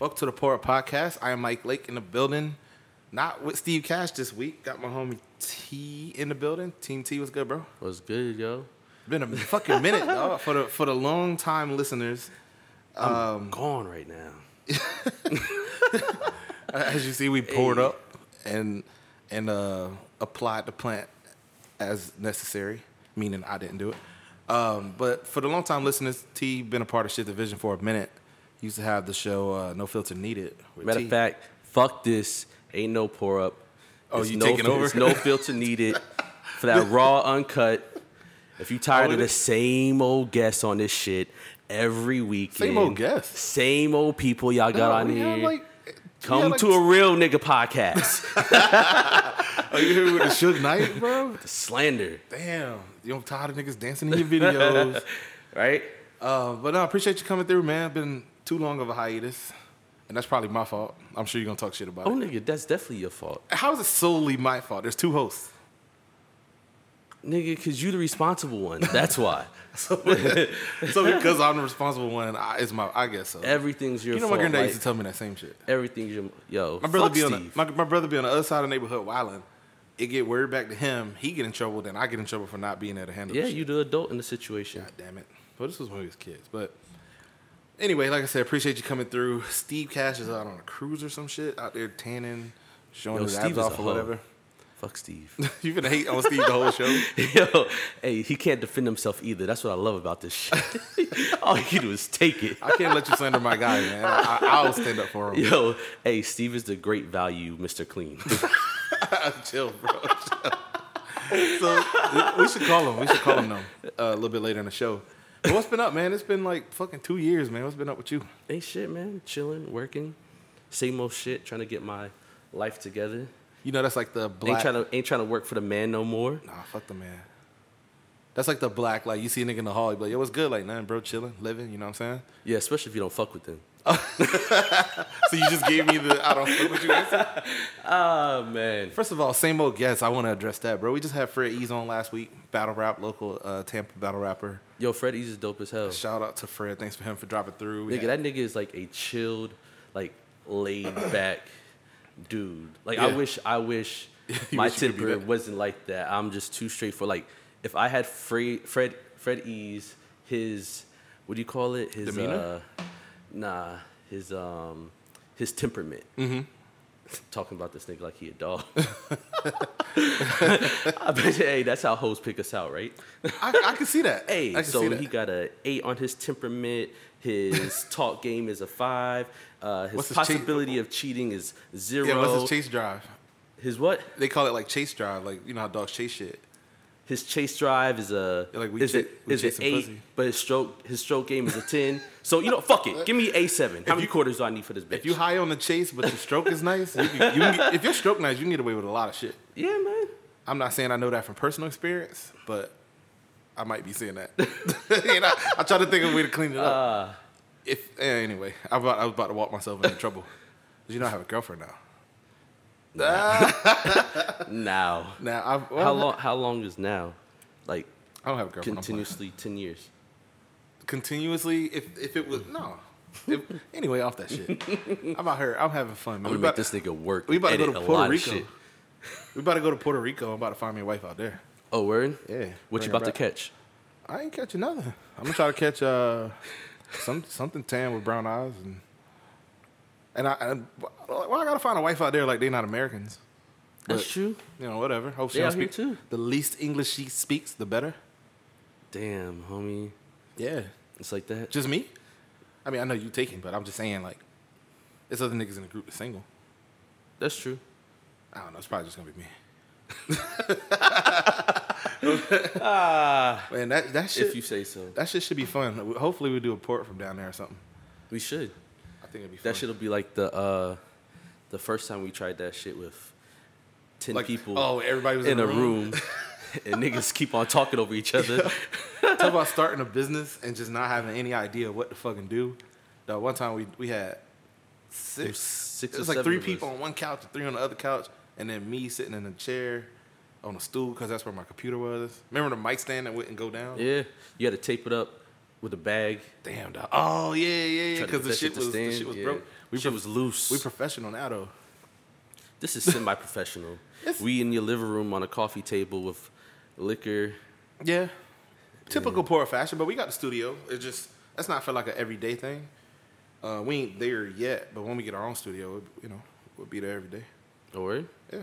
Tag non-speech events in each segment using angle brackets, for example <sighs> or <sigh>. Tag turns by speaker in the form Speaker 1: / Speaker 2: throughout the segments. Speaker 1: Welcome to the Pour Up Podcast. I am Mike Lake in the building. Not with Steve Cash this week. Got my homie T in the building. Team T, what's good, bro?
Speaker 2: What's good, yo?
Speaker 1: Been a fucking minute,
Speaker 2: <laughs>
Speaker 1: dog. For the for the long time listeners,
Speaker 2: I'm gone right now.
Speaker 1: as you see, we poured up and and uh, applied the plant as necessary. Meaning, I didn't do it. Um, but for the long time listeners, T been a part of Shit Division for a minute. Used to have the show uh, No Filter Needed. with
Speaker 2: Matter
Speaker 1: T.
Speaker 2: of fact, fuck this. Ain't no pour up.
Speaker 1: Oh,
Speaker 2: It's
Speaker 1: you
Speaker 2: no,
Speaker 1: taking over?
Speaker 2: It's no filter needed
Speaker 1: <laughs>
Speaker 2: for that raw uncut. If you tired of the same old guests on this shit every week,
Speaker 1: old guests?
Speaker 2: same old people y'all got
Speaker 1: No,
Speaker 2: on
Speaker 1: we
Speaker 2: here.
Speaker 1: had, like,
Speaker 2: Come to a real nigga podcast.
Speaker 1: <laughs>
Speaker 2: <laughs>
Speaker 1: Are you here with the Suge Knight, bro?
Speaker 2: Slander,
Speaker 1: Damn, you know, I'm tired of niggas dancing in your
Speaker 2: <laughs>
Speaker 1: videos.
Speaker 2: right?
Speaker 1: uh, but no, I appreciate you coming through, man. Been too long of a hiatus, and that's probably my fault. I'm sure you're gonna talk shit about
Speaker 2: Oh,
Speaker 1: it.
Speaker 2: nigga, that's definitely your fault.
Speaker 1: How is it solely my fault? There's two hosts. <laughs>
Speaker 2: Nigga, because you the responsible one. That's why.
Speaker 1: <laughs> So, so because I'm the responsible one, I, it's my. I guess so.
Speaker 2: Everything's your
Speaker 1: you know, my
Speaker 2: fault.
Speaker 1: granddad
Speaker 2: like,
Speaker 1: used to tell me that same shit.
Speaker 2: everything's your. Yo,
Speaker 1: My brother
Speaker 2: fuck
Speaker 1: be on the,
Speaker 2: Steve.
Speaker 1: my, my brother be on the other side of the neighborhood wilding. It get word back to him. He get in trouble. Then I get in trouble for not being there to handle.
Speaker 2: Yeah,
Speaker 1: the shit.
Speaker 2: you the adult in the situation.
Speaker 1: God damn it. Well, this was when we was kids. But anyway, like I said, appreciate you coming through. Steve Cash is out on a cruise or some shit out there tanning, showing
Speaker 2: Yo,
Speaker 1: his
Speaker 2: Steve
Speaker 1: abs
Speaker 2: is
Speaker 1: off
Speaker 2: a
Speaker 1: or
Speaker 2: hoe.
Speaker 1: whatever.
Speaker 2: Fuck Steve.
Speaker 1: <laughs> You've been hate on Steve the whole show.
Speaker 2: <laughs> Yo, hey, he can't defend himself either. That's what I love about this shit. <laughs> All he do is take it.
Speaker 1: I can't let you slander my guy, man. I, I, will stand up for him.
Speaker 2: Yo, hey, Steve is the great value, Mr. Clean. <laughs>
Speaker 1: <laughs> Chill, bro. Chill. so th- we should call him. We should call him though uh, a little bit later in the show. But what's been up, man? It's been like fucking two years, man. What's been up with you?
Speaker 2: Ain't shit, man. Chilling, working, same old shit. Trying to get my life together.
Speaker 1: You know, that's like the
Speaker 2: Ain't
Speaker 1: black.
Speaker 2: trying to ain't trying to work for the man no more.
Speaker 1: Nah, fuck the man. That's like the black, like you see a nigga in the hall, you be like, yo, what's good? Like, nothing, bro, chilling, living, you know what I'm saying?
Speaker 2: Yeah, especially if you don't fuck with them.
Speaker 1: So you just gave me the, I don't fuck with you. answer?
Speaker 2: Oh man,
Speaker 1: First of all, same old guest, I want to address that, bro. We just had Fred Ease on last week, battle rap, local uh, Tampa battle rapper.
Speaker 2: yo, Freddy's is dope as hell.
Speaker 1: Shout out to Fred. Thanks for him for dropping through. We
Speaker 2: Nigga,
Speaker 1: had-
Speaker 2: that nigga is like a chilled, like laid <coughs> back dude. Like I
Speaker 1: Yeah.
Speaker 2: wish, I wish
Speaker 1: <laughs> You
Speaker 2: my
Speaker 1: wish you could be
Speaker 2: temper
Speaker 1: that.
Speaker 2: wasn't like that. I'm just too straightforward. Like if I had Fred, Fred, Fred Ease, his what do you call it? His
Speaker 1: Demeanor?
Speaker 2: Uh, nah, his um, his temperament.
Speaker 1: Mm-hmm.
Speaker 2: <laughs> Talking about this nigga like he
Speaker 1: <laughs>
Speaker 2: a dog. <laughs> I bet you, hey, that's how hoes pick us out, right?
Speaker 1: I, I can see that. I
Speaker 2: Hey,
Speaker 1: can see
Speaker 2: so
Speaker 1: that.
Speaker 2: he got a eight on his temperament.
Speaker 1: <laughs>
Speaker 2: His talk game is a five. Uh, his
Speaker 1: What's his chase-
Speaker 2: possibility of cheating is zero.
Speaker 1: yeah, what's his chase drive?
Speaker 2: His what?
Speaker 1: They call it like chase drive, like, you know how dogs chase shit.
Speaker 2: His chase drive is a
Speaker 1: Yeah, like, we
Speaker 2: is
Speaker 1: cha-
Speaker 2: it
Speaker 1: we
Speaker 2: is it
Speaker 1: chasing
Speaker 2: eight?
Speaker 1: pussy.
Speaker 2: But his stroke his stroke game is a ten. so you know, fuck it. Give me a seven. How many quarters do I need for this bitch?
Speaker 1: If you high on the chase, but your stroke is nice, you can, you can get, if your stroke nice, you can get away with a lot of shit.
Speaker 2: yeah, man.
Speaker 1: I'm not saying I know that from personal experience, but I might be saying
Speaker 2: <laughs>
Speaker 1: that. <laughs> and I, I try to think of a way to clean it up.
Speaker 2: Uh.
Speaker 1: If eh, anyway, I, about, I was about to walk myself into trouble. 'Cause you know I have a girlfriend now.
Speaker 2: Now,
Speaker 1: Now I've, well,
Speaker 2: how long? How long is now? Like
Speaker 1: I don't have a girlfriend. I'm playing.
Speaker 2: continuously ten years.
Speaker 1: continuously. If if it was no.
Speaker 2: <laughs>
Speaker 1: If, anyway, off that shit. I'm out here. I'm having fun. Man.
Speaker 2: I'm
Speaker 1: We
Speaker 2: gonna
Speaker 1: about,
Speaker 2: make this nigga work.
Speaker 1: we
Speaker 2: and
Speaker 1: about to go
Speaker 2: edit
Speaker 1: to
Speaker 2: a
Speaker 1: Puerto
Speaker 2: lot of
Speaker 1: Rico.
Speaker 2: shit.
Speaker 1: We about to go to Puerto Rico. I'm about to find me a wife out there.
Speaker 2: Oh, word.
Speaker 1: Yeah,
Speaker 2: What
Speaker 1: bring
Speaker 2: you
Speaker 1: it
Speaker 2: about to
Speaker 1: back.
Speaker 2: catch?
Speaker 1: I ain't catching nothing. I'm gonna try to catch uh some something tan with brown eyes and and I and, well, I gotta find a wife out there like they not Americans.
Speaker 2: That's
Speaker 1: But,
Speaker 2: true.
Speaker 1: You know, whatever. Hope she
Speaker 2: They
Speaker 1: don't
Speaker 2: out here
Speaker 1: speak.
Speaker 2: too.
Speaker 1: The least English she speaks, the better.
Speaker 2: Damn, homie.
Speaker 1: Yeah.
Speaker 2: It's like that.
Speaker 1: Just me. I mean, I know you taking, but I'm just saying like, there's other niggas in the group that's single.
Speaker 2: That's true.
Speaker 1: I don't know. It's probably just gonna be me.
Speaker 2: Ah.
Speaker 1: Man, that that shit
Speaker 2: If you say so.
Speaker 1: that shit should be fun. Hopefully, we do a port from down there or something.
Speaker 2: We should.
Speaker 1: I think it'd be fun.
Speaker 2: That shit'll be like the uh the first time we tried that shit with ten
Speaker 1: Like,
Speaker 2: people
Speaker 1: oh, everybody was
Speaker 2: in
Speaker 1: in
Speaker 2: a
Speaker 1: the
Speaker 2: room, <laughs> and niggas keep on talking over each other.
Speaker 1: Talk about starting a business and just not having any idea what to fucking do. Dog, one time we we had six,
Speaker 2: six
Speaker 1: It
Speaker 2: or
Speaker 1: was like
Speaker 2: seven
Speaker 1: three
Speaker 2: of us.
Speaker 1: people on one couch, three on the other couch, and then me sitting in a chair on a stool because that's where my computer was. Remember the mic stand that wouldn't go down?
Speaker 2: Yeah. You had to tape it up with a bag.
Speaker 1: Damn, dog. Oh yeah, yeah, yeah.
Speaker 2: Trying to
Speaker 1: Because the shit
Speaker 2: get that shit to
Speaker 1: was the
Speaker 2: stand,
Speaker 1: shit was
Speaker 2: yeah.
Speaker 1: broke. We
Speaker 2: Shit
Speaker 1: prof-
Speaker 2: was loose.
Speaker 1: We professional now though.
Speaker 2: this is semi-professional. we in your living room on a coffee table with liquor.
Speaker 1: Yeah. Typical poor fashion, but we got the studio. It just that's not for like an everyday thing. Uh, we ain't there yet, but when we get our own studio, you know, we'll be there every day.
Speaker 2: Or
Speaker 1: Yeah.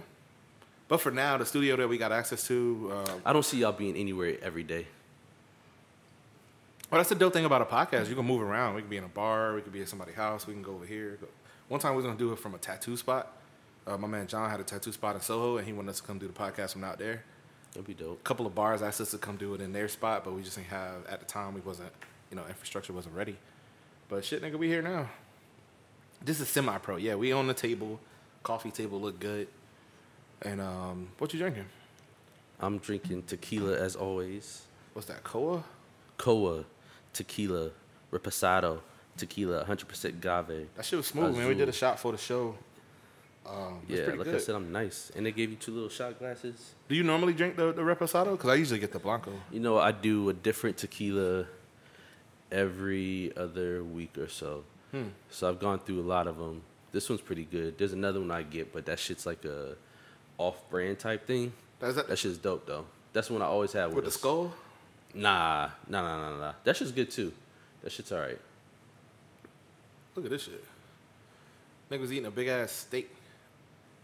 Speaker 1: But for now, the studio that we got access to, uh,
Speaker 2: I don't see y'all being anywhere every day.
Speaker 1: well, that's the dope thing about a podcast. You can move around. We can be in a bar. We could be at somebody's house. We can go over here. Go- One time we was gonna do it from a tattoo spot. Uh, my man John had a tattoo spot in Soho, and he wanted us to come do the podcast from out there.
Speaker 2: That'd be dope.
Speaker 1: couple of bars asked us to come do it in their spot, but we just didn't have at the time. We wasn't, you know, infrastructure wasn't ready. But shit, nigga, we here now. This is semi-pro. Yeah, we on the table. Coffee table look good. And um, what you drinking?
Speaker 2: I'm drinking tequila as always.
Speaker 1: What's that? Koa?
Speaker 2: Coa, tequila, reposado, tequila, 100% agave.
Speaker 1: That shit was smooth, man. We
Speaker 2: Azul.
Speaker 1: did a shot for the show. Um, it was
Speaker 2: Yeah,
Speaker 1: pretty
Speaker 2: like I
Speaker 1: good.
Speaker 2: said, I'm nice. And they gave you two little shot glasses.
Speaker 1: do you normally drink the, the reposado? Because I usually get the blanco.
Speaker 2: You know, I do a different tequila every other week or so. So I've gone through a lot of them. This one's pretty good. There's another one I get, but that shit's like a off-brand type thing.
Speaker 1: Is that
Speaker 2: That shit's dope though. That's one I always have
Speaker 1: with
Speaker 2: with,
Speaker 1: the
Speaker 2: us.
Speaker 1: skull?
Speaker 2: Nah, nah, nah, nah, nah. That shit's good too. That shit's all right.
Speaker 1: Look at this shit. Niggas eating a big ass steak.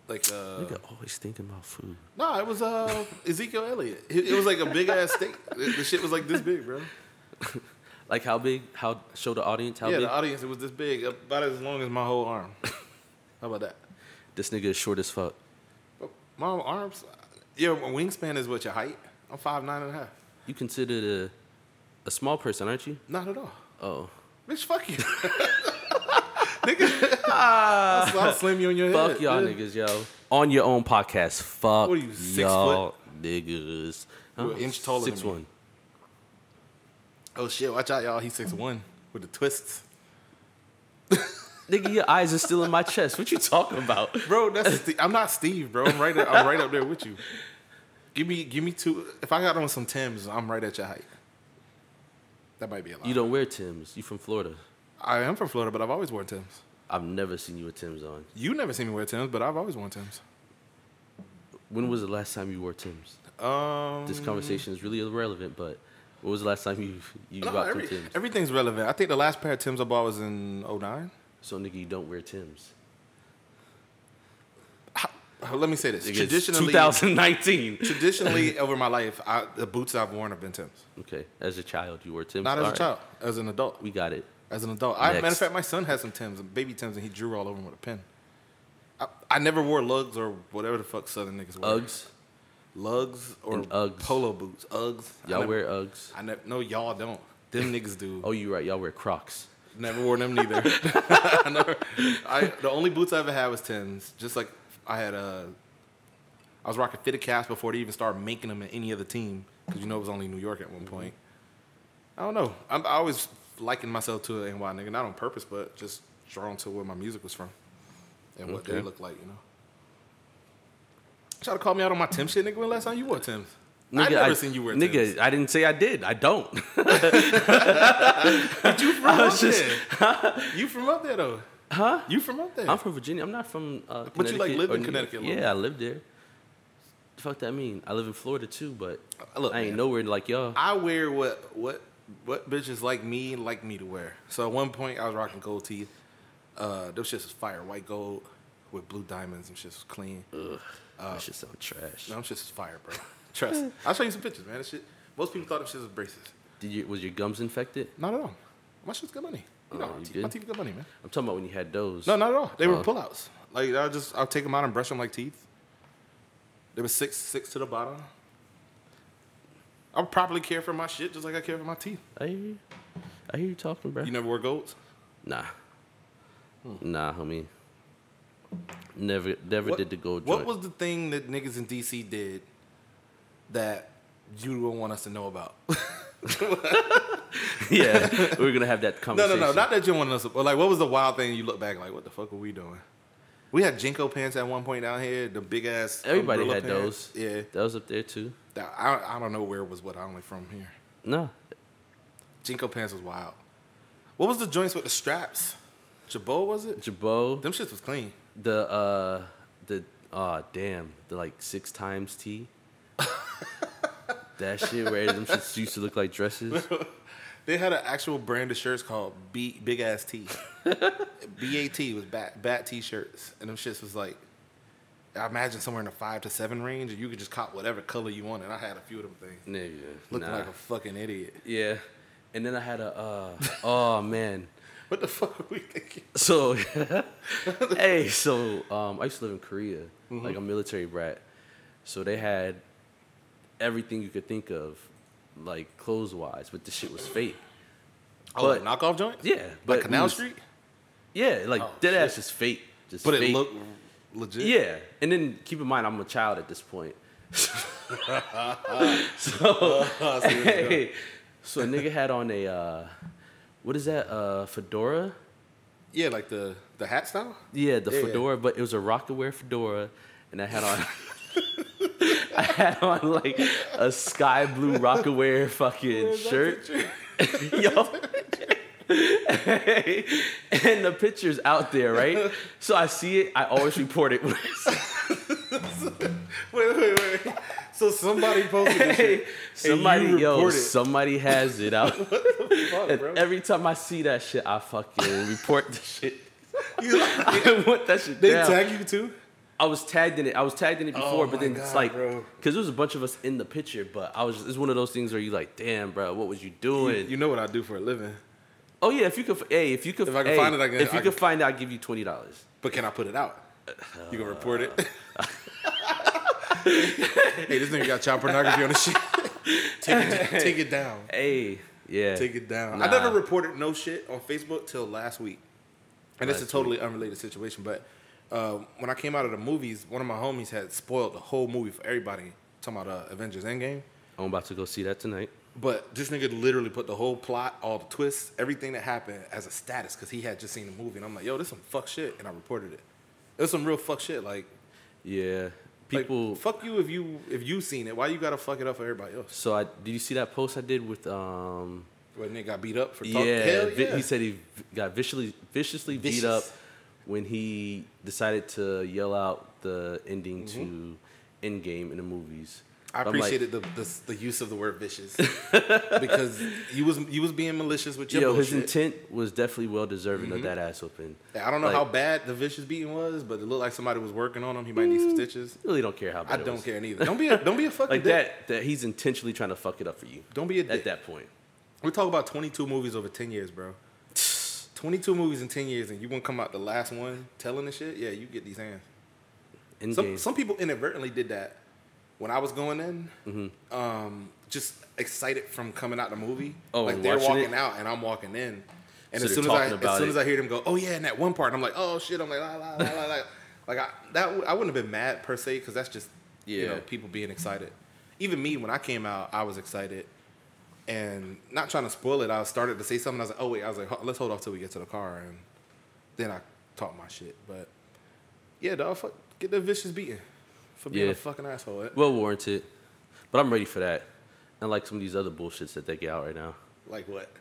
Speaker 1: Like uh,
Speaker 2: Nigga always thinking about food.
Speaker 1: No, it was uh Ezekiel Elliott. It, it was like a big ass steak. The, the shit was like this big, bro.
Speaker 2: Like how big? How show the audience how
Speaker 1: yeah,
Speaker 2: big?
Speaker 1: the audience it was this big, about as long as my whole
Speaker 2: <laughs>
Speaker 1: arm. How about that?
Speaker 2: this nigga is short as fuck.
Speaker 1: My arms, your wingspan is what your height. I'm five nine and a half.
Speaker 2: You considered a a small person, aren't you?
Speaker 1: Not at all.
Speaker 2: Oh,
Speaker 1: Bitch, fuck
Speaker 2: <laughs>
Speaker 1: you. Nigga, I'll, <laughs> I'll slam you on your head.
Speaker 2: Uh, fuck y'all
Speaker 1: Ah, yeah.
Speaker 2: niggas, yo. On your own podcast, fuck
Speaker 1: What are you, six
Speaker 2: y'all niggas.
Speaker 1: You an inch taller than
Speaker 2: Six
Speaker 1: me.
Speaker 2: one.
Speaker 1: Oh shit, watch out, y'all. He's six one with the twists,
Speaker 2: Nigga, your eyes are still in my chest. What you talking about?
Speaker 1: <laughs> bro. That's Ste I'm not Steve, bro. I'm right. Up, I'm right up there with you. Give me, give me two. If I got on some Tims, I'm right at your height. That might be a lot.
Speaker 2: You don't wear Tim's. You from Florida.
Speaker 1: I am from Florida, but I've always worn Tim's.
Speaker 2: I've never seen you with Tim's on.
Speaker 1: You never seen me wear Tim's, but I've always worn Tim's.
Speaker 2: When was the last time you wore Tim's?
Speaker 1: Um,
Speaker 2: This conversation is really irrelevant, but when was the last time you you
Speaker 1: no,
Speaker 2: got
Speaker 1: every-
Speaker 2: some Tim's?
Speaker 1: everything's relevant. I think the last pair of Tim's I bought was in 09.
Speaker 2: so nigga, you don't wear Tim's.
Speaker 1: Uh, Let me say this.
Speaker 2: Nigga, it's
Speaker 1: Traditionally, <laughs>
Speaker 2: 2019.
Speaker 1: traditionally over my life, I, the boots I've worn have been Tim's.
Speaker 2: Okay, as a child, you wore Tim's.
Speaker 1: Not as
Speaker 2: All
Speaker 1: a
Speaker 2: right,
Speaker 1: child, as an adult.
Speaker 2: we got it.
Speaker 1: As an adult. I, matter of
Speaker 2: Next.
Speaker 1: fact, my son has some Tim's, baby Tim's, and he drew all over them with a pen. I, I never wore lugs or whatever the fuck southern niggas wear.
Speaker 2: Uggs.
Speaker 1: Lugs or
Speaker 2: And Uggs.
Speaker 1: polo boots. Uggs. I
Speaker 2: Y'all
Speaker 1: never-
Speaker 2: wear Uggs.
Speaker 1: I never, no, y'all don't.
Speaker 2: <laughs>
Speaker 1: Them niggas do.
Speaker 2: Oh, you're right. Y'all wear Crocs.
Speaker 1: Never wore them
Speaker 2: <laughs>
Speaker 1: neither. <laughs> I never, I, the only boots I ever had was tens. Just like I had uh, I was rocking fitted caps before they even started making them in any other team because you know it was only New York at one point. I don't know. I'm I always likened myself to an NY nigga, not on purpose, but just drawn to where my music was from and what they
Speaker 2: Okay.
Speaker 1: look like, you know. Try to call me out on my Tim shit, nigga. When last time you wore Tim's? i never seen you wear
Speaker 2: Nigga, <laughs>
Speaker 1: Tim's.
Speaker 2: I didn't say I did. I don't.
Speaker 1: <laughs> You from up
Speaker 2: was just-
Speaker 1: there? you from up there though? Huh? You from up there?
Speaker 2: I'm from Virginia. I'm not from. Uh,
Speaker 1: But you, like,
Speaker 2: Connecticut
Speaker 1: lived
Speaker 2: or
Speaker 1: in
Speaker 2: New-
Speaker 1: Connecticut a little bit.
Speaker 2: Yeah, I lived there. The fuck that mean? I live in Florida too, but
Speaker 1: Uh, look,
Speaker 2: I ain't
Speaker 1: man.
Speaker 2: nowhere like y'all.
Speaker 1: I wear what what what bitches like me like me to wear. So at one point I was rocking gold teeth. Uh, those shits was fire, white gold with blue diamonds and shits was clean.
Speaker 2: Ugh, that shit sound
Speaker 1: uh,
Speaker 2: trash.
Speaker 1: No, them shits was fire, bro. <laughs> Trust. I'll show you some pictures, man. That shit. Most people thought them shits was braces.
Speaker 2: Did you, was your gums infected?
Speaker 1: Not at all. My shits got money. You know,
Speaker 2: Oh,
Speaker 1: my
Speaker 2: you
Speaker 1: teeth-
Speaker 2: did?
Speaker 1: my teeth got money, man.
Speaker 2: I'm talking about when you had those.
Speaker 1: No, not at all. They were
Speaker 2: Oh.
Speaker 1: pullouts. Like I just I'll take them out and brush them like teeth. There was six six to the bottom. I properly care for my shit just like I care for my teeth.
Speaker 2: I hear you. I hear you talking, bro.
Speaker 1: You never wore golds.
Speaker 2: nah. Nah, homie. Never, never did the gold
Speaker 1: What
Speaker 2: joint.
Speaker 1: was the thing that niggas in DC did that you don't want us to know about?
Speaker 2: <laughs>
Speaker 1: <laughs>
Speaker 2: yeah, we are gonna have that
Speaker 1: no, no,
Speaker 2: conversation.
Speaker 1: no, not that you don't want us. To, but like, what was the wild thing you look back like? What the fuck were we doing? We had Jinko pants at one point down here. The big ass.
Speaker 2: Everybody
Speaker 1: umbrella
Speaker 2: had
Speaker 1: pants.
Speaker 2: those.
Speaker 1: Yeah,
Speaker 2: that was up there too.
Speaker 1: That- I, I don't know where it was what. I only from here.
Speaker 2: No,
Speaker 1: Jinko pants was wild. What was the joints with the straps? Jabot was it?
Speaker 2: Jabot,
Speaker 1: Them shits was clean.
Speaker 2: the uh, the ah damn, the like six times tea. that shit where them shits used to look
Speaker 1: <laughs>
Speaker 2: like dresses.
Speaker 1: They had an actual brand of shirts called B Big Ass
Speaker 2: <laughs>
Speaker 1: T. B A T was bat bat T shirts, and them shits was like, I imagine somewhere in the five to seven range, and you could just cop whatever color you wanted. I had a few of them things,
Speaker 2: Nigga,
Speaker 1: looking
Speaker 2: nah.
Speaker 1: like a fucking idiot.
Speaker 2: yeah. And then I had a uh, oh man.
Speaker 1: What the fuck are we thinking?
Speaker 2: So, <laughs> hey, so um, I used to live in Korea,
Speaker 1: Mm-hmm.
Speaker 2: like a military brat. So they had everything you could think of, like clothes wise, but the shit was fake.
Speaker 1: Oh, like
Speaker 2: But-
Speaker 1: knockoff joint?
Speaker 2: Yeah, but
Speaker 1: but
Speaker 2: we
Speaker 1: Canal
Speaker 2: was-
Speaker 1: Street.
Speaker 2: Yeah, like
Speaker 1: Oh,
Speaker 2: dead
Speaker 1: shit.
Speaker 2: ass is fake. Just
Speaker 1: But it
Speaker 2: fake.
Speaker 1: looked legit.
Speaker 2: Yeah, and then keep in mind I'm a child at this point. <laughs> so, <laughs> hey, so a nigga had on a uh, what is that? Uh, fedora.
Speaker 1: yeah, like the the hat style.
Speaker 2: Yeah, the
Speaker 1: Yeah.
Speaker 2: fedora, but it was a rocket wear fedora, and I had on. <laughs> I had on like a sky blue rocket wear fucking shirt, <laughs> yo. and the picture's out there, right? So I see it. I always report it. <laughs>
Speaker 1: Wait, wait, wait. So somebody
Speaker 2: <laughs>
Speaker 1: posted this shit.
Speaker 2: somebody,
Speaker 1: you
Speaker 2: yo,
Speaker 1: report it.
Speaker 2: somebody has
Speaker 1: <laughs>
Speaker 2: it out.
Speaker 1: Fuck,
Speaker 2: and
Speaker 1: bro.
Speaker 2: every time I see that shit,
Speaker 1: <laughs>
Speaker 2: I fucking report the shit.
Speaker 1: You like-
Speaker 2: <laughs> I want that shit
Speaker 1: <laughs> they
Speaker 2: down.
Speaker 1: tag you too.
Speaker 2: I was tagged in it. I was tagged in it before,
Speaker 1: Oh
Speaker 2: but
Speaker 1: my
Speaker 2: then it's
Speaker 1: God,
Speaker 2: like
Speaker 1: bro.
Speaker 2: because there was a bunch of us in the picture, but I was just, it's one of those things where you like, damn, bro, what was you doing?
Speaker 1: You know what I do for a living,
Speaker 2: oh yeah, if you could, hey, if you could,
Speaker 1: If I can
Speaker 2: hey,
Speaker 1: find it, I can-
Speaker 2: if you
Speaker 1: I
Speaker 2: could
Speaker 1: can-
Speaker 2: find it, I'll give you twenty dollars.
Speaker 1: but can I put it out? You gonna report it? <laughs> hey, this nigga got child pornography on the shit. take, it, take it down.
Speaker 2: Hey, yeah,
Speaker 1: Take it down. I
Speaker 2: Nah.
Speaker 1: never reported no shit on Facebook till last week, and it's a
Speaker 2: Last
Speaker 1: totally unrelated situation. But uh, when I came out of the movies, one of my homies had spoiled the whole movie for everybody. Talking about uh, Avengers Endgame.
Speaker 2: I'm about to go see that tonight.
Speaker 1: But this nigga literally put the whole plot, all the twists, everything that happened as a status because he had just seen the movie. And I'm like, yo, this some fuck shit. And I reported it. It was some real fuck shit. Like,
Speaker 2: Yeah,
Speaker 1: like,
Speaker 2: people.
Speaker 1: fuck you if you if you seen it. Why you gotta fuck it up for everybody else?
Speaker 2: so I did you see that post I did with um
Speaker 1: When nigga got beat up for talking.
Speaker 2: yeah,
Speaker 1: Hell
Speaker 2: vi-
Speaker 1: yeah.
Speaker 2: he said he v- got viciously viciously
Speaker 1: Vicious.
Speaker 2: beat up when he decided to yell out the ending to Endgame in the movies.
Speaker 1: Mm-hmm. I
Speaker 2: I'm like,
Speaker 1: appreciated the, the the use of the word
Speaker 2: <laughs>
Speaker 1: vicious because you was you was being malicious with your
Speaker 2: Yo, his
Speaker 1: bullshit. Mm-hmm.
Speaker 2: intent was definitely well deserving of that ass whooping.
Speaker 1: I don't know
Speaker 2: like-
Speaker 1: how bad the vicious beating was, but it looked like somebody was working on him. He might need some stitches.
Speaker 2: Really don't care how bad
Speaker 1: I
Speaker 2: it
Speaker 1: don't
Speaker 2: Mm. was.
Speaker 1: care neither. Don't be a don't be a
Speaker 2: <laughs>
Speaker 1: fucking
Speaker 2: Like
Speaker 1: dick.
Speaker 2: that, that he's intentionally trying to fuck it up for you.
Speaker 1: Don't be a dick.
Speaker 2: At that point,
Speaker 1: We're talking about 22 movies over 10 years,
Speaker 2: <sighs>
Speaker 1: bro. 22 movies in 10 years, and you gonna come out the last one telling the shit? Yeah, you get these hands. Some,
Speaker 2: Endgame.
Speaker 1: some people inadvertently did that when I was going in,
Speaker 2: Mm-hmm.
Speaker 1: um, just excited from coming out the movie.
Speaker 2: Oh,
Speaker 1: like
Speaker 2: and
Speaker 1: they're
Speaker 2: watching
Speaker 1: walking
Speaker 2: it?
Speaker 1: out and I'm walking in. And
Speaker 2: So
Speaker 1: as
Speaker 2: they're
Speaker 1: soon as I
Speaker 2: talking about
Speaker 1: as soon
Speaker 2: it.
Speaker 1: as I hear them go, oh yeah, in that one part, I'm like, oh shit, I'm like, la la la la
Speaker 2: <laughs>
Speaker 1: la. like I, that w- I wouldn't have been mad per se because that's just you
Speaker 2: Yeah.
Speaker 1: know people being excited. Even me when I came out, I was excited and not trying to spoil it, I started to say something. I was like, oh wait, I was like, "Ho- let's hold off till we get to the car, and then I talked my shit. But yeah, dog, fuck, get the vicious beating for being
Speaker 2: Yeah.
Speaker 1: a fucking asshole.
Speaker 2: well warranted, but I'm ready for that. And like some of these other bullshits that they get out right now,
Speaker 1: Like what?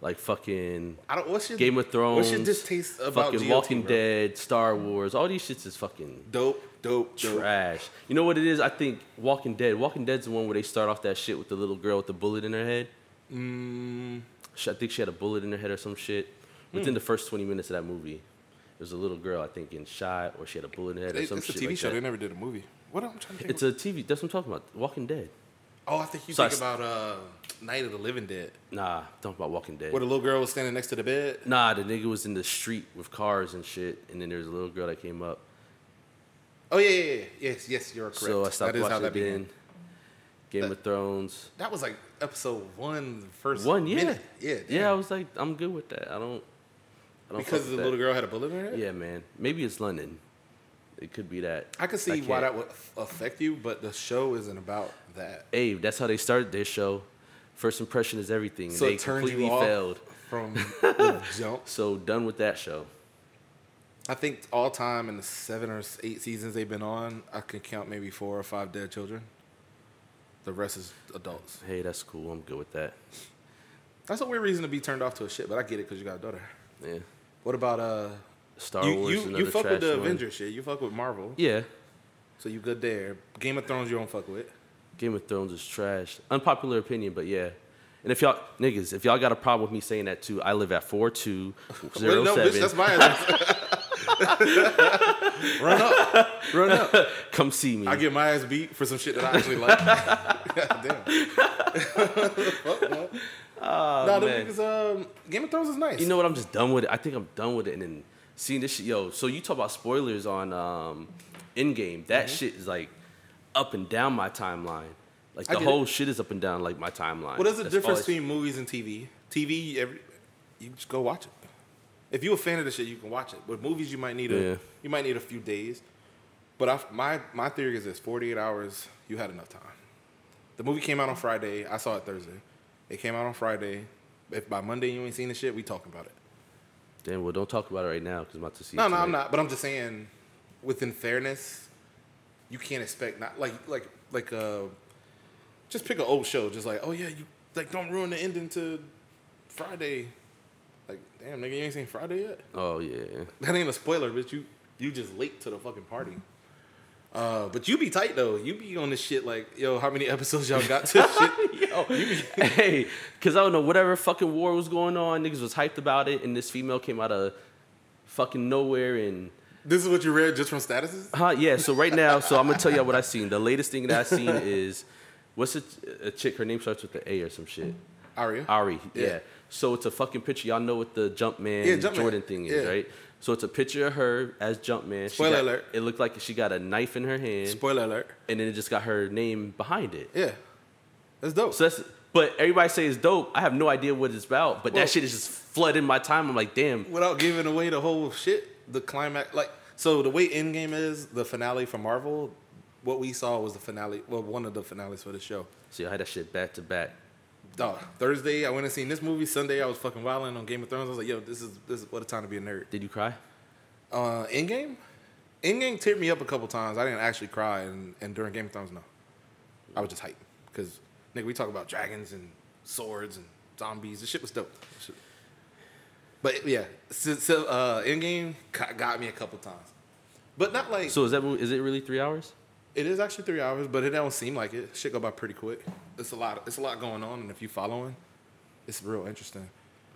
Speaker 2: like fucking
Speaker 1: I don't. What's your
Speaker 2: Game of Thrones,
Speaker 1: What's your distaste about
Speaker 2: fucking
Speaker 1: GOT,
Speaker 2: Walking
Speaker 1: bro?
Speaker 2: Dead, Star Wars, all these shits is fucking
Speaker 1: Dope, dope, dope.
Speaker 2: trash. You know what it is? I think Walking Dead. Walking Dead's the one where they start off that shit with the little girl with the bullet in her head.
Speaker 1: Mm,
Speaker 2: She- I think she had a bullet in her head or some shit. Within
Speaker 1: Hmm.
Speaker 2: the first 20 minutes of that movie, there was a little girl, I think, getting shot or she had a bullet in her head or
Speaker 1: it-
Speaker 2: some
Speaker 1: it's a
Speaker 2: shit.
Speaker 1: TV
Speaker 2: like
Speaker 1: show. They
Speaker 2: that.
Speaker 1: never did a movie. What am I trying to think?
Speaker 2: It's a TV. That's what I'm talking about. Walking Dead.
Speaker 1: oh, I think you
Speaker 2: so I
Speaker 1: think about uh, Night of the Living Dead,
Speaker 2: Nah, I'm talking about Walking Dead.
Speaker 1: where the little girl was standing next to the bed.
Speaker 2: nah, the nigga was in the street with cars and shit, and then there was a little girl that came up.
Speaker 1: Oh yeah, yeah, yeah. yes, yes, you're correct.
Speaker 2: So I stopped
Speaker 1: that is how
Speaker 2: watching
Speaker 1: that
Speaker 2: it
Speaker 1: began.
Speaker 2: then. Game
Speaker 1: That-
Speaker 2: of Thrones.
Speaker 1: That was like episode one, the first
Speaker 2: One, yeah.
Speaker 1: minute. yeah, damn.
Speaker 2: Yeah, I was like, I'm good with that. I don't. I don't
Speaker 1: because
Speaker 2: fuck
Speaker 1: the
Speaker 2: with
Speaker 1: little
Speaker 2: that.
Speaker 1: girl had a bullet in her. head?
Speaker 2: Yeah, man. Maybe it's London. It could be that.
Speaker 1: I can see why
Speaker 2: can't-
Speaker 1: that would f- affect you, but the show isn't about that.
Speaker 2: Hey, that's how they started their show. First impression is everything.
Speaker 1: So
Speaker 2: Mm, they
Speaker 1: it turned
Speaker 2: completely
Speaker 1: you off
Speaker 2: failed. <laughs>
Speaker 1: from the jump.
Speaker 2: So done with that show.
Speaker 1: I think all time in the seven or s- eight seasons they've been on, I can count maybe four or five dead children. The rest is adults.
Speaker 2: Hey, that's cool. I'm good with that.
Speaker 1: That's a weird reason to be turned off to a shit, but I get it because you got a daughter.
Speaker 2: Yeah.
Speaker 1: What about uh?
Speaker 2: Star
Speaker 1: you
Speaker 2: Wars. is
Speaker 1: you,
Speaker 2: another
Speaker 1: you fuck
Speaker 2: trash
Speaker 1: with the
Speaker 2: one.
Speaker 1: Avengers shit. You fuck with Marvel,
Speaker 2: Yeah,
Speaker 1: so you good there. Game of Thrones, you don't fuck with.
Speaker 2: Game of Thrones is trash. Unpopular opinion, but yeah. And if y'all niggas, if y'all got a problem with me saying that too, I live at four two
Speaker 1: Well,
Speaker 2: zero
Speaker 1: no, bitch, that's
Speaker 2: seven.
Speaker 1: my ass. <laughs>
Speaker 2: <laughs>
Speaker 1: Run up, run up.
Speaker 2: Come see me.
Speaker 1: I get my ass beat for some shit that I actually
Speaker 2: <laughs>
Speaker 1: like. God damn. Fuck, no.
Speaker 2: Oh,
Speaker 1: nah, them
Speaker 2: man.
Speaker 1: niggas, um, Game of Thrones is nice.
Speaker 2: You know what? I'm just done with it. I think I'm done with it. And then seeing this shit, yo. So you talk about spoilers on um, Endgame. That
Speaker 1: Mm-hmm.
Speaker 2: shit is like up and down my timeline. Like
Speaker 1: I
Speaker 2: the
Speaker 1: get it.
Speaker 2: whole shit is up and down like my timeline.
Speaker 1: What is the
Speaker 2: That's
Speaker 1: difference
Speaker 2: all I-
Speaker 1: between movies and TV? TV, every, you just go watch it. If you're a fan of the shit, you can watch it. With movies, you might need a
Speaker 2: Yeah.
Speaker 1: you might need a few days. But I, my my theory is this: 48 hours, you had enough time. The movie came out on Friday. I saw it Thursday. It came out on Friday. If by Monday you ain't seen the shit, we talking about it.
Speaker 2: Damn. Well, don't talk about it right now because I'm about to see.
Speaker 1: No,
Speaker 2: it
Speaker 1: no, I'm
Speaker 2: tonight.
Speaker 1: not. But I'm just saying, within fairness, you can't expect not like like like uh, just pick an old show. Just like oh yeah, you like don't ruin the ending to Friday. Like damn nigga, you ain't seen Friday yet. <laughs>
Speaker 2: Oh yeah.
Speaker 1: That ain't a spoiler, bitch. You you just late to the fucking party. Uh, but you be tight though. You be on this shit like yo, how many <laughs> episodes y'all got to this shit?
Speaker 2: <laughs> hey, because I don't know, whatever fucking war was going on, niggas was hyped about it, and this female came out of fucking nowhere and.
Speaker 1: This is what you read just from statuses.
Speaker 2: Huh? Yeah. So right now, so I'm gonna tell y'all what I seen. The latest thing that I <laughs> seen is, what's a, a chick? Her name starts with the A or some shit.
Speaker 1: Aria.
Speaker 2: Ari. Yeah.
Speaker 1: Yeah.
Speaker 2: So it's a fucking picture. Y'all know what the Jumpman,
Speaker 1: Yeah, Jumpman.
Speaker 2: Jordan thing is,
Speaker 1: Yeah.
Speaker 2: right? So it's a picture of her as Jumpman. She
Speaker 1: Spoiler
Speaker 2: got-
Speaker 1: alert.
Speaker 2: It looked like she got a knife in her hand,
Speaker 1: Spoiler alert.
Speaker 2: and then it just got her name behind it.
Speaker 1: Yeah, that's dope.
Speaker 2: So that's. But everybody say it's dope. I have no idea what it's about. But
Speaker 1: Well-
Speaker 2: that shit is just flooding my time. I'm like, damn.
Speaker 1: without giving away the whole shit, the climax, like so the way Endgame is, the finale for Marvel, what we saw was the finale, well, one of the finales for the show.
Speaker 2: See, I had that shit back to back.
Speaker 1: Dog, Thursday I went and seen this movie. Sunday I was fucking wilding on Game of Thrones. I was like, yo, this is this is what a time to be a nerd.
Speaker 2: Did you cry?
Speaker 1: Uh, Endgame, Endgame teared me up a couple times. I didn't actually cry, and, and during Game of Thrones, no, I was just hyped because nigga, we talk about dragons and swords and zombies. The shit was dope. Shit. But yeah, so, so uh, Endgame got, got me a couple times, but not like
Speaker 2: So is that movie- is it really three hours?
Speaker 1: it is actually three hours, but it don't seem like it. Shit go by pretty quick. It's a lot. It's a lot going on, and if you following, it's real interesting.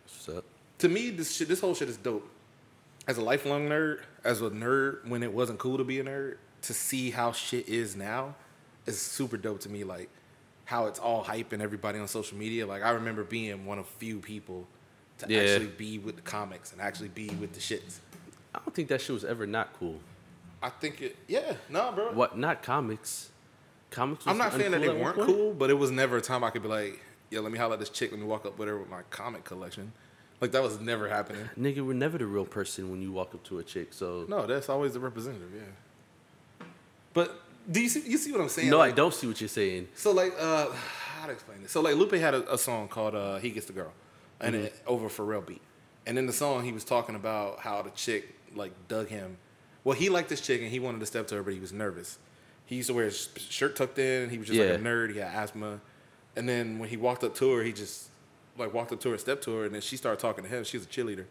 Speaker 2: What's up?
Speaker 1: to me, this shit, this whole shit is dope. As a lifelong nerd, as a nerd when it wasn't cool to be a nerd, to see how shit is now is super dope to me. Like how it's all hype and everybody on social media. Like I remember being one of few people to
Speaker 2: Yeah.
Speaker 1: actually be with the comics and actually be with the shits.
Speaker 2: I don't think that shit was ever not cool.
Speaker 1: I think it, yeah, no, bro.
Speaker 2: What? Not comics. Comics. Was
Speaker 1: I'm not saying that
Speaker 2: uncool
Speaker 1: they
Speaker 2: at one
Speaker 1: weren't
Speaker 2: point?
Speaker 1: cool, but it was never a time I could be like, yeah, let me holler at this chick, let me walk up with her with my comic collection. Like that was never happening.
Speaker 2: Nigga, we're never the real person when you walk up to a chick. So no,
Speaker 1: No, that's always the representative, yeah. But do you see you see what I'm saying?
Speaker 2: I
Speaker 1: Like,
Speaker 2: don't see what you're saying.
Speaker 1: So like uh <sighs> how to explain this? So like Lupe had a, a song called uh He Gets the Girl and
Speaker 2: Mm-hmm.
Speaker 1: it over Pharrell beat. And in the song he was talking about how the chick like dug him. Well, he liked this chick and he wanted to step to her, but he was nervous. He used to wear his shirt tucked in, he was just like a
Speaker 2: Yeah.
Speaker 1: nerd, he had asthma. And then when he walked up to her, he just like walked up to her, stepped to her, and then she started talking to him. She was a cheerleader.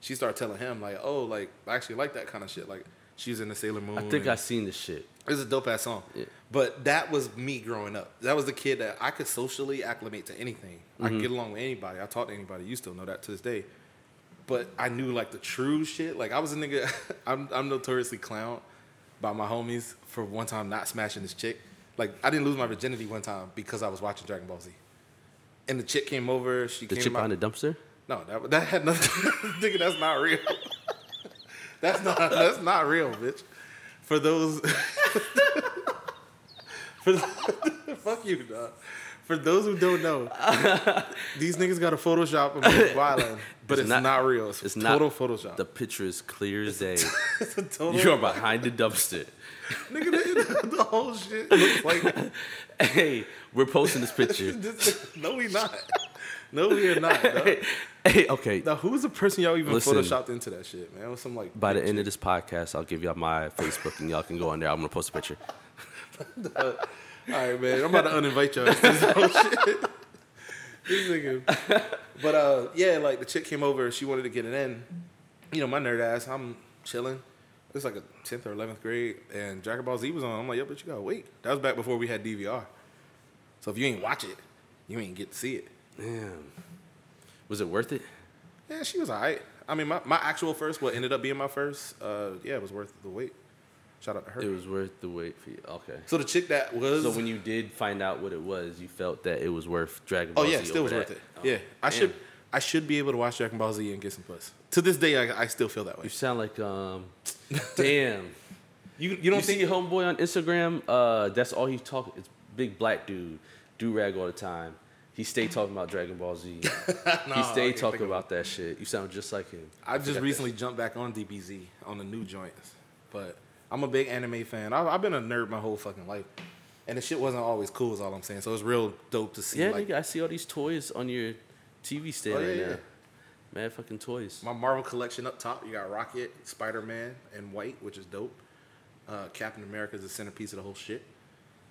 Speaker 1: She started telling him like, "Oh, like I actually like that kind of shit." Like she was in the Sailor Moon.
Speaker 2: I think
Speaker 1: and-
Speaker 2: I seen this shit.
Speaker 1: it was a dope ass song.
Speaker 2: Yeah.
Speaker 1: But that was me growing up. That was the kid that I could socially acclimate to anything. I
Speaker 2: Mm-hmm.
Speaker 1: could get along with anybody. I talk to anybody. You still know that to this day. But I knew like the true shit. Like I was a nigga. <laughs> I'm I'm notoriously clowned by my homies for one time not smashing this chick. Like I didn't lose my virginity one time because I was watching Dragon Ball Z. And the chick came over. She
Speaker 2: The
Speaker 1: came.
Speaker 2: chick
Speaker 1: out-
Speaker 2: behind the dumpster.
Speaker 1: no, that that had nothing. <laughs> nigga, that's not real. <laughs> That's not that's not real, bitch. For those, <laughs> for th- <laughs> fuck you, dog. For those who don't <laughs> know, these niggas got a Photoshop of Violin, but it's, not, real. It's, total Photoshop.
Speaker 2: The picture is clear as day.
Speaker 1: <laughs> it's a total
Speaker 2: You're behind the dumpster. <laughs>
Speaker 1: nigga. <laughs> The, the whole shit looks like
Speaker 2: hey, we're posting this
Speaker 1: <laughs>
Speaker 2: picture.
Speaker 1: this, no, we not. No, we are not. Dog.
Speaker 2: hey,
Speaker 1: <laughs>
Speaker 2: hey, okay.
Speaker 1: Now, who's the person y'all even
Speaker 2: Listen.
Speaker 1: photoshopped into that shit, man? With some like
Speaker 2: By the end of this podcast, I'll give y'all my Facebook and y'all can go on there. I'm gonna post a picture.
Speaker 1: All right, man. I'm about to uninvite y'all. This whole shit. This nigga. But uh, yeah, like the chick came over. She wanted to get it in, you know, my nerd ass, I'm chilling. It's like a 10th or 11th grade, and Dragon Ball Z was on. I'm like, yo, but you gotta wait. That was back before we had DVR. So if you ain't watch it, you ain't get to see it.
Speaker 2: Damn. Was it worth it?
Speaker 1: Yeah, she was all right. I mean, my, my actual first, what ended up being my first, uh, yeah, it was worth the wait. Shout out to her.
Speaker 2: It was worth the wait for you. Okay.
Speaker 1: so the chick that was.
Speaker 2: So when you did find out what it was, you felt that it was worth Dragon
Speaker 1: oh,
Speaker 2: Ball
Speaker 1: yeah,
Speaker 2: Z
Speaker 1: still was
Speaker 2: over
Speaker 1: worth
Speaker 2: that?
Speaker 1: it.
Speaker 2: Oh,
Speaker 1: yeah. I
Speaker 2: damn.
Speaker 1: should I should be able to watch Dragon Ball Z and get some puss. To this day, I, I still feel that way.
Speaker 2: You sound like
Speaker 1: <laughs>
Speaker 2: um, damn.
Speaker 1: You, you
Speaker 2: You
Speaker 1: don't
Speaker 2: don't see
Speaker 1: think.
Speaker 2: homeboy on Instagram? Uh, that's all he talk. It's big black dude, do rag all the time. He stay talking about Dragon
Speaker 1: <laughs>
Speaker 2: Ball Z.
Speaker 1: Nah,
Speaker 2: he
Speaker 1: I
Speaker 2: stay
Speaker 1: can't
Speaker 2: talking
Speaker 1: think of
Speaker 2: about that shit. You sound just like him.
Speaker 1: I just
Speaker 2: forgot that
Speaker 1: recently jumped back on DBZ on the new joints, but I'm a big anime fan. I, I've been a nerd my whole fucking life, and the shit wasn't always cool. Is all I'm saying. So it's real dope to see.
Speaker 2: Yeah,
Speaker 1: like
Speaker 2: nigga, I see all these toys on your TV stand
Speaker 1: Oh, yeah,
Speaker 2: right
Speaker 1: yeah.
Speaker 2: now. Mad fucking toys.
Speaker 1: my Marvel collection up top, you got Rocket, Spider Man, and White, which is dope. Uh, Captain America is the centerpiece of the whole shit.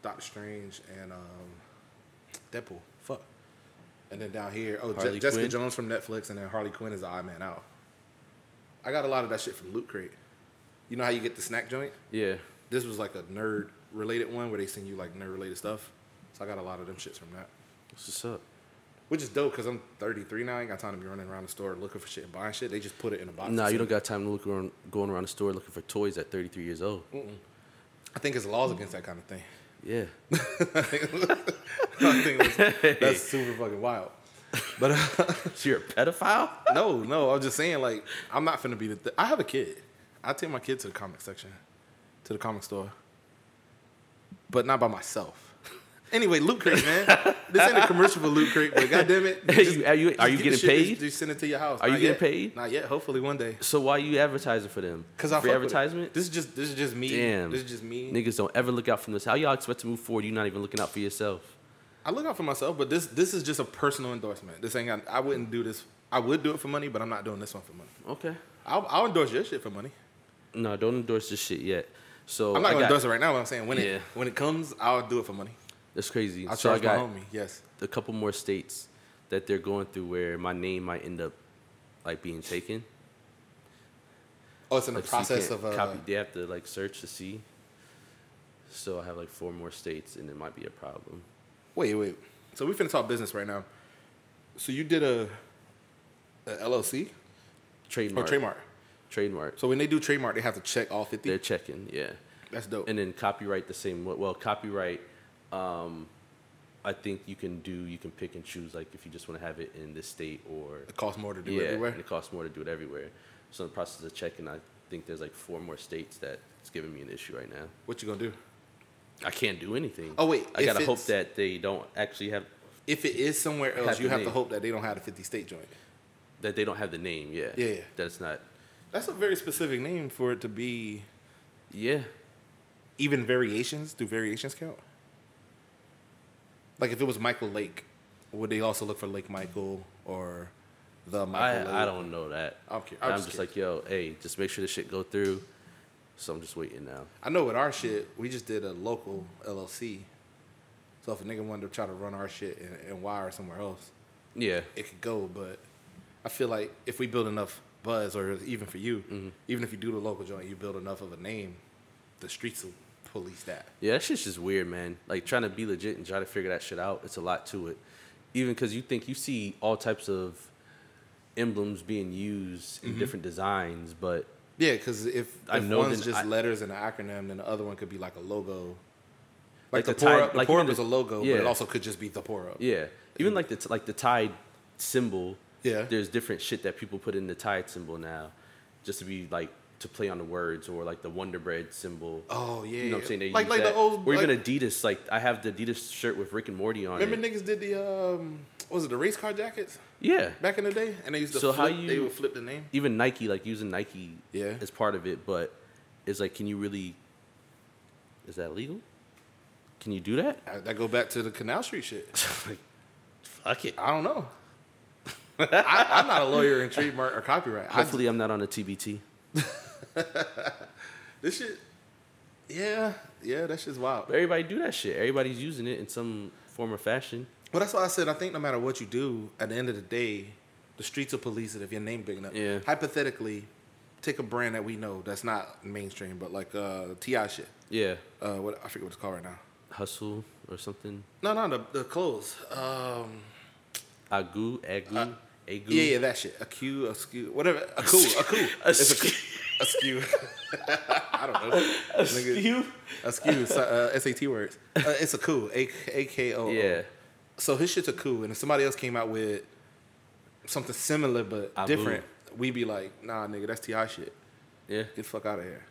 Speaker 1: Doctor Strange and um, Deadpool. Fuck. And then down here, oh, Je-
Speaker 2: Harley
Speaker 1: Jessica
Speaker 2: Quinn.
Speaker 1: Jones from Netflix, and then Harley Quinn is the Eye Man out. I got a lot of that shit from Loot Crate. You know how you get the snack joint?
Speaker 2: Yeah.
Speaker 1: this was like a nerd related one where they send you like nerd related stuff. So I got a lot of them shits from that,
Speaker 2: What's this up?
Speaker 1: which is dope because I'm 33 now. I ain't got time to be running around the store looking for shit and buying shit. They just put it in a box.
Speaker 2: Nah,
Speaker 1: and
Speaker 2: you don't
Speaker 1: send
Speaker 2: got time to look around, going around the store looking for toys at 33 years old.
Speaker 1: Mm. it. I think it's laws against that kind of thing. <laughs>
Speaker 2: Yeah. <laughs>
Speaker 1: I think it's- that's super fucking wild. But uh, <laughs>
Speaker 2: so you're a pedophile?
Speaker 1: no, no, I was just saying like I'm not finna be the. Th- I have a kid. I take my kid to the comic section, to the comic store, but not by myself. <laughs> Anyway, Loot Crate, man. this ain't a commercial for Loot Crate, but goddamn it,
Speaker 2: You- are you-
Speaker 1: just
Speaker 2: are you
Speaker 1: get the
Speaker 2: getting
Speaker 1: shit,
Speaker 2: paid?
Speaker 1: Just, just send it to your house.
Speaker 2: Are you
Speaker 1: Not
Speaker 2: getting
Speaker 1: yet.
Speaker 2: paid?
Speaker 1: Not yet. Hopefully one day.
Speaker 2: So why you advertising for them?
Speaker 1: Cause I
Speaker 2: Free
Speaker 1: fuck with it.
Speaker 2: advertisement?
Speaker 1: This is just this is just me.
Speaker 2: Damn.
Speaker 1: This is just me.
Speaker 2: Niggas don't ever look out for this. How y'all expect to move forward? You're not even looking out for yourself.
Speaker 1: I look out for myself, but this this is just a personal endorsement. This ain't. got- I wouldn't do this. I would do it for money, but I'm not doing this one for money.
Speaker 2: Okay.
Speaker 1: I'll, I'll endorse your shit for money.
Speaker 2: No, don't endorse this shit yet. So
Speaker 1: I'm not
Speaker 2: I
Speaker 1: gonna
Speaker 2: got-
Speaker 1: endorse it right now. But I'm saying when it
Speaker 2: Yeah.
Speaker 1: when it comes, I'll do it for money.
Speaker 2: That's crazy.
Speaker 1: I'll
Speaker 2: so I
Speaker 1: charge
Speaker 2: got
Speaker 1: my homie. Yes.
Speaker 2: a couple more states that they're going through where my name might end up like being taken.
Speaker 1: Oh, it's in the
Speaker 2: Like, so you
Speaker 1: process
Speaker 2: can't
Speaker 1: of uh,
Speaker 2: copy. They have to like search to see. So I have like four more states, and it might be a problem.
Speaker 1: Wait, wait. So we finna talk business right now. So you did a, a LLC
Speaker 2: Trademark.
Speaker 1: or Oh, trademark.
Speaker 2: Trademark.
Speaker 1: So when they do trademark, they have to check all 50.
Speaker 2: They're checking. Yeah.
Speaker 1: That's dope.
Speaker 2: And then copyright the same. wa- Well, copyright. Um, I think you can do. You can pick and choose. Like if you just want to have it in this state or
Speaker 1: it costs more to do
Speaker 2: yeah,
Speaker 1: everywhere.
Speaker 2: and it costs more to do it everywhere. So in the process of checking, I think there's like four more states that it's giving me an issue right now.
Speaker 1: What you gonna do?
Speaker 2: I can't do anything.
Speaker 1: Oh, wait,
Speaker 2: I
Speaker 1: if
Speaker 2: gotta hope
Speaker 1: it's-
Speaker 2: that they don't actually have
Speaker 1: If it is somewhere else,
Speaker 2: Have
Speaker 1: you
Speaker 2: the
Speaker 1: have to
Speaker 2: name.
Speaker 1: hope that they don't have the 50 state joint.
Speaker 2: that they don't have the name. Yeah.
Speaker 1: Yeah, yeah.
Speaker 2: That's not.
Speaker 1: That's a very specific name for it to be.
Speaker 2: Yeah.
Speaker 1: Even variations, do variations count? Like if it was Michael Lake, would they also look for Lake Michael or the Michael?
Speaker 2: I, I
Speaker 1: Lake?
Speaker 2: don't know that.
Speaker 1: I'm cu- I'm
Speaker 2: I'm,
Speaker 1: just
Speaker 2: just, like, yo, hey, just make sure this shit go through. So I'm just waiting now.
Speaker 1: I know with our shit, we just did a local LLC. So if a nigga wanted to try to run our shit and, and wire somewhere else,
Speaker 2: Yeah.
Speaker 1: it could go. But I feel like if we build enough buzz, or even for you,
Speaker 2: Mm-hmm.
Speaker 1: even if you do the local joint, you build enough of a name, the streets will police that.
Speaker 2: Yeah, that shit's just weird, man. Like trying to be legit and try to figure that shit out. It's a lot to it. Even because you think you see all types of emblems being used in
Speaker 1: Mm-hmm.
Speaker 2: different designs, but
Speaker 1: Yeah, because if,
Speaker 2: I
Speaker 1: if
Speaker 2: know
Speaker 1: one's
Speaker 2: then
Speaker 1: just
Speaker 2: I-
Speaker 1: letters and an acronym, then the other one could be like a logo. Like,
Speaker 2: Like the
Speaker 1: the, pour
Speaker 2: tie-
Speaker 1: up, the
Speaker 2: like
Speaker 1: pour
Speaker 2: even
Speaker 1: up is
Speaker 2: the-
Speaker 1: a logo, but it
Speaker 2: yeah.
Speaker 1: also could just be the pour up.
Speaker 2: yeah, even like the t- like the Tide symbol.
Speaker 1: Yeah.
Speaker 2: there's different shit that people put in the Tide symbol now, just to be like to play on the words or like the Wonder Bread symbol.
Speaker 1: Oh yeah,
Speaker 2: You
Speaker 1: yeah.
Speaker 2: know what I'm saying? They
Speaker 1: like
Speaker 2: use
Speaker 1: like
Speaker 2: that.
Speaker 1: the old
Speaker 2: or
Speaker 1: like-
Speaker 2: even Adidas. Like I have the Adidas shirt with Rick and Morty on
Speaker 1: Remember
Speaker 2: it.
Speaker 1: niggas did the um what was it the race car jackets
Speaker 2: Yeah.
Speaker 1: back in the day? And they used to
Speaker 2: So how
Speaker 1: flip, they
Speaker 2: you-
Speaker 1: would flip the name.
Speaker 2: Even Nike, like using Nike
Speaker 1: Yeah.
Speaker 2: as part of it, but it's like, can you really? Is that legal? Can you do that?
Speaker 1: I, that go back to the Canal Street shit.
Speaker 2: like, fuck it.
Speaker 1: I don't know. <laughs> I, I'm not a lawyer in trademark or copyright. I-
Speaker 2: Hopefully, I'm not on a TBT.
Speaker 1: this shit Yeah, yeah, that shit's wild.
Speaker 2: But everybody do that shit. Everybody's using it in some form or fashion.
Speaker 1: Well, that's why I said I think no matter what you do, at the end of the day, the streets will police it if your name big enough.
Speaker 2: Yeah.
Speaker 1: Hypothetically, take a brand that we know that's not mainstream, but like uh, Ti shit.
Speaker 2: Yeah,
Speaker 1: Uh, what I forget what it's called right now.
Speaker 2: hustle or something.
Speaker 1: No, no, the, the clothes. Um,
Speaker 2: Agu, agu, agu.
Speaker 1: Uh, yeah, yeah, that shit. A Q, a skew, whatever. A cool, a cool.
Speaker 2: <laughs> A
Speaker 1: it's a, coo- a skew. <laughs> I don't know. Nigga,
Speaker 2: You?
Speaker 1: A skew. so, Uh, SAT words. Uh, it's a cool. A A K O.
Speaker 2: Yeah,
Speaker 1: So his shit's a cool, and if somebody else came out with something similar but
Speaker 2: Abu.
Speaker 1: different, we be like, nah, nigga, that's Ti shit.
Speaker 2: yeah.
Speaker 1: Get the fuck out of here.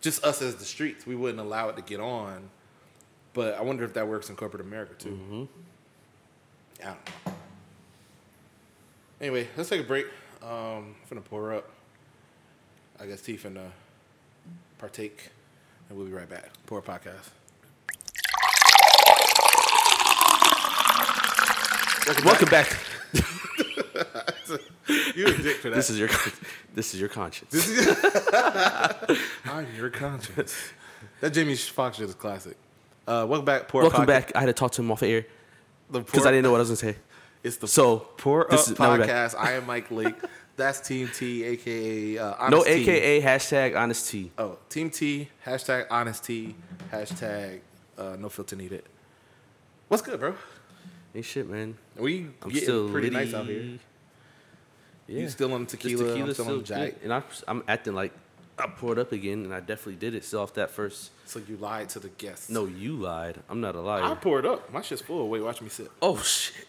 Speaker 1: Just us as the streets, we wouldn't allow it to get on. But I wonder if that works in corporate America too.
Speaker 2: Mm-hmm.
Speaker 1: I don't know. Anyway, let's take a break. Um, I'm finna pour up. I guess T finna partake, and we'll be right back. Pour podcast.
Speaker 2: Welcome back.
Speaker 1: You a dick for that.
Speaker 2: This is your, this is your conscience.
Speaker 1: I'm your conscience. that Jamie Foxx shit is classic. Uh, welcome back, Poor
Speaker 2: Welcome
Speaker 1: Podca-
Speaker 2: back. I had to talk to him off air
Speaker 1: The
Speaker 2: because
Speaker 1: Poor-
Speaker 2: I didn't know what I was gonna say.
Speaker 1: It's the
Speaker 2: So
Speaker 1: Poor Up
Speaker 2: this is- now we're back.
Speaker 1: podcast. I am Mike Lake. That's Team T, aka uh,
Speaker 2: No,
Speaker 1: Honest T.
Speaker 2: AKA hashtag honest tea.
Speaker 1: Oh, Team T. Hashtag Honest T. Hashtag uh, No Filter Needed. What's good, bro?
Speaker 2: Ain't shit, man.
Speaker 1: We
Speaker 2: I'm
Speaker 1: getting
Speaker 2: still
Speaker 1: pretty
Speaker 2: litty.
Speaker 1: nice out here.
Speaker 2: Yeah.
Speaker 1: You still on
Speaker 2: This
Speaker 1: tequila? I'm
Speaker 2: tequila's
Speaker 1: still, on
Speaker 2: still
Speaker 1: Jack.
Speaker 2: good, And I, I'm acting like I poured up again, and I definitely did it. Still off that first.
Speaker 1: So you lied to the guests.
Speaker 2: No, you lied. I'm not a liar.
Speaker 1: I poured up. My shit's full. Wait, watch me sip.
Speaker 2: oh
Speaker 1: <laughs>
Speaker 2: shit.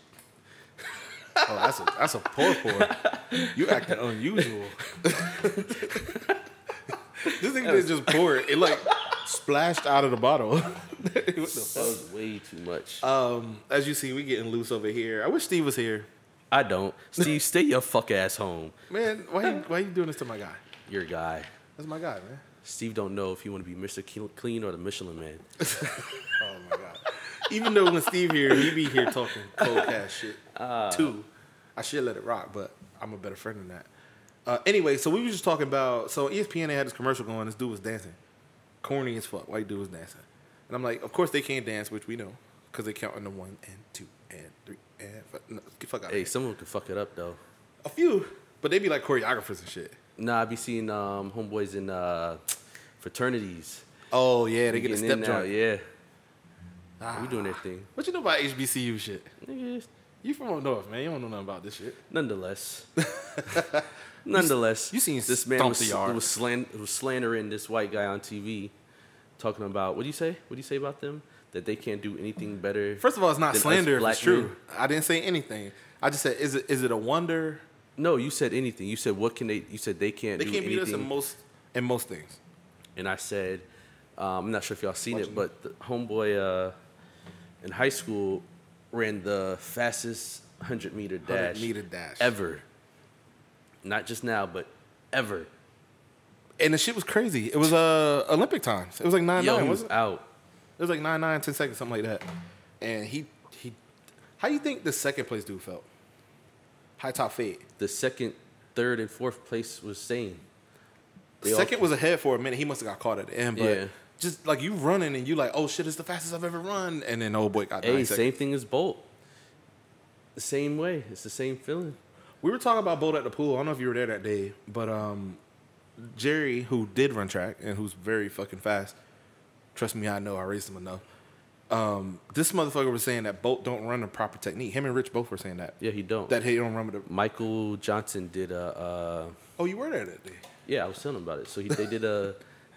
Speaker 1: Oh, that's a that's a poor pour. You
Speaker 2: <laughs>
Speaker 1: acting unusual. this nigga did just pour it. It like splashed out of the bottle. <laughs> What the
Speaker 2: That
Speaker 1: fuck?
Speaker 2: was way too much.
Speaker 1: Um, as you see, we getting loose over here. I wish Steve was here.
Speaker 2: I don't. Steve, stay your fuck ass home.
Speaker 1: Man, why <laughs> you, why you doing this to my guy?
Speaker 2: Your guy.
Speaker 1: That's my guy, man.
Speaker 2: Steve don't know if you want to be Mr. Ke- Clean or the Michelin Man.
Speaker 1: Oh my god. <laughs> Even though when Steve here, he be here <laughs> talking cold ass shit too. I should let it rock, but I'm a better friend than that. Uh, anyway, so we were just talking about so E ESPN they had this commercial going. This dude was dancing, corny as fuck. White dude was dancing, and I'm like, of course they can't dance, which we know, because they count on the one and two and three and fuck, no, get fuck out.
Speaker 2: Hey,
Speaker 1: Hey,
Speaker 2: someone could fuck it up though.
Speaker 1: a few, but they be like choreographers and shit.
Speaker 2: Nah, I be seeing um, homeboys in uh, fraternities.
Speaker 1: Oh yeah, they get a
Speaker 2: Getting
Speaker 1: step
Speaker 2: in now,
Speaker 1: joint.
Speaker 2: Yeah.
Speaker 1: Ah.
Speaker 2: We doing their thing.
Speaker 1: What you know about HBCU shit?
Speaker 2: Nigga,
Speaker 1: You from up north, man? You don't know nothing about this shit. <laughs>
Speaker 2: Nonetheless. Nonetheless.
Speaker 1: you seen
Speaker 2: this man
Speaker 1: Stomp
Speaker 2: was,
Speaker 1: the Yard.
Speaker 2: was, slan- was slandering this white guy on TV talking about, what do you say? What do you say about them? That they can't do anything better.
Speaker 1: First of all, it's not
Speaker 2: than us
Speaker 1: slander if
Speaker 2: black
Speaker 1: it's true.
Speaker 2: men.
Speaker 1: I didn't say anything. I just said, is it is it a wonder?
Speaker 2: No, you said anything. You said what can they? You said they can't
Speaker 1: They
Speaker 2: do
Speaker 1: can't beat us
Speaker 2: anything.
Speaker 1: in most in most things.
Speaker 2: and I said, um, I'm not sure if y'all seen
Speaker 1: Watching.
Speaker 2: it, but the homeboy uh, in high school ran the fastest hundred meter dash
Speaker 1: 100 meter dash.
Speaker 2: ever. Not just now, but ever.
Speaker 1: And the shit was crazy. It was uh Olympic times. It was like nine
Speaker 2: Yo,
Speaker 1: nine,
Speaker 2: he was
Speaker 1: wasn't it?
Speaker 2: out.
Speaker 1: It was like nine nine, ten seconds, something like that. And he he how you think the second place dude felt? High top fade.
Speaker 2: The second, third, and fourth place was sane.
Speaker 1: The
Speaker 2: They all-
Speaker 1: second was ahead for a minute. He must have got caught at the end, but
Speaker 2: Yeah.
Speaker 1: just like you running and you like, oh shit, it's the fastest I've ever run. And then old boy got
Speaker 2: Hey,
Speaker 1: nine seconds.
Speaker 2: same thing as Bolt. The same way. It's the same feeling.
Speaker 1: We were talking about Bolt at the pool. I don't know if you were there that day, but um, Jerry, who did run track and who's very fucking fast, trust me, I know I raised him enough. Um, this motherfucker was saying that Bolt don't run the proper technique. Him and Rich both were saying that.
Speaker 2: Yeah, he don't.
Speaker 1: That he don't run with the.
Speaker 2: Michael Johnson did a. Uh,
Speaker 1: Oh, you were there that day.
Speaker 2: yeah, I was telling him about it. So he, they did a.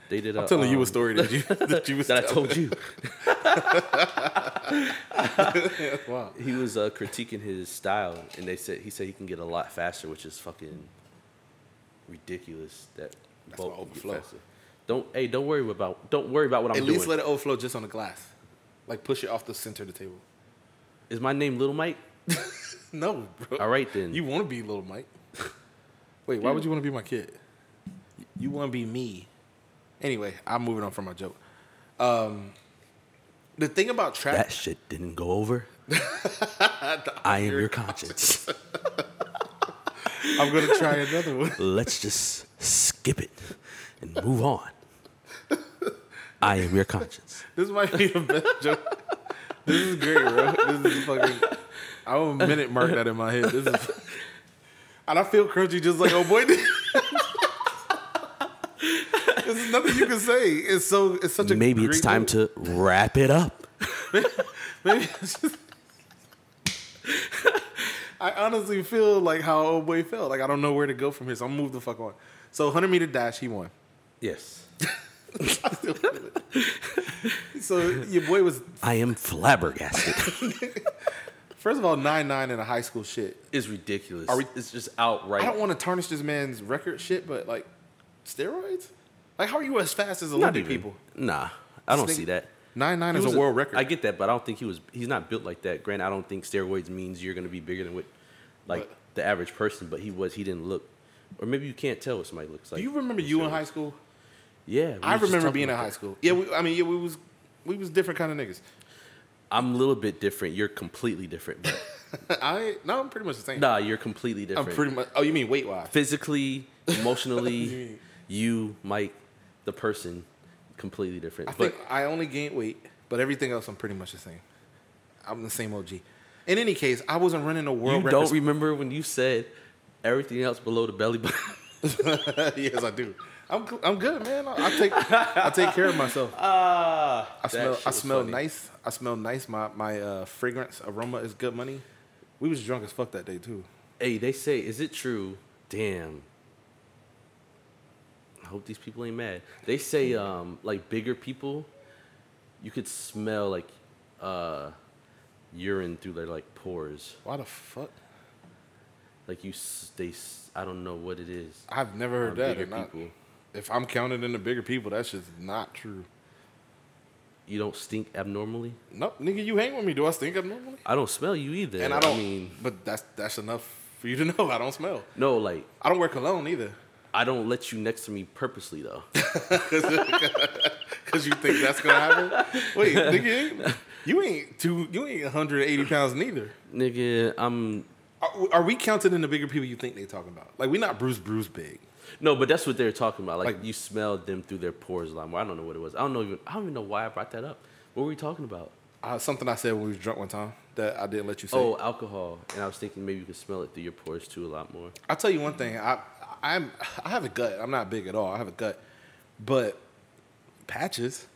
Speaker 2: They did
Speaker 1: <laughs>
Speaker 2: a.
Speaker 1: I'm telling you
Speaker 2: um,
Speaker 1: a story that you that you was
Speaker 2: <laughs> that I
Speaker 1: telling. <laughs>
Speaker 2: told you.
Speaker 1: Wow.
Speaker 2: He was uh, critiquing his style, and they said he said he can get a lot faster, which is fucking ridiculous. That
Speaker 1: That's
Speaker 2: Bolt
Speaker 1: my
Speaker 2: can get
Speaker 1: overflow.
Speaker 2: faster. Don't hey, don't worry about don't worry about what I'm
Speaker 1: At
Speaker 2: doing.
Speaker 1: least let it overflow just on the glass, like push it off the center of the table. <laughs>
Speaker 2: is my name Little Mike?
Speaker 1: No, bro.
Speaker 2: All right then.
Speaker 1: You want to be little Mike? <laughs> Wait, why would you want to be my kid? You want to be me? Anyway, I'm moving on from my joke. Um, the thing about trap,
Speaker 2: <laughs> that shit didn't
Speaker 1: <laughs>
Speaker 2: go over. I am your conscience.
Speaker 1: I'm gonna try another <laughs> one.
Speaker 2: Let's just skip it and move
Speaker 1: <laughs>
Speaker 2: on. I am your conscience.
Speaker 1: This might be the best joke. This is great, bro. This is fucking. I'm a minute mark that in <laughs> my head. This is, and I feel crunchy just like oh boy. did. There's nothing you can say. It's so. It's such a.
Speaker 2: Maybe it's
Speaker 1: great
Speaker 2: time
Speaker 1: movie.
Speaker 2: to wrap it up.
Speaker 1: Maybe it's just- <laughs> I honestly feel like how old boy felt. Like I don't know where to go from here, so I'm gonna move the fuck on. So 100 meter dash, he won.
Speaker 2: Yes.
Speaker 1: I still feel it. so your boy was
Speaker 2: I am flabbergasted.
Speaker 1: first of all nine nine in a high school shit.
Speaker 2: <laughs> it's ridiculous.
Speaker 1: Are we-
Speaker 2: it's just
Speaker 1: I
Speaker 2: outright.
Speaker 1: don't want to tarnish this man's record shit, but like steroids. Like how are you as fast as
Speaker 2: Not
Speaker 1: Olympic
Speaker 2: even-
Speaker 1: people?
Speaker 2: Nah, I don't see that.
Speaker 1: Nine nine
Speaker 2: He
Speaker 1: is
Speaker 2: was
Speaker 1: a world record.
Speaker 2: I get that, but I don't think he was. He's not built like that. Grant, I don't think steroids means you're going to be bigger than what, like
Speaker 1: But-
Speaker 2: the average person. But he was. He didn't look, or maybe you can't tell what somebody looks like.
Speaker 1: Do you remember you in high school?
Speaker 2: Yeah, we
Speaker 1: I
Speaker 2: was just
Speaker 1: remember
Speaker 2: talking
Speaker 1: being in
Speaker 2: about
Speaker 1: high
Speaker 2: that.
Speaker 1: school. Yeah, we, I mean, yeah, we was we was different kind of niggas. <laughs>
Speaker 2: I'm a little bit different. You're completely different.
Speaker 1: <laughs>
Speaker 2: But
Speaker 1: I no, I'm pretty much the same.
Speaker 2: nah, you're completely
Speaker 1: I'm
Speaker 2: different.
Speaker 1: pretty much. Oh, you mean weight wise? <laughs>
Speaker 2: physically, emotionally,
Speaker 1: mean?
Speaker 2: you, Mike, the person, completely different.
Speaker 1: I
Speaker 2: but
Speaker 1: think I only gained weight, but everything else I'm pretty much the same. I'm the same OG. In any case, I wasn't running a world
Speaker 2: you
Speaker 1: record.
Speaker 2: don't remember when you said everything else below the belly button.
Speaker 1: <laughs> yes, I do. I'm cl- I'm good, man. I, I take I take care of myself.
Speaker 2: Ah,
Speaker 1: I smell I smell nice. I smell nice. My my uh, fragrance aroma is good money. We was drunk as fuck that day too.
Speaker 2: Hey, they say, is it true? Damn. I hope these people ain't mad. They say,
Speaker 1: Hmm.
Speaker 2: um, like bigger people, you could smell like uh, urine through their like pores.
Speaker 1: Why the fuck?
Speaker 2: Like you, s- they, s- I don't know what it is.
Speaker 1: I've never
Speaker 2: on
Speaker 1: heard that.
Speaker 2: bigger
Speaker 1: and I-
Speaker 2: people.
Speaker 1: If I'm counted in the bigger people, that's just not true.
Speaker 2: You don't stink abnormally.
Speaker 1: Nope, nigga, you hang with me. Do I stink abnormally?
Speaker 2: I don't smell you either.
Speaker 1: and I don't.
Speaker 2: mean,
Speaker 1: but that's that's enough for you to <laughs> know. I don't smell.
Speaker 2: no, like
Speaker 1: I don't wear cologne either.
Speaker 2: I don't let you next to me purposely though.
Speaker 1: Cause you think that's gonna happen? Wait, nigga, you ain't- you ain't two, you ain't 180 pounds neither.
Speaker 2: Nigga, I'm
Speaker 1: Are, are we counted in the bigger people you think they talking about? Like we not Bruce Bruce big.
Speaker 2: no, but that's what they're talking about. Like,
Speaker 1: Like-
Speaker 2: you smelled them through their pores a lot more. I don't know what it was. I don't know even. I don't even know why I brought that up. What were we talking about?
Speaker 1: Uh, something I said when we was drunk one time that I didn't let you say.
Speaker 2: Oh, alcohol. And I was thinking maybe you could smell it through your pores too a lot more.
Speaker 1: I'll tell you one thing. I I'm I have a gut. I'm not big at all. I have a gut, but patches.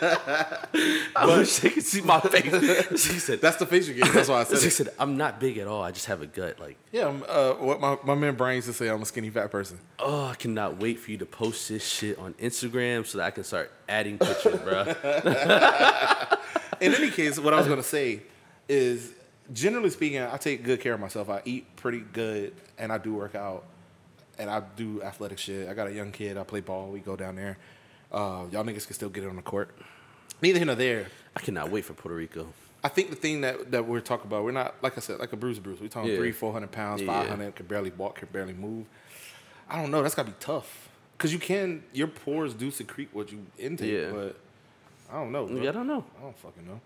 Speaker 2: I wish they could see my <laughs> face. she said.
Speaker 1: That's the face you get. That's why I said
Speaker 2: she <laughs>
Speaker 1: it.
Speaker 2: said, "I'm not big at all. I just have a gut. Like,
Speaker 1: Yeah, I'm, uh, what my, my man Brian used to say, I'm a skinny fat person.
Speaker 2: oh, I cannot wait for you to post this shit on Instagram so that I can start adding pictures, bro." <laughs>
Speaker 1: In any case, what I was gonna say is, generally speaking, I take good care of myself. I eat pretty good, and I do work out, and I do athletic shit. I got a young kid. I play ball. We go down there. Uh, y'all niggas can still get it on the court. Neither here nor there.
Speaker 2: I cannot wait for Puerto Rico.
Speaker 1: I think the thing that, that we're talking about, we're not like I said, like a bruise bruise. We're talking
Speaker 2: Yeah.
Speaker 1: three, four hundred pounds,
Speaker 2: Yeah.
Speaker 1: five hundred, can barely walk, can barely move. I don't know. That's gotta be tough because you can. Your pores do secrete what you intake,
Speaker 2: Yeah.
Speaker 1: but I don't know. bro.
Speaker 2: Yeah, I don't know.
Speaker 1: I don't fucking know.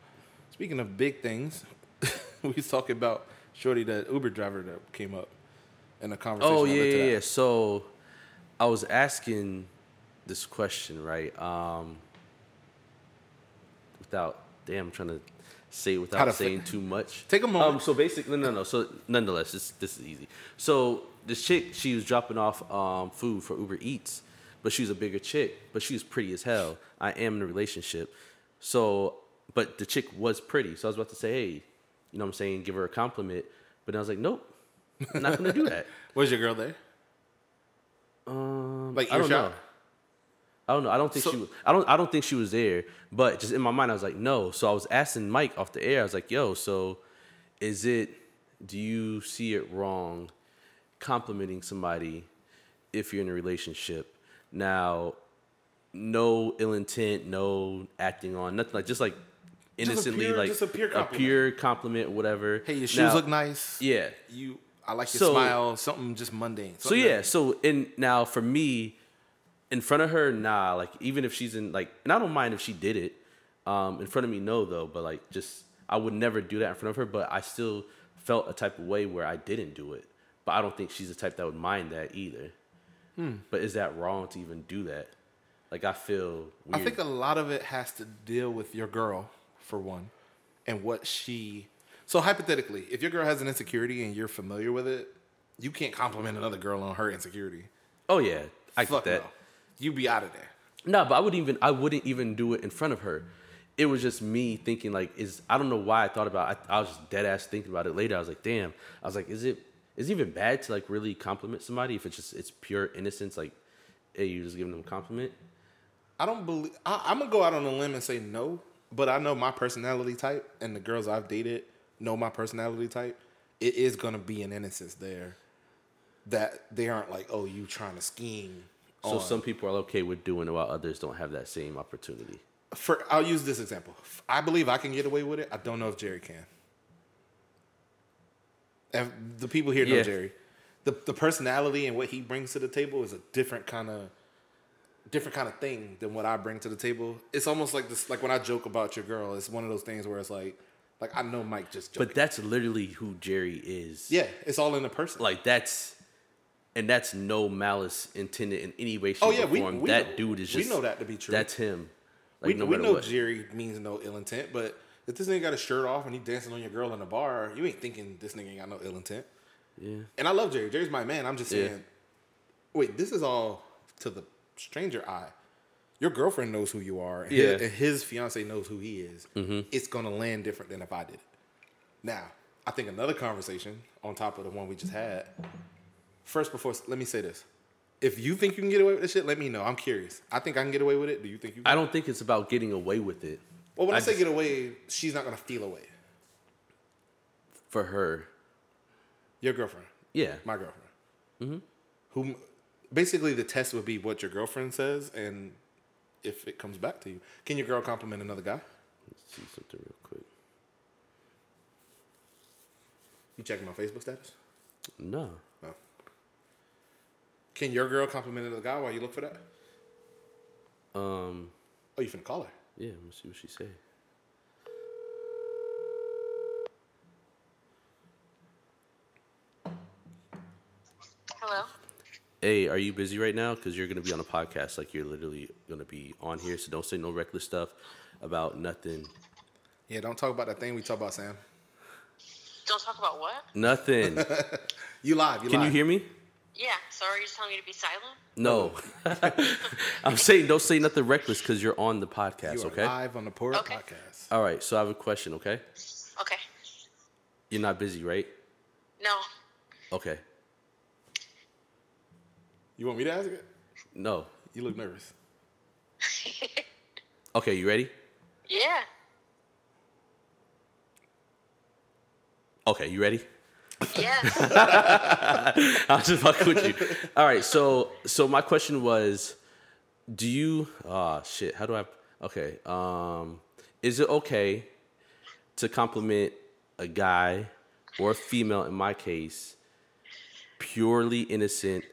Speaker 1: Speaking of big things, <laughs> we was talking about Shorty, that Uber driver that came up in the conversation.
Speaker 2: Oh
Speaker 1: I
Speaker 2: yeah,
Speaker 1: led to
Speaker 2: yeah,
Speaker 1: that.
Speaker 2: yeah. So I was asking this question, right? Um without damn I'm trying to say it
Speaker 1: How to
Speaker 2: without
Speaker 1: fi-
Speaker 2: saying too much.
Speaker 1: Take a moment.
Speaker 2: Um so basically no no no. So nonetheless, this this is easy. So this chick, she was dropping off um food for Uber Eats, but she was a bigger chick, but she was pretty as hell. I am in a relationship. So but the chick was pretty. So I was about to say, hey, you know what I'm saying, give her a compliment. But then I was like, nope, I'm not gonna do that.
Speaker 1: Was your girl there? Um, like
Speaker 2: I don't
Speaker 1: earshot?
Speaker 2: know. I don't know. I don't think
Speaker 1: So-
Speaker 2: she was. I don't. I don't think she was there. But just in my mind, I was like, no. So I was asking Mike off the air. I was like, yo. So is it? Do you see it wrong complimenting somebody if you're in a relationship? Now, no ill intent, no acting on nothing like just like
Speaker 1: a
Speaker 2: innocently
Speaker 1: pure-
Speaker 2: like
Speaker 1: just a pure compliment.
Speaker 2: pure compliment, whatever.
Speaker 1: Hey, your shoes
Speaker 2: Now-
Speaker 1: look nice.
Speaker 2: Yeah.
Speaker 1: You, I like your
Speaker 2: So-
Speaker 1: smile. Something just mundane.
Speaker 2: So
Speaker 1: Something
Speaker 2: yeah, so and now for me, in front of her, nah. Like even if she's in like, and I don't mind if she did it, um, in front of me, no though. But like, just I would never do that in front of her. But I still felt a type of way where I didn't do it. But I don't think she's the type that would mind that either. But is that wrong to even do that? Like I feel weird.
Speaker 1: I think a lot of it has to deal with your girl, for one, and what she. So hypothetically, if your girl has an insecurity and you're familiar with it, you can't compliment another girl on her insecurity.
Speaker 2: oh yeah, I get
Speaker 1: Fuck
Speaker 2: that.
Speaker 1: no. you be out of there.
Speaker 2: No, but I wouldn't even I wouldn't even do it in front of her. It was just me thinking like is I don't know why I thought about it. I, I was just dead ass thinking about it later. I was like, damn. I was like, is it is it even bad to like really compliment somebody if it's just it's pure innocence like hey you're just giving them a compliment?
Speaker 1: I don't believe I, I'm gonna go out on a limb and say no, but I know my personality type, and the girls I've dated know my personality type. It is gonna be an innocence there that they aren't like, oh, you trying to scheme.
Speaker 2: So
Speaker 1: on.
Speaker 2: some people are okay with doing it while others don't have that same opportunity.
Speaker 1: For I'll use this example. I believe I can get away with it. I don't know if Jerry can. And the people here know
Speaker 2: Yeah.
Speaker 1: Jerry. The the personality and what he brings to the table is a different kind of different kind of thing than what I bring to the table. It's almost like this like when I joke about your girl, it's one of those things where it's like like I know Mike just joked.
Speaker 2: But that's literally who Jerry is.
Speaker 1: yeah, it's all in the person.
Speaker 2: Like that's and that's no malice intended in any way, shape,
Speaker 1: Oh, yeah,
Speaker 2: or
Speaker 1: we-
Speaker 2: form.
Speaker 1: we
Speaker 2: that
Speaker 1: know-
Speaker 2: dude is
Speaker 1: we
Speaker 2: just
Speaker 1: know that to be true.
Speaker 2: That's him. Like
Speaker 1: we,
Speaker 2: no
Speaker 1: we
Speaker 2: matter
Speaker 1: know
Speaker 2: what.
Speaker 1: Jerry means no ill intent, but if this nigga got his shirt off and he dancing on your girl in a bar, you ain't thinking this nigga ain't got no ill intent.
Speaker 2: yeah.
Speaker 1: And I love Jerry. Jerry's my man. I'm just
Speaker 2: Yeah.
Speaker 1: saying, wait, this is all to the stranger eye. Your girlfriend knows who you are, and
Speaker 2: Yeah. Mm-hmm.
Speaker 1: his, and his fiance knows who he is. It's gonna land different than if I did it. Now, I think another conversation on top of the one we just had. First, before let me say this: if you think you can get away with this shit, let me know. I'm curious. I think I can get away with it. Do you think you? Can?
Speaker 2: I don't think it's about getting away with it
Speaker 1: well, when I,
Speaker 2: I
Speaker 1: say
Speaker 2: just-
Speaker 1: get away, she's not gonna feel away.
Speaker 2: for her.
Speaker 1: Your girlfriend.
Speaker 2: Yeah.
Speaker 1: My girlfriend. Mm-hmm. Who basically the test would be what your girlfriend says and if it comes back to you. Can your girl compliment another guy?
Speaker 2: Let's see something real quick.
Speaker 1: You checking my Facebook status?
Speaker 2: No.
Speaker 1: No. Can your girl compliment another guy while you look for that?
Speaker 2: Um.
Speaker 1: Oh, you finna call her.
Speaker 2: Yeah. Let me see what she say.
Speaker 3: Hello.
Speaker 2: Hey, are you busy right now? Because you're gonna be on a podcast. Like you're literally gonna be on here. So don't say no reckless stuff about nothing.
Speaker 1: Yeah, don't talk about that thing we talk about, Sam.
Speaker 3: Don't talk about what?
Speaker 1: <laughs>
Speaker 2: Nothing.
Speaker 1: You live. You
Speaker 2: Can you
Speaker 1: live.
Speaker 2: hear me?
Speaker 3: Yeah. Sorry, you're just telling me to be silent.
Speaker 2: No. <laughs> I'm saying don't say nothing reckless because you're on the podcast.
Speaker 1: You are
Speaker 2: okay.
Speaker 1: live on the Poor
Speaker 3: Okay.
Speaker 1: Podcast.
Speaker 2: All right. So I have a question. Okay.
Speaker 3: Okay.
Speaker 2: You're not busy, right?
Speaker 3: No.
Speaker 2: Okay.
Speaker 1: You want me to ask it?
Speaker 2: No.
Speaker 1: You look nervous. <laughs>
Speaker 2: Okay. You ready?
Speaker 3: Yeah.
Speaker 2: Okay. You ready?
Speaker 3: <laughs> Yeah.
Speaker 2: <laughs> I was just fucking with you. All right, so so my question was, do you? Ah, shit. How do I? Okay. Um, is it okay to compliment a guy or a female in my case, purely innocent,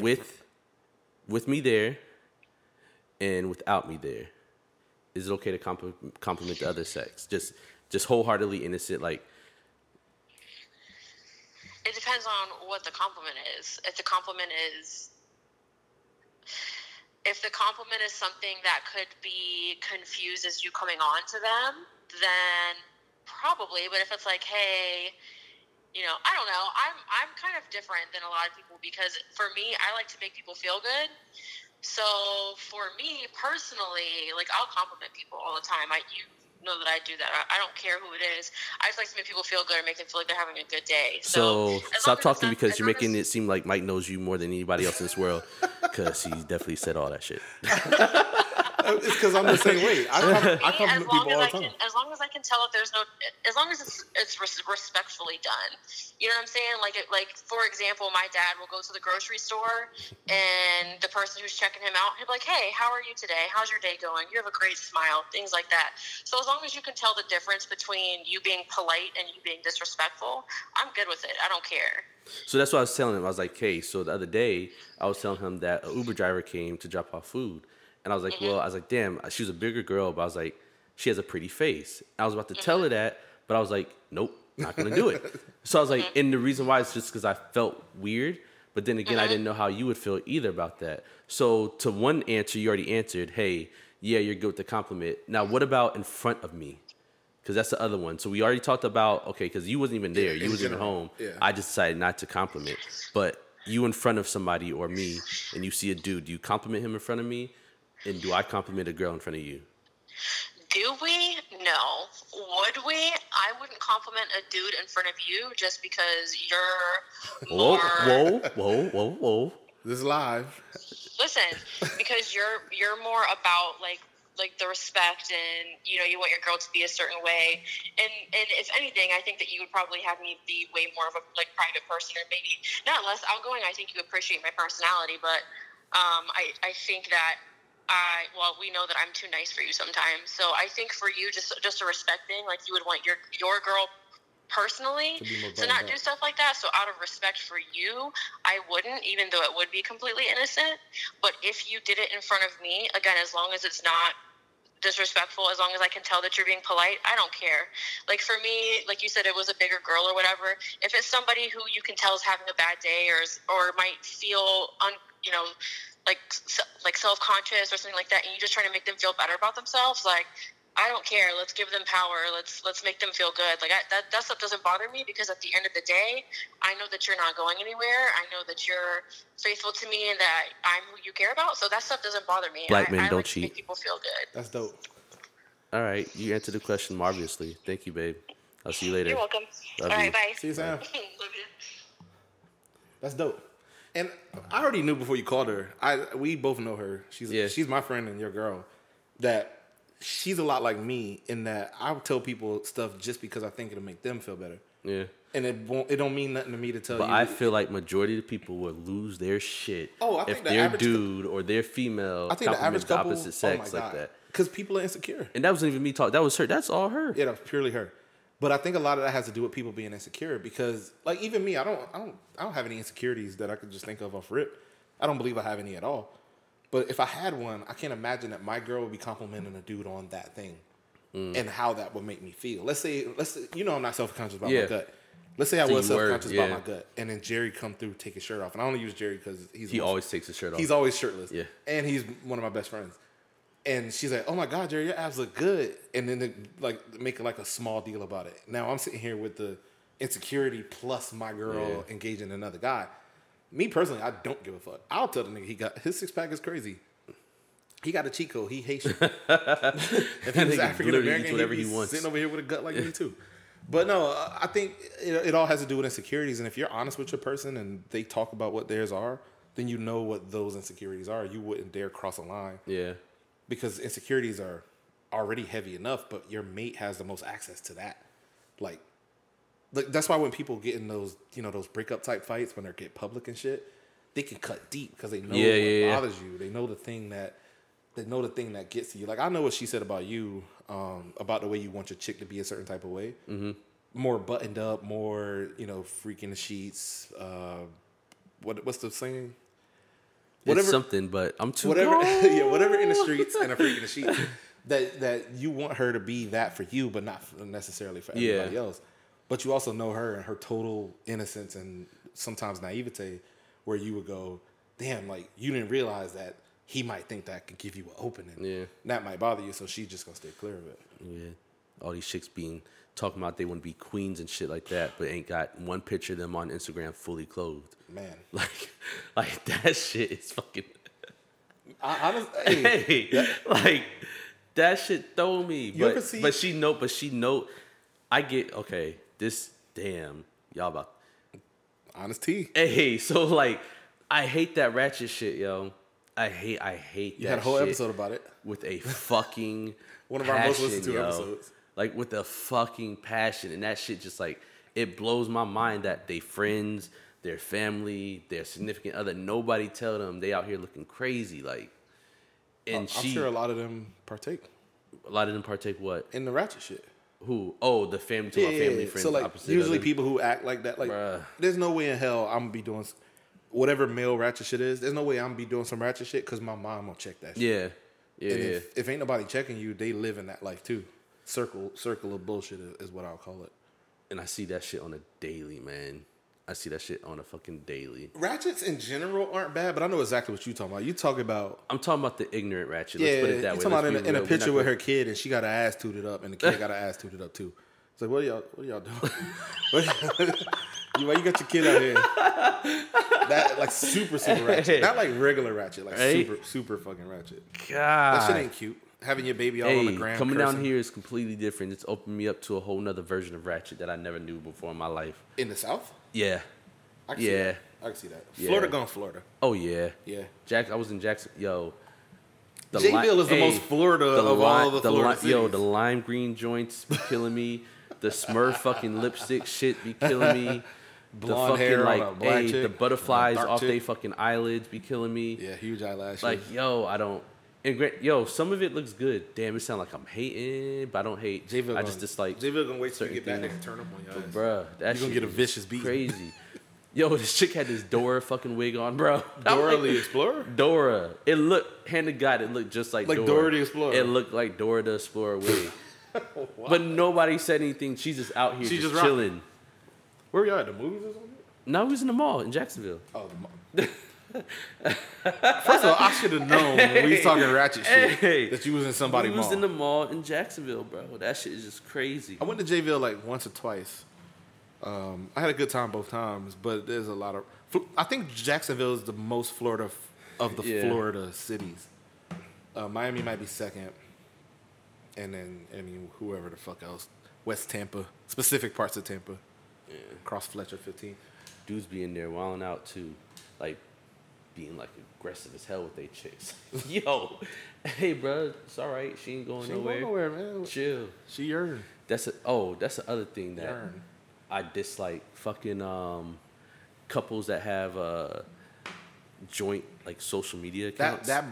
Speaker 2: with with me there and without me there? Is it okay to compli- compliment the other sex? Just just wholeheartedly innocent, like
Speaker 3: it depends on what the compliment is. If the compliment is if the compliment is something that could be confused as you coming on to them, then probably. But if it's like, hey, you know, I don't know, I'm I'm kind of different than a lot of people because for me, I like to make people feel good. So for me personally, like I'll compliment people all the time. I you know that I do that. I, I don't care who it is. I just like to make people feel good and make them feel like they're having a good day.
Speaker 2: So
Speaker 3: So, as long
Speaker 2: stop
Speaker 3: as
Speaker 2: talking
Speaker 3: it's not-
Speaker 2: because
Speaker 3: as
Speaker 2: you're
Speaker 3: long as-
Speaker 2: making it seem like Mike knows you more than anybody else in this world. Because he definitely said all that shit.
Speaker 1: Uh, it's because I'm the same way.
Speaker 3: <laughs>
Speaker 1: I, com- <laughs> I compliment
Speaker 3: Me, as long
Speaker 1: people all the
Speaker 3: as I
Speaker 1: time.
Speaker 3: Can, as long as I can tell if there's no, as long as it's, it's res- respectfully done. You know what I'm saying? Like, it, like for example, my dad will go to the grocery store, and the person who's checking him out, he'll be like, "Hey, how are you today? How's your day going? You have a great smile." Things like that. So as long as you can tell the difference between you being polite and you being disrespectful, I'm good with it. I don't care.
Speaker 2: So that's what I was telling him. I was like, hey, so the other day, I was telling him that a Uber driver came to drop off food. And I was like, well, I was like, damn, she was a bigger girl, but I was like, she has a pretty face. I was about to tell her that, but I was like, nope, not going to do it. so I was like, and the reason why is just because I felt weird. But then again, I didn't know how you would feel either about that. So to one answer, you already answered, hey, yeah, you're good with the compliment. Now, what about in front of me? Because that's the other one. So we already talked about okay, because you wasn't even there, you
Speaker 1: in
Speaker 2: wasn't even
Speaker 1: general,
Speaker 2: home.
Speaker 1: yeah.
Speaker 2: I just decided not to compliment, but you in front of somebody or me and you see a dude, do you compliment him in front of me? And do I compliment a girl in front of you?
Speaker 3: Do we? No. Would we? I wouldn't compliment a dude in front of you just because you're
Speaker 2: Whoa,
Speaker 3: more.
Speaker 2: whoa, whoa, whoa, whoa.
Speaker 1: This is live.
Speaker 3: Listen, because you're you're more about like like the respect and you know you want your girl to be a certain way and and if anything i think that you would probably have me be way more of a like private person or maybe not less outgoing i think you appreciate my personality but um i i think that i well we know that i'm too nice for you sometimes so i think for you just just a respect thing like you would want your your girl personally
Speaker 1: To be more
Speaker 3: to
Speaker 1: buttoned
Speaker 3: not
Speaker 1: up.
Speaker 3: do stuff like that so out of respect for you i wouldn't even though it would be completely innocent but if you did it in front of me again as long as it's not disrespectful as long as I can tell that you're being polite. I don't care. Like for me, like you said, it was a bigger girl or whatever. If it's somebody who you can tell is having a bad day or is, or might feel un, you know, like se- like self conscious or something like that, and you're just trying to make them feel better about themselves, like. I don't care. Let's give them power. Let's let's make them feel good. Like I, that that stuff doesn't bother me because at the end of the day, I know that you're not going anywhere. I know that you're faithful to me and that I'm who you care about. So that stuff doesn't bother me.
Speaker 2: Black
Speaker 3: I-
Speaker 2: men
Speaker 3: I
Speaker 2: don't
Speaker 3: like to
Speaker 2: cheat.
Speaker 3: Make people feel good.
Speaker 1: That's dope.
Speaker 2: All right, you answered the question marvelously. Thank you, babe. I'll see you later.
Speaker 3: You're welcome.
Speaker 2: Love
Speaker 3: All right,
Speaker 2: you.
Speaker 3: bye.
Speaker 1: See you, Sam.
Speaker 3: <laughs> Love you.
Speaker 1: That's dope. And I already knew before you called her. I we both know her. She's
Speaker 2: Yeah.
Speaker 1: she's my friend and your girl. That she's a lot like me in that I tell people stuff just because I think it'll make them feel better,
Speaker 2: Yeah.
Speaker 1: and it won't. It don't mean nothing to me to tell
Speaker 2: But
Speaker 1: you.
Speaker 2: I feel like majority of the people would lose their shit
Speaker 1: Oh, I
Speaker 2: if
Speaker 1: think the
Speaker 2: their
Speaker 1: average cou-
Speaker 2: dude or their female
Speaker 1: I think the average
Speaker 2: compliments the
Speaker 1: couple, oh
Speaker 2: opposite sex like that.
Speaker 1: because people are insecure.
Speaker 2: And that wasn't even me talking. That was her. That's all her.
Speaker 1: Yeah, that was purely her. But I think a lot of that has to do with people being insecure because, like, even me, I don't, I don't, I don't have any insecurities that I could just think of off rip. I don't believe I have any at all. But if I had one, I can't imagine that my girl would be complimenting a dude on that thing
Speaker 2: Mm.
Speaker 1: and how that would make me feel. Let's say, let's, say, you know, I'm not self conscious about
Speaker 2: Yeah.
Speaker 1: my gut. Let's say I
Speaker 2: So
Speaker 1: was
Speaker 2: you were,
Speaker 1: self conscious
Speaker 2: yeah.
Speaker 1: about my gut, and then Jerry come through, take his shirt off, and I only use Jerry because he's
Speaker 2: He
Speaker 1: the most-
Speaker 2: always takes his shirt off.
Speaker 1: He's always shirtless.
Speaker 2: Yeah.
Speaker 1: And he's one of my best friends. And she's like, "Oh my God, Jerry, your abs look good." And then they, like make like a small deal about it. Now I'm sitting here with the insecurity plus my girl
Speaker 2: Yeah.
Speaker 1: engaging another guy. Me personally, I don't give a fuck. I'll tell the nigga he got his six pack is crazy. He got a cheat code. He Haitian. if he
Speaker 2: <laughs> That
Speaker 1: was
Speaker 2: nigga literally
Speaker 1: African American,
Speaker 2: eats
Speaker 1: he'd
Speaker 2: whatever
Speaker 1: be
Speaker 2: he wants.
Speaker 1: sitting over here with a gut like me too. But no, I- I think it, it all has to do with insecurities. And if you're honest with your person and they talk about what theirs are, then you know what those insecurities are. You wouldn't dare cross a line
Speaker 2: yeah.
Speaker 1: because insecurities are already heavy enough. But your mate has the most access to that. Like, like that's why when people get in those you know those breakup type fights when they get public and shit, they can cut deep because they know
Speaker 2: Yeah,
Speaker 1: what
Speaker 2: yeah, yeah.
Speaker 1: bothers you. They know the thing that they know the thing that gets to you. Like I know what she said about you, um, about the way you want your chick to be a certain type of way, mm-hmm. more buttoned up, more you know freaking the sheets. Uh, what what's the saying?
Speaker 2: it's
Speaker 1: Whatever-
Speaker 2: something, but I'm too
Speaker 1: whatever <laughs>
Speaker 2: grown.
Speaker 1: yeah whatever in the streets and a freak in the sheets that that you want her to be that for you but not for- necessarily for
Speaker 2: Yeah.
Speaker 1: everybody else but you also know her and her total innocence and sometimes naivete where you would go damn like you didn't realize that he might think that could give you an opening
Speaker 2: Yeah.
Speaker 1: that might bother you so she's just gonna stay clear of it
Speaker 2: Yeah. All these chicks being talking about they want to be queens and shit like that, but ain't got one picture of them on Instagram fully clothed. <laughs>
Speaker 1: man
Speaker 2: Like, like that shit is fucking. <laughs>
Speaker 1: I, honestly
Speaker 2: Hey, like that shit throw me.
Speaker 1: You
Speaker 2: But
Speaker 1: ever see-
Speaker 2: but she know, but she know. I get okay. This damn y'all about.
Speaker 1: honest tea
Speaker 2: Hey, <laughs> so like, I hate that ratchet shit, yo. I hate, I hate.
Speaker 1: you
Speaker 2: that
Speaker 1: had a whole
Speaker 2: shit
Speaker 1: episode about it
Speaker 2: with a fucking
Speaker 1: <laughs> One of our most
Speaker 2: passion,
Speaker 1: listened to
Speaker 2: yo.
Speaker 1: episodes.
Speaker 2: Like with a fucking passion, and that shit just like it blows my mind that they friends, their family, their significant other, nobody tell them they out here looking crazy. Like, and
Speaker 1: i'm
Speaker 2: she
Speaker 1: sure a
Speaker 2: a, lot.
Speaker 1: lot of them partake
Speaker 2: of them partake what
Speaker 1: in the ratchet shit
Speaker 2: who oh the family to my family friends
Speaker 1: So like
Speaker 2: opposite
Speaker 1: usually
Speaker 2: of them.
Speaker 1: people who act like that, like
Speaker 2: Bruh.
Speaker 1: there's no way in hell I'm gonna be doing s- whatever male ratchet shit is. There's no way I'm gonna be doing some ratchet shit because my mom will check that. Shit.
Speaker 2: yeah yeah
Speaker 1: And
Speaker 2: yeah
Speaker 1: If, if ain't nobody checking you, they live in that life too. Circle circle of bullshit is- is what I'll call it.
Speaker 2: and I see that shit on a daily man. I see that shit on a fucking daily.
Speaker 1: Ratchets in general aren't bad, but I know exactly what you talking about. You talk about
Speaker 2: I'm talking about the ignorant ratchet.
Speaker 1: yeah,
Speaker 2: Let's put it that
Speaker 1: you
Speaker 2: way.
Speaker 1: talking
Speaker 2: Let's
Speaker 1: about in,
Speaker 2: be
Speaker 1: a- in a
Speaker 2: real. We're not
Speaker 1: picture with
Speaker 2: gonna-
Speaker 1: her kid and she got her ass
Speaker 2: <laughs>
Speaker 1: tooted up and the kid got her ass tooted up too. It's like <laughs> what are y'all <laughs> what are y'all doing? You, why you got your kid out here? That like super super ratchet, not like regular ratchet, like
Speaker 2: Right?
Speaker 1: super super fucking ratchet.
Speaker 2: <laughs> God.
Speaker 1: That shit ain't cute. Having your baby all on the
Speaker 2: Hey,
Speaker 1: ground.
Speaker 2: coming down
Speaker 1: cursing
Speaker 2: here is completely different. It's opened me up to a whole nother version of Ratchet that I never knew before in my life.
Speaker 1: in the south.
Speaker 2: Yeah.
Speaker 1: I can
Speaker 2: Yeah.
Speaker 1: see that. I can see that.
Speaker 2: Yeah.
Speaker 1: Florida gone Florida.
Speaker 2: Oh yeah.
Speaker 1: Yeah.
Speaker 2: Jack, I was in Jackson. Yo. The li-
Speaker 1: Jacksonville is the
Speaker 2: hey,
Speaker 1: most Florida
Speaker 2: the
Speaker 1: of
Speaker 2: li-
Speaker 1: all the,
Speaker 2: the
Speaker 1: Florida
Speaker 2: li- Yo, the
Speaker 1: cities.
Speaker 2: lime green joints be killing me. The Smurf fucking lipstick shit be
Speaker 1: <laughs>
Speaker 2: killing me.
Speaker 1: Blonde
Speaker 2: the fucking
Speaker 1: hair on
Speaker 2: like,
Speaker 1: a black
Speaker 2: hey,
Speaker 1: chick,
Speaker 2: the
Speaker 1: on a
Speaker 2: butterflies
Speaker 1: dark
Speaker 2: off
Speaker 1: chick.
Speaker 2: they fucking eyelids be killing me.
Speaker 1: yeah, huge eyelashes.
Speaker 2: Like, yo, I don't. And great, yo, some of it looks good. Damn, it sound like I'm hating, but I don't hate.
Speaker 1: Jayville
Speaker 2: I
Speaker 1: gonna-
Speaker 2: just dislike.
Speaker 1: Jayville gonna wait till you
Speaker 2: certain
Speaker 1: get back there
Speaker 2: things.
Speaker 1: and turn up on your ass.
Speaker 2: Bruh, that
Speaker 1: You gonna
Speaker 2: shit
Speaker 1: get a
Speaker 2: is
Speaker 1: vicious beating.
Speaker 2: Crazy. Yo, <laughs> this chick had this Dora fucking wig on, bro. <laughs> I'm
Speaker 1: Dora
Speaker 2: like,
Speaker 1: the Explorer?
Speaker 2: Dora. It looked, hand to God, it looked just like,
Speaker 1: Like
Speaker 2: Dora.
Speaker 1: Dora the Explorer.
Speaker 2: It looked like Dora the Explorer wig.
Speaker 1: <laughs>
Speaker 2: But nobody said anything. She's just out here
Speaker 1: She
Speaker 2: just,
Speaker 1: just rock-
Speaker 2: chilling.
Speaker 1: Where y'all at the movies or something?
Speaker 2: No, we was in the mall in Jacksonville.
Speaker 1: Oh, the
Speaker 2: <laughs>
Speaker 1: mo- First of all, I should have known when we was talking ratchet shit
Speaker 2: Hey.
Speaker 1: that you was in somebody
Speaker 2: we was
Speaker 1: mall.
Speaker 2: in the mall in Jacksonville, bro. That shit is just crazy.
Speaker 1: I went to Jayville like once or twice. Um, I had a good time both times, but there's a lot of. Fl- I think Jacksonville is the most Florida f- of the
Speaker 2: Yeah.
Speaker 1: Florida cities. Uh, Miami might be second, and then I mean whoever the fuck else. West Tampa, specific parts of Tampa. Cross Fletcher 15.
Speaker 2: dudes be in there wilding out too, like being like aggressive as hell with they chicks. <laughs> Yo, hey, bro, it's all right. She ain't going
Speaker 1: She ain't
Speaker 2: nowhere.
Speaker 1: going nowhere, man.
Speaker 2: Chill.
Speaker 1: She yearned.
Speaker 2: That's a, oh, that's the other thing that
Speaker 1: Yearn.
Speaker 2: I dislike. Fucking um, couples that have uh, joint like social media
Speaker 1: That
Speaker 2: accounts.
Speaker 1: that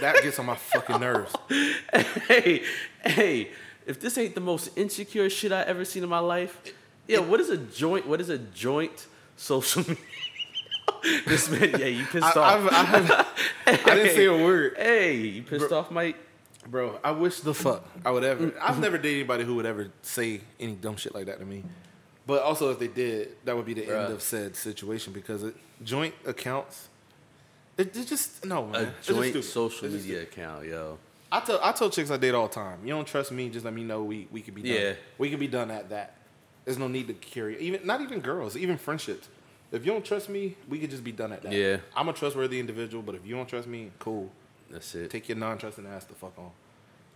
Speaker 1: that gets on my fucking <laughs> nerves.
Speaker 2: <laughs> hey, hey, if this ain't the most insecure shit I ever seen in my life, yeah, what is a joint? What is a joint social <laughs> media? this man, yeah,
Speaker 1: <laughs>
Speaker 2: you
Speaker 1: I,
Speaker 2: pissed off.
Speaker 1: I've, I've, <laughs> I didn't say a word.
Speaker 2: Hey, you pissed off, Mike?
Speaker 1: Bro, I wish the fuck I would ever. <laughs> I've never dated anybody who would ever say any dumb shit like that to me. But also, if they did, that would be the
Speaker 2: Bruh.
Speaker 1: end of said situation because it, joint accounts. It, it's just no man.
Speaker 2: A
Speaker 1: It's just
Speaker 2: joint
Speaker 1: stupid.
Speaker 2: social
Speaker 1: It's just
Speaker 2: media
Speaker 1: stupid.
Speaker 2: account, yo.
Speaker 1: I tell I tell chicks I date all the time. You don't trust me? Just let me know. We we could be done.
Speaker 2: Yeah.
Speaker 1: We could be done at that. There's no need to carry even not even girls, even friendships. If you don't trust me, we could just be done at that.
Speaker 2: Yeah.
Speaker 1: I'm a trustworthy individual, but if you don't trust me, cool.
Speaker 2: That's it.
Speaker 1: Take your non-trusting ass the fuck on.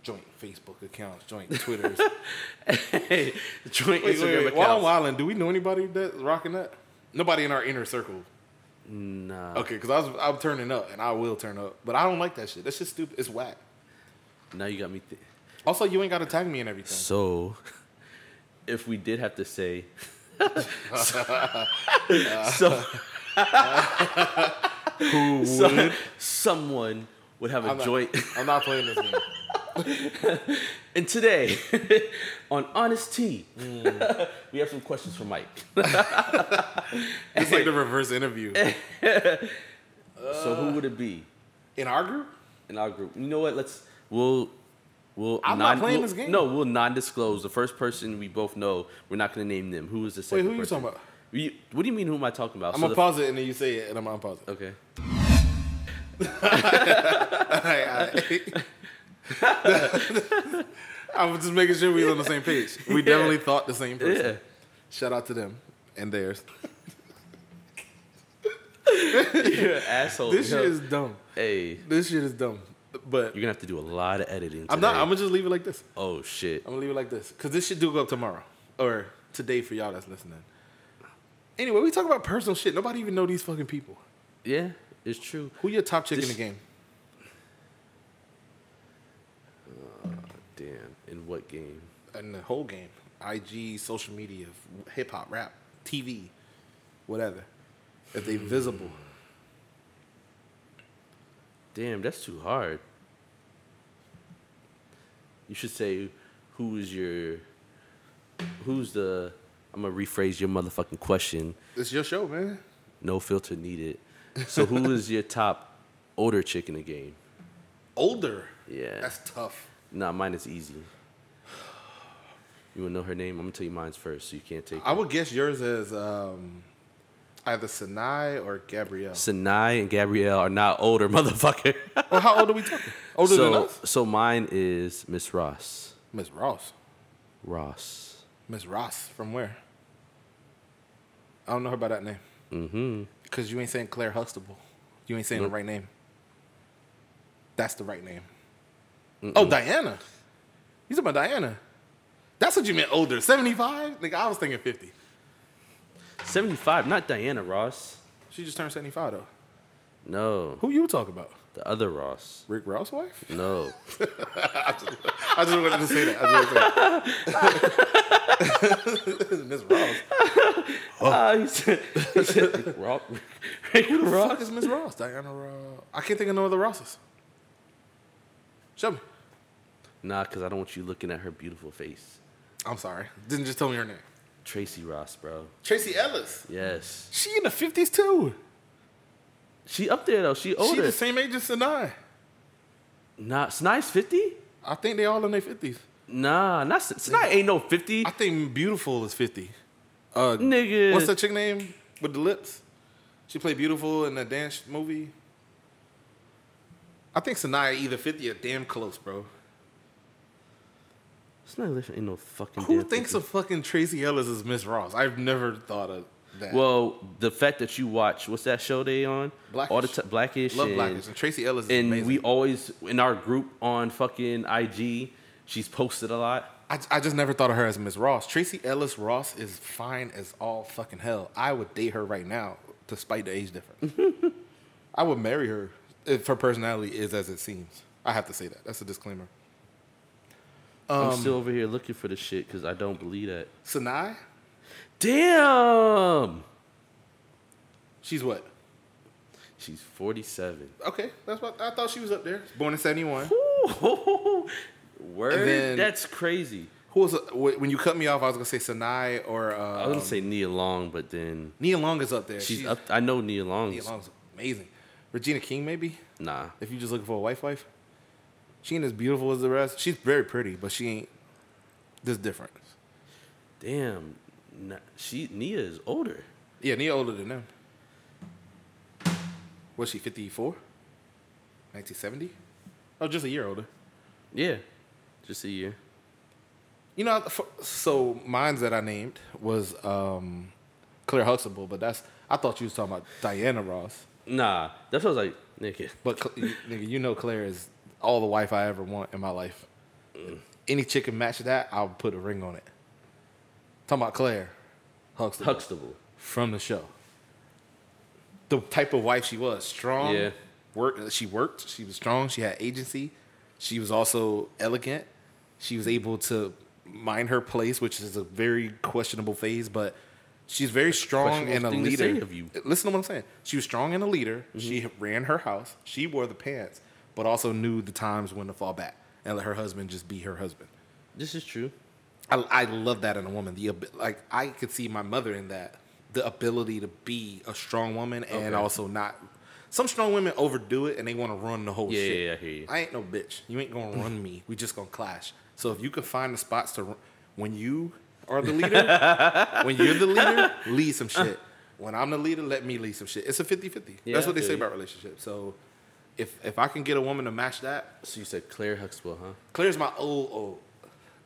Speaker 1: Joint Facebook accounts, <laughs> joint Twitters.
Speaker 2: <laughs> hey, joint
Speaker 1: wait, wait,
Speaker 2: Instagram
Speaker 1: wait. While I'm
Speaker 2: accounts.
Speaker 1: wilding, do we know anybody that rocking that? Nobody in our inner circle.
Speaker 2: Nah,
Speaker 1: Okay, because I was I'm turning up and I will turn up, but I don't like that shit. That's just stupid. It's whack.
Speaker 2: now you got me. Th-
Speaker 1: Also, you ain't got to tag me in everything.
Speaker 2: so, <laughs> if we did have to say, <laughs> so,
Speaker 1: Who
Speaker 2: so someone would have a
Speaker 1: I'm not-
Speaker 2: joint. <laughs>
Speaker 1: I'm not playing this game.
Speaker 2: And today, <laughs> on Honest Tea, <laughs> we have some questions for Mike. <laughs>
Speaker 1: It's like the reverse interview.
Speaker 2: so who would it be
Speaker 1: <laughs> In our group?
Speaker 2: in our group? You know what? Let's we'll we'll
Speaker 1: I'm not playing
Speaker 2: we'll-
Speaker 1: this game.
Speaker 2: No, we'll non-disclose the first person we both know. We're not going to name them. Who is the second?
Speaker 1: who you
Speaker 2: person?
Speaker 1: talking about?
Speaker 2: You- what do you mean? Who am I talking about?
Speaker 1: I'm
Speaker 2: So
Speaker 1: gonna
Speaker 2: the-
Speaker 1: pause it and then you say it and I'm gonna unpause it.
Speaker 2: Okay.
Speaker 1: <laughs> Alright,
Speaker 2: <laughs>
Speaker 1: <laughs> alright. I was just making sure we was on the same page. We definitely thought the same person.
Speaker 2: Yeah.
Speaker 1: Shout out to them and theirs.
Speaker 2: You're an asshole.
Speaker 1: This
Speaker 2: yo.
Speaker 1: shit is dumb.
Speaker 2: Hey, you're
Speaker 1: This shit is dumb. But
Speaker 2: gonna have to do a lot of editing.
Speaker 1: I'm not.
Speaker 2: today.
Speaker 1: I'm gonna just leave it like this.
Speaker 2: oh shit.
Speaker 1: I'm gonna leave it like this because this shit do go up tomorrow or today for y'all that's listening. Anyway, we talk about personal shit. Nobody even know these fucking people.
Speaker 2: Yeah, it's true.
Speaker 1: Who your top chick in
Speaker 2: This-
Speaker 1: the game?
Speaker 2: Damn. In what game?
Speaker 1: and the whole game IG, social media, hip hop, rap, TV, whatever. If they visible,
Speaker 2: Damn, that's too hard. You should say, who is your, who's the, I'm gonna rephrase your motherfucking question.
Speaker 1: it's your show, man.
Speaker 2: No filter needed.
Speaker 1: <laughs>
Speaker 2: So who is your top older chick in the game?
Speaker 1: Older,
Speaker 2: Yeah.
Speaker 1: that's tough.
Speaker 2: Nah, mine is easy. You wanna know her name? I'm gonna tell you mine's first, so you can't take
Speaker 1: I would guess yours is um, either Sinai or Gabrielle.
Speaker 2: Sinai and Gabrielle are not older, <laughs> motherfucker.
Speaker 1: well, how old are we talking? Older
Speaker 2: so,
Speaker 1: than us?
Speaker 2: so mine is Miss Ross.
Speaker 1: Miss Ross.
Speaker 2: Ross.
Speaker 1: Miss Ross from where? I don't know her by that name
Speaker 2: Mm-hmm.
Speaker 1: because you ain't saying Claire Huxtable. You ain't saying
Speaker 2: Nope.
Speaker 1: the right name. That's the right name. Oh, Diana. You talking about Diana? That's what you meant older. 75? Like I was thinking 50.
Speaker 2: 75, not Diana Ross.
Speaker 1: She just turned 75 though.
Speaker 2: No,
Speaker 1: Who you talking about?
Speaker 2: the other Ross.
Speaker 1: Rick Ross' wife? <laughs>
Speaker 2: No.
Speaker 1: I just wanted to say that. I just wanted to say that. <laughs> Miss Ross.
Speaker 2: Ah, he <laughs> said, he said Rock,
Speaker 1: Oh. Who the fuck
Speaker 2: Ross.
Speaker 1: is Miss Ross? Diana Ross. I can't think of no other Rosses. Show me.
Speaker 2: Nah, because I don't want you looking at her beautiful face.
Speaker 1: I'm sorry. Didn't just tell me her name.
Speaker 2: Tracy Ross, bro.
Speaker 1: Tracy Ellis.
Speaker 2: Yes.
Speaker 1: She in the 50s too.
Speaker 2: She up there, though. She
Speaker 1: She
Speaker 2: older.
Speaker 1: the same age as Sinai.
Speaker 2: nah, Snai's 50?
Speaker 1: I think they all in their 50s.
Speaker 2: Nah, not, Snai ain't no 50.
Speaker 1: I think Beautiful is 50. Uh,
Speaker 2: Nigga.
Speaker 1: What's that chick name with the lips? She played Beautiful in the dance movie. I think Sanaa either 50 or damn close, bro.
Speaker 2: Snai Lifton ain't no fucking
Speaker 1: Who
Speaker 2: damn
Speaker 1: thinks
Speaker 2: 50.
Speaker 1: of fucking Tracy Ellis as Miss Ross? I've never thought of that.
Speaker 2: Well, the fact that you watch, what's that show they on? All the
Speaker 1: Blackish.
Speaker 2: t- Blackish.
Speaker 1: love
Speaker 2: and-
Speaker 1: Blackish and Tracy Ellis is
Speaker 2: and
Speaker 1: amazing.
Speaker 2: we always in our group on fucking IG. She's posted a lot.
Speaker 1: I, I just never thought of her as Miss Ross. Tracy Ellis Ross is fine as all fucking hell. I would date her right now, despite the age
Speaker 2: <laughs>
Speaker 1: difference. I would marry her if her personality is as it seems. I have to say that. That's a disclaimer.
Speaker 2: I'm
Speaker 1: Um,
Speaker 2: still over here looking for the shit because I don't believe that.
Speaker 1: Sanai,
Speaker 2: Damn,
Speaker 1: she's what?
Speaker 2: she's 47.
Speaker 1: Okay, that's what I thought she was up there. Born in '71.
Speaker 2: Ooh, <laughs> word,
Speaker 1: And then-
Speaker 2: that's crazy.
Speaker 1: Who was uh, wh- when you cut me off? I was gonna say Sanai or uh,
Speaker 2: I was gonna say Nia Long, but then
Speaker 1: Nia Long is up there.
Speaker 2: she's, up. I know Nia Long's.
Speaker 1: Nia Long's amazing. Regina King, maybe
Speaker 2: Nah,
Speaker 1: if you're just looking for a wife, wife. She ain't as beautiful as the rest. She's very pretty, but she ain't this different.
Speaker 2: damn, nah, she Nia is older.
Speaker 1: Yeah, Nia older than them. Was she 54? 1970? Oh, just a year older.
Speaker 2: Yeah, just a year.
Speaker 1: You know, for, so mine's that I named was um, Claire Huxtable, but that's I thought you was talking about Diana Ross.
Speaker 2: Nah, that's what I was like, nigga.
Speaker 1: But Cl- you- nigga, you know Claire is all the wife I ever want in my life. Any chick can match that, I'll put a ring on it. Talking about Claire Huxtable
Speaker 2: Huxtable.
Speaker 1: from the show. The type of wife she was, strong.
Speaker 2: Yeah.
Speaker 1: Work. She worked. She was strong. She had agency. She was also elegant. She was able to mind her place, which is a very questionable phase, but she's very strong and a
Speaker 2: questionable thing to say
Speaker 1: leader.
Speaker 2: of you. Mm-hmm.
Speaker 1: Listen to what I'm saying. She was strong and a leader. She ran her house. She wore the pants, but also knew the times when to fall back and let her husband just be her husband.
Speaker 2: This is true.
Speaker 1: I, I love that in a woman. The ab- like I could see my mother in that the ability to be a strong woman and
Speaker 2: Okay.
Speaker 1: also not. Some strong women overdo it and they want to run the whole
Speaker 2: Yeah,
Speaker 1: shit.
Speaker 2: yeah, I hear you.
Speaker 1: I ain't no bitch. You ain't gonna run me. We just gonna clash. So if you can find the spots to, run, when you are the leader,
Speaker 2: <laughs>
Speaker 1: when you're the leader, lead some shit. When I'm the leader, let me lead some shit. It's a 50-50.
Speaker 2: Yeah,
Speaker 1: That's
Speaker 2: I
Speaker 1: what they
Speaker 2: feel
Speaker 1: say
Speaker 2: you.
Speaker 1: about relationships. So if if I can get a woman to match that,
Speaker 2: So you said Claire Huxtable, huh?
Speaker 1: Claire's my old old.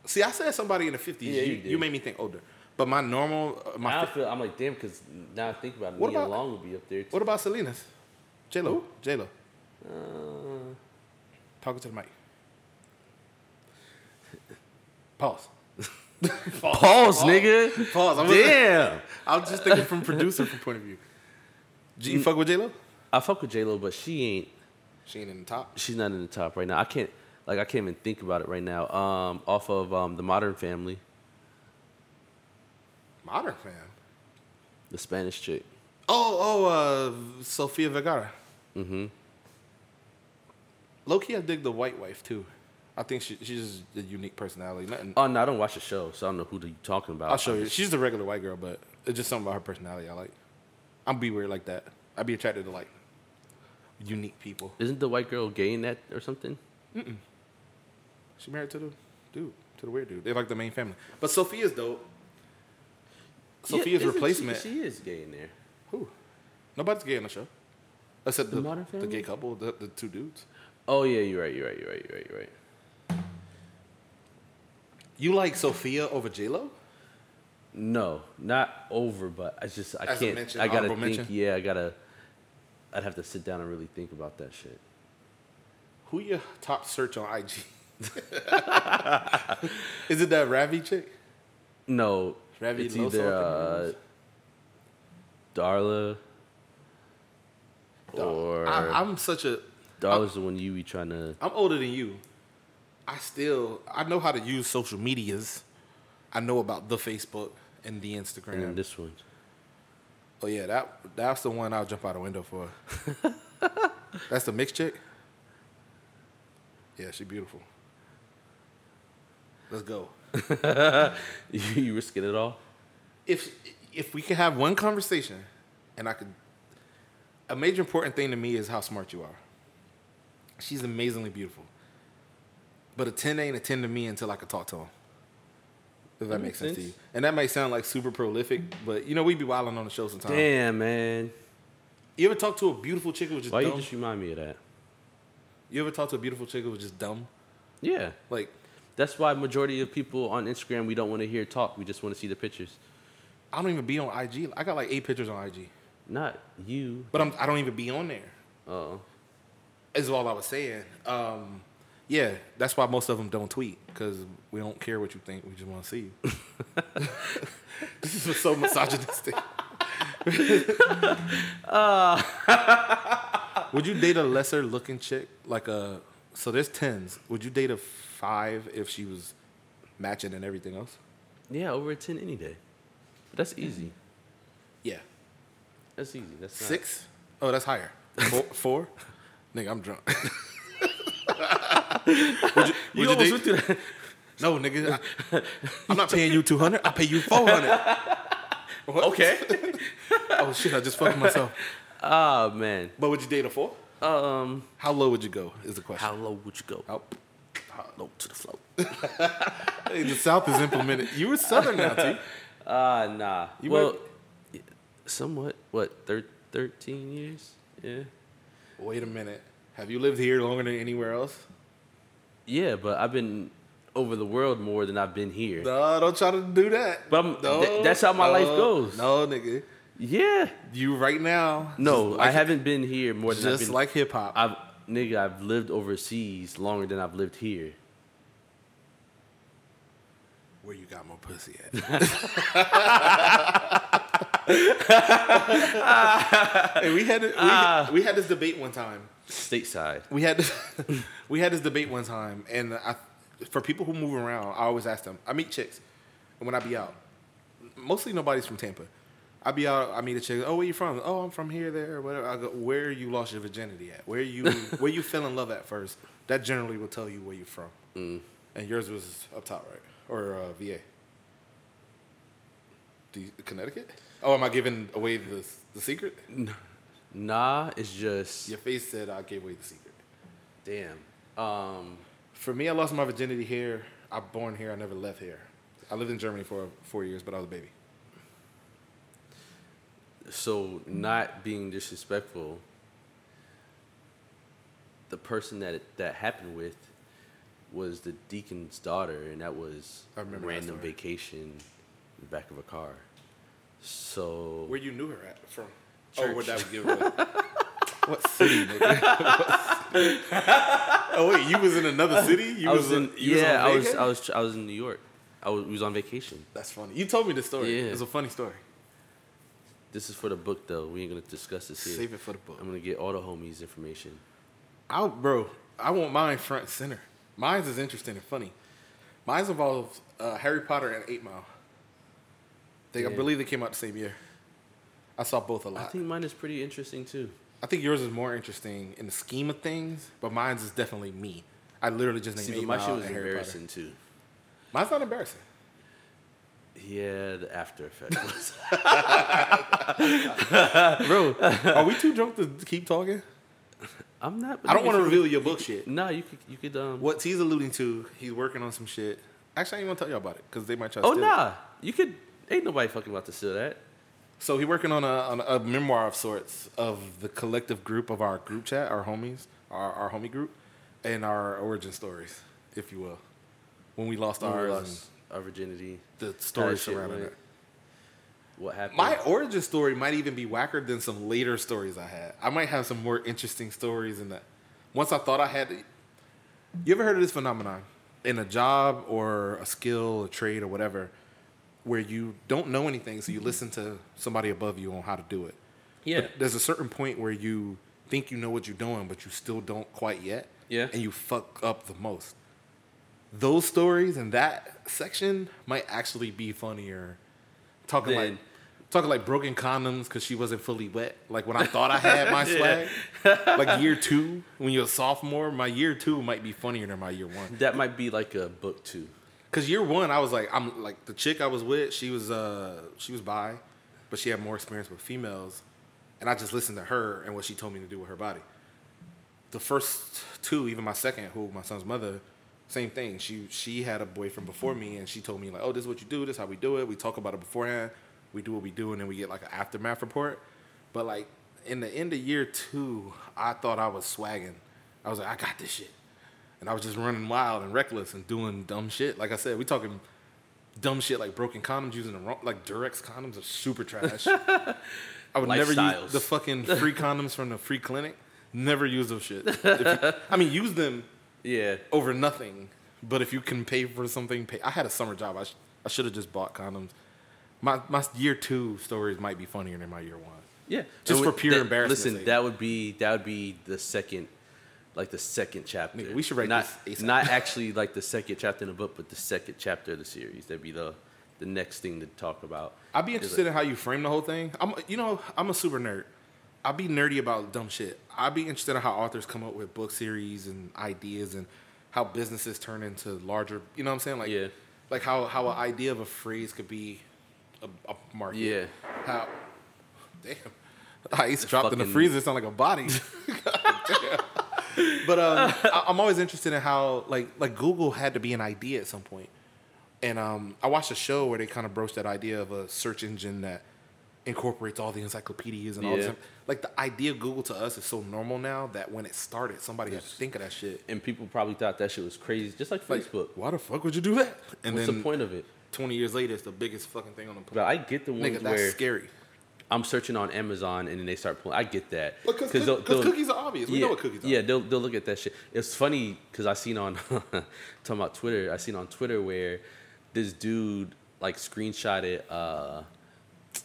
Speaker 1: See, I said somebody in the fifties.
Speaker 2: Yeah,
Speaker 1: you,
Speaker 2: you did.
Speaker 1: you made me think older. But my normal, uh, my.
Speaker 2: I
Speaker 1: fi-
Speaker 2: feel I'm like damn because now I think about it,
Speaker 1: What
Speaker 2: Nia
Speaker 1: about-
Speaker 2: Long would be up there. Too.
Speaker 1: what about Selena's? J Lo. J Lo. Talking to the mic. <laughs> Pause. Pause,
Speaker 2: Pause, nigga.
Speaker 1: Pause. I'm
Speaker 2: Damn.
Speaker 1: I was just thinking from producer <laughs> from point of view. Do
Speaker 2: Mm.
Speaker 1: you fuck with J Lo?
Speaker 2: I fuck with J Lo, but she ain't.
Speaker 1: She ain't in the top.
Speaker 2: She's not in the top right now. I can't. Like I can't even think about it right now. Um, off of um the Modern Family,
Speaker 1: Modern fam.
Speaker 2: the Spanish chick.
Speaker 1: Oh, oh, uh, Sofia Vergara.
Speaker 2: Mm-hmm.
Speaker 1: Low key, I dig the white wife too. I think she, she's just a unique personality. Nothing.
Speaker 2: Oh no, I don't watch the show, so I don't know who you talking about.
Speaker 1: I'll show you. She's a regular white girl, but it's just something about her personality I like. I'm be weird like that. I'd be attracted to like unique people.
Speaker 2: Isn't the white girl gay in that or something?
Speaker 1: She married to the dude, to the weird dude. They're like the main family. But Sophia's dope. Sophia's
Speaker 2: isn't she-
Speaker 1: replacement.
Speaker 2: She, is gay in there.
Speaker 1: Who? Nobody's gay on the show. Except
Speaker 2: The
Speaker 1: the,
Speaker 2: Modern
Speaker 1: the,
Speaker 2: Family?
Speaker 1: gay couple, the, the two dudes.
Speaker 2: Oh yeah, you're right. You're right. You're right. You're right. You're right.
Speaker 1: You like Sophia over J Lo?
Speaker 2: No, not over, but I just I
Speaker 1: As a
Speaker 2: can't.
Speaker 1: mention,
Speaker 2: I gotta think.
Speaker 1: honorable mention?
Speaker 2: Yeah, I gotta. I'd have to sit down and really think about that shit.
Speaker 1: Who your top search on IG? <laughs> Is it that Ravi chick?
Speaker 2: No,
Speaker 1: Ravi
Speaker 2: it's
Speaker 1: Losa,
Speaker 2: either
Speaker 1: I
Speaker 2: uh,
Speaker 1: think
Speaker 2: Darla or
Speaker 1: I, I'm such a
Speaker 2: Darla's the one you be trying to.
Speaker 1: I'm older than you. I still I know how to use social medias. I know about the Facebook and the Instagram.
Speaker 2: And then this one. <laughs>
Speaker 1: oh yeah, that that's the one I'll jump out a window for. that's the mixed chick. Yeah, she beautiful. Let's go.
Speaker 2: you, you risking it all?
Speaker 1: If if we could have one conversation, and I could, a major important thing to me is how smart you are. She's amazingly beautiful. But a 10 ain't a 10 to me until I could talk to him. If that, makes
Speaker 2: makes
Speaker 1: sense. to
Speaker 2: sense.
Speaker 1: you. And that may sound like super prolific, but you know, we be wilding on the show sometimes.
Speaker 2: Damn, man.
Speaker 1: You ever talk to a beautiful chick who was just
Speaker 2: Why you
Speaker 1: dumb?
Speaker 2: just remind me of that?
Speaker 1: you ever talk to a beautiful chick who was just dumb?
Speaker 2: Yeah,
Speaker 1: Like,
Speaker 2: that's why majority of people on Instagram we don't want to hear talk. We just want to see the pictures.
Speaker 1: I don't even be on IG. I got like eight pictures on IG,
Speaker 2: Not you.
Speaker 1: but I'm, I don't even be on there.
Speaker 2: Oh,
Speaker 1: is all I was saying. Um, yeah, that's why most of them don't tweet because we don't care what you think. We just want to see <laughs> you. this is so misogynistic.
Speaker 2: Uh.
Speaker 1: <laughs> Would you date a lesser looking chick? Like a so there's tens. Would you date a five if she was matching and everything else?
Speaker 2: yeah, over a ten any day. But that's easy.
Speaker 1: Yeah,
Speaker 2: That's easy. That's not-
Speaker 1: six. Oh, that's higher.
Speaker 2: <laughs>
Speaker 1: Four, four? Nigga, I'm drunk. <laughs> would you,
Speaker 2: You almost went through <laughs> that.
Speaker 1: No, nigga. I, <laughs> am not paying you 200. I pay you <laughs> 400. Okay. oh, shit. I just fucked myself.
Speaker 2: Ah man.
Speaker 1: <laughs> But would you date a four?
Speaker 2: Um,
Speaker 1: How low would you go is the question.
Speaker 2: how low would you go?
Speaker 1: How, Oh.
Speaker 2: low to the floor?
Speaker 1: hey, the South is implemented. You were Southern now, T.
Speaker 2: Ah, nah.
Speaker 1: You
Speaker 2: well, y- somewhat. What? Thir- Thirteen years? Yeah.
Speaker 1: Wait a minute. Have you lived here longer than anywhere else?
Speaker 2: Yeah, but I've been over the world more than I've been here.
Speaker 1: No, don't try to do that.
Speaker 2: But I'm- th- that's how my life goes.
Speaker 1: No, nigga.
Speaker 2: Yeah.
Speaker 1: You right now.
Speaker 2: No,
Speaker 1: just
Speaker 2: I
Speaker 1: like-
Speaker 2: haven't been here more than I've
Speaker 1: Just
Speaker 2: been.
Speaker 1: like hip hop.
Speaker 2: I've nigga, I've lived overseas longer than I've lived here.
Speaker 1: Where you got more pussy at? hey, we had we, we had this debate one time.
Speaker 2: Stateside.
Speaker 1: We had this, <laughs> we had this debate one time, and I, for people who move around, I always ask them. I meet chicks, and when I be out, mostly nobody's from Tampa. I be out. I meet a chick. Oh, where you from? Oh, I'm from here, there, whatever. I go. Where you lost your virginity at? Where <laughs> you where you fell in love at first? That generally will tell you where you're from. And yours was up top, right? Or uh, VA? Do you- Connecticut? Oh, am I giving away the the secret?
Speaker 2: Nah, it's just
Speaker 1: Your face said I gave away the secret.
Speaker 2: damn. Um,
Speaker 1: For me, I lost my virginity here. I born here. I never left here. I lived in Germany for four years, but I was a baby.
Speaker 2: so not being disrespectful. The person that it, that happened with was the deacon's daughter, and that was
Speaker 1: I remember that
Speaker 2: random
Speaker 1: story.
Speaker 2: vacation in the back of a car. So
Speaker 1: Where you knew her at from? Oh,
Speaker 2: Church.
Speaker 1: where that would give away. <laughs> what city, nigga? What
Speaker 2: <laughs>
Speaker 1: city? oh wait, you was in another city. You
Speaker 2: I was in
Speaker 1: you
Speaker 2: yeah,
Speaker 1: on
Speaker 2: I was
Speaker 1: vacation?
Speaker 2: I was I was in New York. I was, we was on vacation.
Speaker 1: That's funny. You told me the story.
Speaker 2: Yeah.
Speaker 1: It's a funny story.
Speaker 2: This is for the book though. We ain't gonna discuss this here.
Speaker 1: Save it for the book.
Speaker 2: I'm gonna get all the homies' information.
Speaker 1: I bro, I want mine front and center. Mine's is interesting and funny. Mine's involves uh, Harry Potter and Eight Mile. They, I
Speaker 2: Yeah.
Speaker 1: believe they came out the same year. I saw both a lot.
Speaker 2: I think mine is pretty interesting too.
Speaker 1: I think yours is more interesting in the scheme of things, but mine's is definitely me. I literally just named
Speaker 2: See, but
Speaker 1: Eight
Speaker 2: my
Speaker 1: Mile
Speaker 2: shit was
Speaker 1: and Harry Potter.
Speaker 2: embarrassing too.
Speaker 1: Mine's not
Speaker 2: <laughs>
Speaker 1: embarrassing.
Speaker 2: Yeah, the after effect was.
Speaker 1: <laughs> Bro, are we too drunk to keep talking?
Speaker 2: I'm not.
Speaker 1: I don't want to reveal your book shit.
Speaker 2: No, you could. You could. Um,
Speaker 1: What he's alluding to, he's working on some shit. Actually, I ain't gonna tell y'all about it because they might try. to
Speaker 2: Oh
Speaker 1: steal it.
Speaker 2: nah, you could. Ain't nobody fucking about to steal that.
Speaker 1: So he's working on a, on a memoir of sorts of the collective group of our group chat, our homies, our, our homie group, and our origin stories, if you will, when we lost
Speaker 2: We
Speaker 1: ours,
Speaker 2: lost our virginity.
Speaker 1: and Oh, the stories
Speaker 2: shit
Speaker 1: surrounding
Speaker 2: went.
Speaker 1: it.
Speaker 2: what happened.
Speaker 1: My origin story might even be whacker than some later stories I had. I might have some more interesting stories in that. Once I thought I had, you ever heard of this phenomenon in a job or a skill, a trade, or whatever, where you don't know anything, so you listen to somebody above you on how to do it.
Speaker 2: yeah,
Speaker 1: But there's a certain point where you think you know what you're doing, but you still don't quite yet.
Speaker 2: Yeah.
Speaker 1: And you fuck up the most. Those stories and that section might actually be funnier. Talking like
Speaker 2: Then-
Speaker 1: talking like broken condoms because she wasn't fully wet. Like when I thought I had
Speaker 2: <laughs>
Speaker 1: my swag. like year two, when you're a sophomore, my year two might be funnier than my year one.
Speaker 2: that might be like a book two.
Speaker 1: Cause year one, I was like, I'm like the chick I was with. She was uh she was bi, but she had more experience with females, and I just listened to her and what she told me to do with her body. The first two, even my second, who my son's mother, same thing. She she had a boyfriend before me, and she told me like, oh, this is what you do. This is how we do it. We talk about it beforehand. We do what we do, and then we get like an aftermath report. But like in the end of year two, I thought I was swagging. I was like, I got this shit and I was just running wild and reckless and doing dumb shit. Like I said, we talking dumb shit like broken condoms using the wrong like Durex condoms are super trash. I would never
Speaker 2: Lifestyles.
Speaker 1: use the fucking free condoms from the free clinic. Never use those shit. If you- I mean, use them
Speaker 2: Yeah,
Speaker 1: over nothing. But if you can pay for something, pay. I had a summer job. I, sh- I should have just bought condoms. My my year two stories might be funnier than my year one.
Speaker 2: yeah.
Speaker 1: Just
Speaker 2: And
Speaker 1: for
Speaker 2: we-
Speaker 1: pure
Speaker 2: that-
Speaker 1: embarrassment's
Speaker 2: Listen,
Speaker 1: sake.
Speaker 2: that would be that would be the second, like the second chapter.
Speaker 1: Nigga, we should write
Speaker 2: not,
Speaker 1: this ASAP.
Speaker 2: Not actually like the second chapter in the book, but the second chapter of the series. That'd be the the next thing to talk about.
Speaker 1: I'd be
Speaker 2: Is
Speaker 1: interested in how you frame the whole thing. I'm, you know, I'm a super nerd. I'd be nerdy about dumb shit. I'd be interested in how authors come up with book series and ideas and how businesses turn into larger. You know what I'm saying? Like,
Speaker 2: Yeah.
Speaker 1: like how how an idea of a phrase could be a, a market.
Speaker 2: Yeah.
Speaker 1: How? Damn. Ice dropped in the
Speaker 2: fucking-
Speaker 1: freezer. Sound like a
Speaker 2: <laughs>
Speaker 1: body. <laughs> but um, I, I'm always interested in how like like Google had to be an idea at some point, and um, I watched a show where they kind of broached that idea of a search engine that incorporates all the encyclopedias and all
Speaker 2: Yeah.
Speaker 1: this. Like the idea of Google to us is so normal now that when it started, somebody had to think of that shit.
Speaker 2: and people probably thought that shit was crazy, just like
Speaker 1: Like,
Speaker 2: Facebook.
Speaker 1: why the fuck would you do that? And
Speaker 2: What's
Speaker 1: then
Speaker 2: the point of it?
Speaker 1: 20 years later, it's the biggest fucking thing on the planet.
Speaker 2: But I get the ones
Speaker 1: Nigga, that's
Speaker 2: where
Speaker 1: scary.
Speaker 2: I'm searching on Amazon and then they start pulling. I get that
Speaker 1: Because
Speaker 2: they'll- they'll-
Speaker 1: cookies are obvious. We
Speaker 2: yeah,
Speaker 1: know what cookies are.
Speaker 2: Yeah, they'll they'll look at that shit. It's funny because I seen on <laughs> talking about Twitter. I seen on Twitter where this dude like screenshotted uh,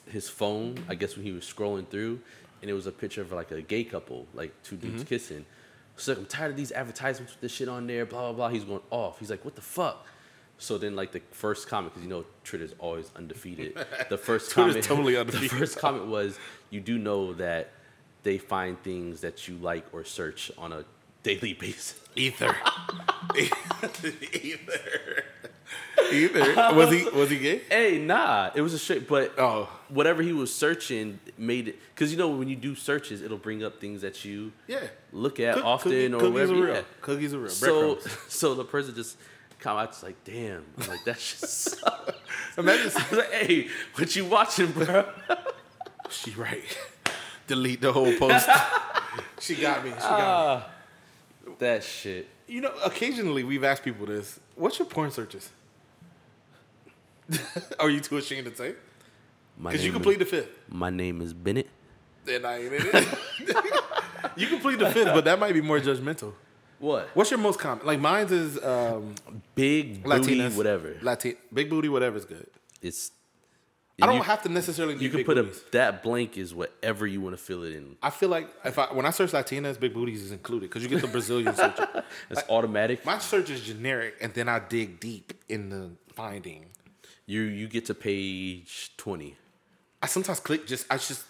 Speaker 2: his phone. I guess when he was scrolling through, and it was a picture of like a gay couple, like two
Speaker 1: Mm-hmm.
Speaker 2: dudes kissing. So like, I'm tired of these advertisements with this shit on there. Blah blah blah. He's going off. He's like, what the fuck. So then, like the first comment, because you know Twitter's always undefeated.
Speaker 1: <laughs>
Speaker 2: The first
Speaker 1: Twitter's
Speaker 2: comment,
Speaker 1: totally
Speaker 2: <laughs> The
Speaker 1: undefeated.
Speaker 2: first comment was, you do know that they find things that you like or search on a daily <laughs> basis. <laughs>
Speaker 1: Ether. Ether. <laughs> Ether. Was he was he gay?
Speaker 2: Hey, nah, it was a straight, but
Speaker 1: Oh.
Speaker 2: whatever he was searching made it because you know when you do searches, it'll bring up things that you
Speaker 1: Yeah.
Speaker 2: look at
Speaker 1: Cook-
Speaker 2: often
Speaker 1: cookie-
Speaker 2: or
Speaker 1: cookies
Speaker 2: whatever.
Speaker 1: Are real.
Speaker 2: yeah.
Speaker 1: Cookies are real.
Speaker 2: So, <laughs>
Speaker 1: Breadcrumbs.
Speaker 2: so the person just come out just like, damn, I'm like
Speaker 1: <laughs>
Speaker 2: that shit. sucks." <laughs>
Speaker 1: Imagine
Speaker 2: I was like, hey, what you watching, bro?
Speaker 1: <laughs> she right. <laughs> Delete the whole post. <laughs> she got me. She got me.
Speaker 2: that shit.
Speaker 1: You know, occasionally we've asked people this. What's your porn searches? <laughs> are you too ashamed to say?
Speaker 2: My
Speaker 1: Because you
Speaker 2: name is-
Speaker 1: complete the fifth.
Speaker 2: My name is Bennett.
Speaker 1: Then I ain't in it. <laughs> you complete the fifth, but that might be more judgmental.
Speaker 2: What?
Speaker 1: What's your most common? Like mine's is um,
Speaker 2: Big booty,
Speaker 1: Latinas,
Speaker 2: whatever.
Speaker 1: Latin, big booty, whatever's good.
Speaker 2: It's.
Speaker 1: I don't
Speaker 2: you-
Speaker 1: have to necessarily. Do
Speaker 2: You can
Speaker 1: big
Speaker 2: put
Speaker 1: booties.
Speaker 2: a that blank is whatever you want to fill it in.
Speaker 1: I feel like if I when I search Latinas, big booties is included because you get the
Speaker 2: <laughs>
Speaker 1: Brazilian search.
Speaker 2: It's automatic.
Speaker 1: My search is generic, and then I dig deep in the finding.
Speaker 2: you you get to page
Speaker 1: <laughs>
Speaker 2: twenty.
Speaker 1: I sometimes click just I just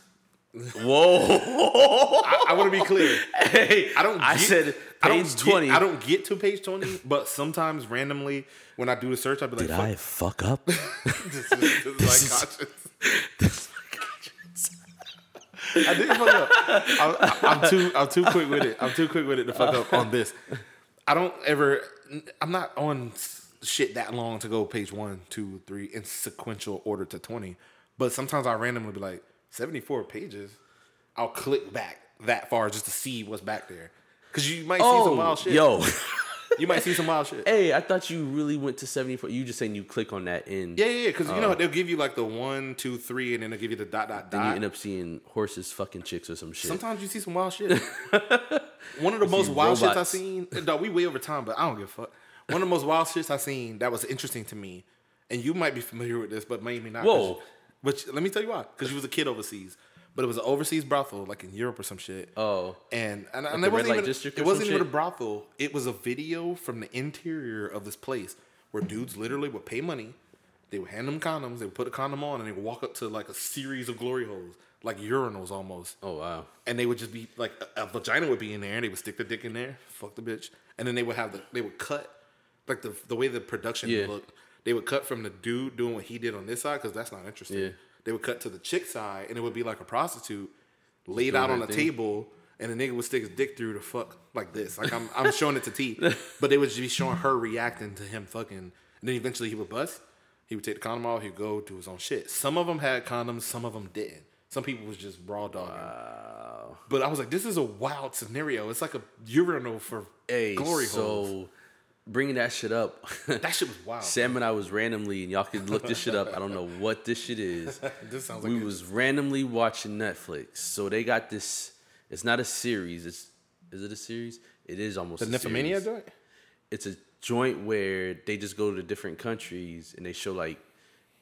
Speaker 2: Whoa!
Speaker 1: I, I want to be clear.
Speaker 2: hey,
Speaker 1: I don't.
Speaker 2: I
Speaker 1: get-
Speaker 2: said
Speaker 1: I don't
Speaker 2: page
Speaker 1: get-
Speaker 2: twenty.
Speaker 1: I don't get to page twenty, but sometimes randomly when I do the search, I'd be like,
Speaker 2: Did I
Speaker 1: "Fuck, <laughs>
Speaker 2: fuck up?
Speaker 1: this is, this is
Speaker 2: This
Speaker 1: my
Speaker 2: is-
Speaker 1: conscience."
Speaker 2: <laughs> This- my conscience.
Speaker 1: I didn't fuck up. I, I, I'm too. I'm too quick with it. I'm too quick with it to fuck up on this. I don't ever. I'm not on s- shit that long to go page one, two, three in sequential order to twenty. But sometimes I randomly be like seventy four pages. I'll click back that far just to see what's back there because you might see some <laughs>
Speaker 2: oh,
Speaker 1: wild shit.
Speaker 2: yo,
Speaker 1: You might see some wild
Speaker 2: <laughs>
Speaker 1: shit.
Speaker 2: Hey, I thought you really went to 74. You just saying you click on that end.
Speaker 1: Yeah, yeah, yeah. Because you know they'll give you like the one, two, three, and then they'll give you the dot, dot,
Speaker 2: Uh. Then you
Speaker 1: dot.
Speaker 2: end up seeing horses fucking chicks or some shit.
Speaker 1: Sometimes you see some wild
Speaker 2: <laughs>
Speaker 1: shit. One of the most
Speaker 2: see
Speaker 1: wild shits I
Speaker 2: robots.
Speaker 1: seen. Dog, we way over time, but I don't give a fuck. One of the most wild shits I seen that was interesting to me, and you might be familiar with this, but maybe not. 'cause-
Speaker 2: Whoa.
Speaker 1: But let me tell you why. Because you was a kid overseas, but it was an overseas brothel, like in Europe or some shit.
Speaker 2: Oh.
Speaker 1: and and, and
Speaker 2: the
Speaker 1: it
Speaker 2: red
Speaker 1: wasn't
Speaker 2: light
Speaker 1: even
Speaker 2: district or
Speaker 1: it wasn't
Speaker 2: some
Speaker 1: even
Speaker 2: shit?
Speaker 1: a brothel. It was a video from the interior of this place where dudes literally would pay money. They would hand them condoms. They would put a condom on, and they would walk up to like a series of glory holes, like urinals almost.
Speaker 2: Oh, wow.
Speaker 1: And they would just be like a, a vagina would be in there, and they would stick the dick in there, fuck the bitch, and then they would have the they would cut like the the way the production
Speaker 2: Yeah.
Speaker 1: looked. They would cut from the dude doing what he did on this side because that's not interesting.
Speaker 2: Yeah.
Speaker 1: They would cut to the chick side, and it would be like a prostitute laid out on
Speaker 2: her
Speaker 1: a
Speaker 2: thing.
Speaker 1: table, and the nigga would stick his dick through the fuck like this. Like I'm I'm showing it to
Speaker 2: <laughs>
Speaker 1: T, but they would just be showing her reacting to him fucking, and then eventually he would bust. He would take the condom off. He'd go do his own shit. Some of them had condoms. Some of them didn't. Some people was just raw dogging. But I was like, this is a wild scenario. It's like a urinal for
Speaker 2: Hey,
Speaker 1: glory
Speaker 2: so
Speaker 1: holes.
Speaker 2: bringing that shit up.
Speaker 1: That shit was wild.
Speaker 2: Sam and I was randomly, and y'all could look this shit up. I don't know what this shit is.
Speaker 1: <laughs> This sounds
Speaker 2: we
Speaker 1: like a-
Speaker 2: was randomly watching Netflix, so they got this. It's not a series. It's is it a series? It is almost
Speaker 1: the
Speaker 2: a
Speaker 1: nymphomania
Speaker 2: series.
Speaker 1: joint.
Speaker 2: It's a joint where they just go to different countries and they show like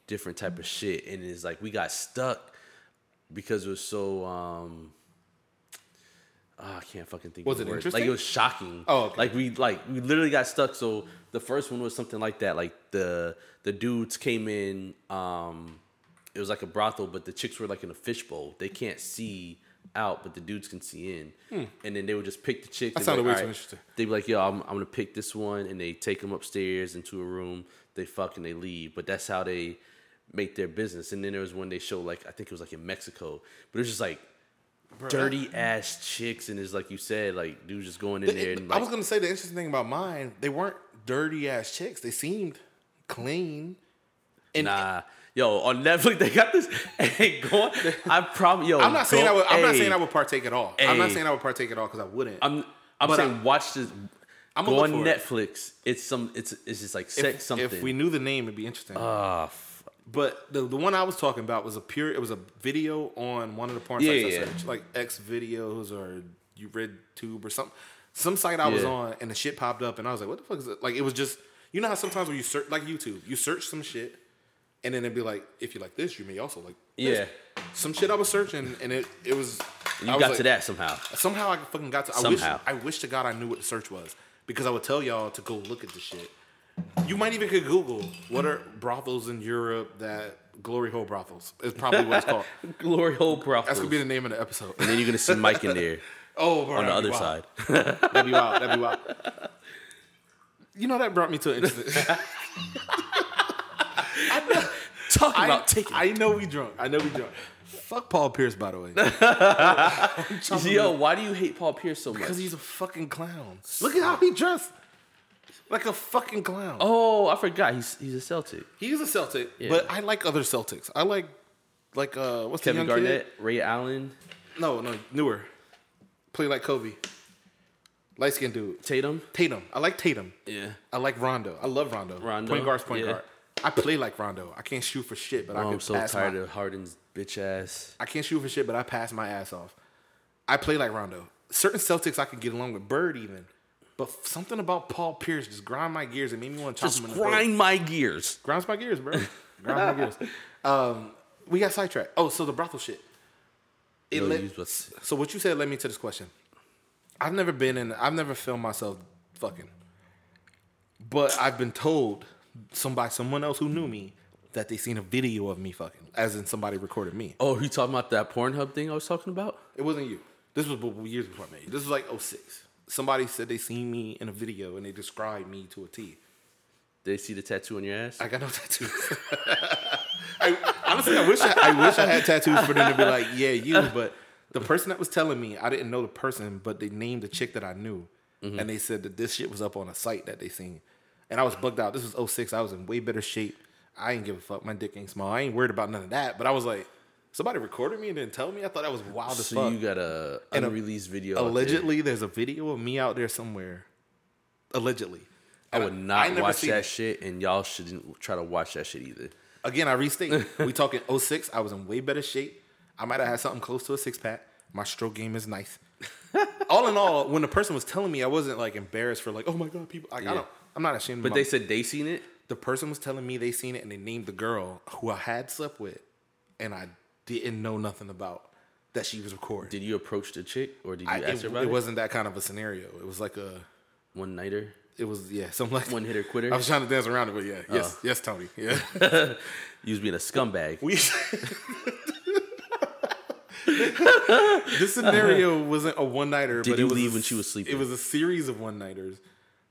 Speaker 2: different type of shit, and it's like we got stuck because it was so. um ah, I can't fucking think.
Speaker 1: Was
Speaker 2: of the
Speaker 1: it
Speaker 2: word. Like
Speaker 1: interesting?
Speaker 2: it was shocking.
Speaker 1: Oh, okay.
Speaker 2: like we like we literally got stuck. So the first one was something like that. Like the the dudes came in. um It was like a brothel, but the chicks were like in a fishbowl. They can't see out, but the dudes can see in.
Speaker 1: Hmm.
Speaker 2: And then they would just pick the chick.
Speaker 1: That
Speaker 2: they'd
Speaker 1: sounded
Speaker 2: be like,
Speaker 1: way
Speaker 2: "All
Speaker 1: too
Speaker 2: right."
Speaker 1: interesting.
Speaker 2: They'd be like, "Yo, I'm I'm gonna pick this one," and they take them upstairs into a room. They fuck and they leave. But that's how they make their business. And then there was one they showed like I think it was like in Mexico, but it was just like dirty ass chicks, and it's like you said, like dudes just going in there
Speaker 1: It-
Speaker 2: and
Speaker 1: I
Speaker 2: like,
Speaker 1: was gonna say the interesting thing about mine, they weren't dirty ass chicks. They seemed clean. And
Speaker 2: nah. Yo, on Netflix <laughs> they got this. Hey, going. I probably yo.
Speaker 1: I'm not saying
Speaker 2: go-
Speaker 1: I would. I'm not
Speaker 2: hey,
Speaker 1: saying I would partake at all. I'm not
Speaker 2: Hey.
Speaker 1: saying I would partake at all because I wouldn't.
Speaker 2: I'm I'm
Speaker 1: But
Speaker 2: saying
Speaker 1: I-
Speaker 2: watch this.
Speaker 1: I'm
Speaker 2: go
Speaker 1: gonna
Speaker 2: on
Speaker 1: look for
Speaker 2: Netflix. It's some. It's it's just like
Speaker 1: if,
Speaker 2: sex something.
Speaker 1: if we knew the name, it'd be interesting.
Speaker 2: Ah, f-
Speaker 1: but the, the one I was talking about was a pure. It was a video on one of the porn
Speaker 2: Yeah,
Speaker 1: sites
Speaker 2: yeah.
Speaker 1: I searched, like X videos or you Tube or something. Some site I was
Speaker 2: Yeah.
Speaker 1: on, and the shit popped up, and I was like, "What the fuck is it?" Like it was just you know how sometimes when you search like YouTube, you search some shit, and then it'd be like, "If you like this, you may also like."
Speaker 2: yeah.
Speaker 1: this." Some shit I was searching, and it it was.
Speaker 2: You
Speaker 1: I was
Speaker 2: got
Speaker 1: like,
Speaker 2: to that somehow.
Speaker 1: Somehow I fucking got to. I
Speaker 2: Somehow.
Speaker 1: wish I wish to God I knew what the search was because I would tell y'all to go look at the shit. You might even could Google what are brothels in Europe that glory hole brothels is probably what it's
Speaker 2: <laughs>
Speaker 1: called.
Speaker 2: Glory hole
Speaker 1: That's
Speaker 2: brothels.
Speaker 1: gonna be the name of the episode.
Speaker 2: and then you're gonna see Mike in <laughs> there
Speaker 1: <laughs> oh, bro,
Speaker 2: on the
Speaker 1: that'd
Speaker 2: other
Speaker 1: be wild.
Speaker 2: side.
Speaker 1: That'd be wild. That'd be wild. You know that brought me to an interesting.
Speaker 2: <laughs> <laughs> Talking
Speaker 1: I,
Speaker 2: about taking.
Speaker 1: I know we drunk. I know we drunk. Fuck Paul Pierce, by
Speaker 2: <laughs>
Speaker 1: the way,
Speaker 2: Yo, why do you hate Paul Pierce so much?
Speaker 1: because he's a fucking clown. Look at how he dressed, like a fucking clown.
Speaker 2: Oh, I forgot. He's he's a Celtic.
Speaker 1: He is a Celtic, but I like other Celtics. I like like uh what's
Speaker 2: Kevin
Speaker 1: the young
Speaker 2: Garnett, Ray Allen,
Speaker 1: kid? No, no, newer. Play like Kobe. Light skinned dude.
Speaker 2: Tatum.
Speaker 1: Tatum. I like Tatum.
Speaker 2: Yeah.
Speaker 1: I like Rondo. I love Rondo.
Speaker 2: Rondo,
Speaker 1: Point guard's point
Speaker 2: yeah.
Speaker 1: guard. I play like Rondo. I can't shoot for shit, but I
Speaker 2: Oh,
Speaker 1: can
Speaker 2: I'm so
Speaker 1: pass
Speaker 2: tired
Speaker 1: my,
Speaker 2: of Harden's bitch ass.
Speaker 1: I can't shoot for shit, but I pass my ass off. I play like Rondo. Certain Celtics I can get along with, Bird even. But f- something about Paul Pierce just grind my gears and made me want to chop
Speaker 2: Just
Speaker 1: him in the throat.
Speaker 2: grind my gears.
Speaker 1: Grounds my
Speaker 2: <laughs>
Speaker 1: gears, bro. Grounds my gears. Um, we got sidetracked. Oh, so the brothel shit. <laughs> It
Speaker 2: Yo,
Speaker 1: led-
Speaker 2: you was-
Speaker 1: so what you said led me to this question. I've never been in. I've never filmed myself fucking, but I've been told some by someone else who knew me that they seen a video of me fucking, as in somebody recorded me.
Speaker 2: Oh, you talking about that Pornhub thing I was talking about?
Speaker 1: It wasn't you. This was b- years before I met you. This was like 06. Somebody said they seen me in a video and they described me to a T.
Speaker 2: They see the tattoo on your ass.
Speaker 1: I got no <laughs> tattoos. I, honestly, I wish I, I wish I had tattoos for them to be like, yeah, you. But the person that was telling me, I didn't know the person, but they named the chick that I knew,
Speaker 2: Mm-hmm.
Speaker 1: and they said that this shit was up on a site that they seen, and I was bugged out. This was 06. I was in way better shape. I ain't give a fuck. My dick ain't small. I ain't worried about none of that. But I was like, somebody recorded me and didn't tell me. I thought that was wild as
Speaker 2: so
Speaker 1: fuck.
Speaker 2: you got a
Speaker 1: And a-
Speaker 2: unreleased video. out there.
Speaker 1: Allegedly, there's a video of me out there somewhere allegedly.
Speaker 2: I
Speaker 1: And
Speaker 2: would not
Speaker 1: I never
Speaker 2: watch
Speaker 1: seen
Speaker 2: that
Speaker 1: it.
Speaker 2: shit, and y'all shouldn't try to watch that shit either.
Speaker 1: Again, I restate.
Speaker 2: <laughs>
Speaker 1: we talking 06. I was in way better shape. I might have had something close to a six pack. My stroke game is
Speaker 2: <laughs>
Speaker 1: nice. all in all, when the person was telling me, I wasn't like embarrassed for like, oh my god, people. Like, I
Speaker 2: Yeah.
Speaker 1: don't. I'm not ashamed.
Speaker 2: But
Speaker 1: of my,
Speaker 2: they said they seen it.
Speaker 1: the person was telling me they seen it and they named the girl who I had slept with, and I didn't know nothing about that she was recording.
Speaker 2: Did you approach the chick, or did you
Speaker 1: I,
Speaker 2: ask
Speaker 1: it,
Speaker 2: her about
Speaker 1: it
Speaker 2: it?
Speaker 1: wasn't that kind of a scenario. It was like a.
Speaker 2: one nighter.
Speaker 1: It was yeah, something like
Speaker 2: One hitter quitter?
Speaker 1: I was trying to dance around it, but yeah, yes, yes, Tony, yeah.
Speaker 2: You was being a scumbag.
Speaker 1: We. <laughs> this scenario wasn't a one nighter.
Speaker 2: Did
Speaker 1: but
Speaker 2: you
Speaker 1: it was
Speaker 2: leave
Speaker 1: a
Speaker 2: when she was
Speaker 1: s-
Speaker 2: sleeping?
Speaker 1: It was a series of one nighters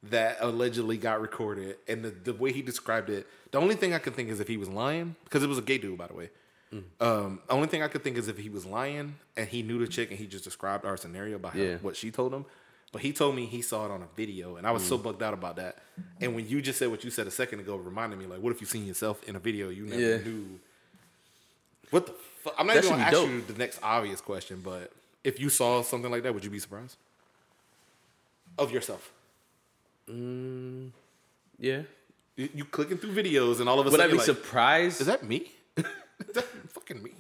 Speaker 1: that allegedly got recorded, and the, the way he described it, the only thing I could think is if he was lying, because it was a gay dude, by the way.
Speaker 2: Mm.
Speaker 1: Um, only thing I could think is if he was lying and he knew the chick and he just described our scenario by how-
Speaker 2: Yeah.
Speaker 1: what she told him. But he told me he saw it on a video, and I was
Speaker 2: Mm.
Speaker 1: so bugged out about that. And when you just said what you said a second ago, it reminded me like, what if you seen yourself in a video you never
Speaker 2: Yeah.
Speaker 1: knew? What the fuck? I'm not
Speaker 2: That
Speaker 1: even
Speaker 2: should
Speaker 1: gonna ask
Speaker 2: be
Speaker 1: you the next obvious question, but if you saw something like that, would you be surprised? Of yourself.
Speaker 2: Yeah.
Speaker 1: You, you clicking through videos and all of a
Speaker 2: Would I
Speaker 1: sudden you're
Speaker 2: be
Speaker 1: like,
Speaker 2: surprised?
Speaker 1: is that me? is <laughs> that fucking me?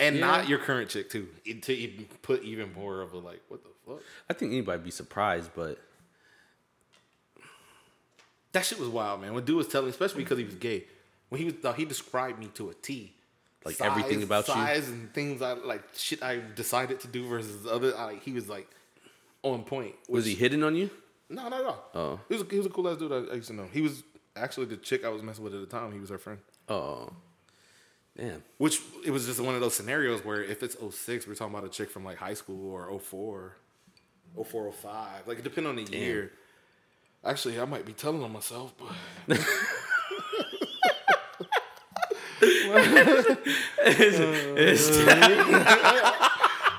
Speaker 1: And
Speaker 2: Yeah.
Speaker 1: not your current chick too. It- To even put even more of a like, what the fuck?
Speaker 2: I think anybody'd be surprised, but
Speaker 1: That shit was wild, man. When dude was telling, especially because he was gay, when he was uh, he described me to a T,
Speaker 2: Like everything about you?
Speaker 1: size and things I like shit I decided to do versus other. I, like he was like on point.
Speaker 2: was he hitting on you?
Speaker 1: No, not at all.
Speaker 2: Oh.
Speaker 1: he was a, he was a cool ass dude. I, I used to know. He was actually the chick I was messing with at the time. He was her friend.
Speaker 2: Oh, damn.
Speaker 1: Which it was just one of those scenarios where if it's 06, we're talking about a chick from like high school or 04, 04, 05. Like it depends on the year. Actually, I might be telling on myself, but <laughs>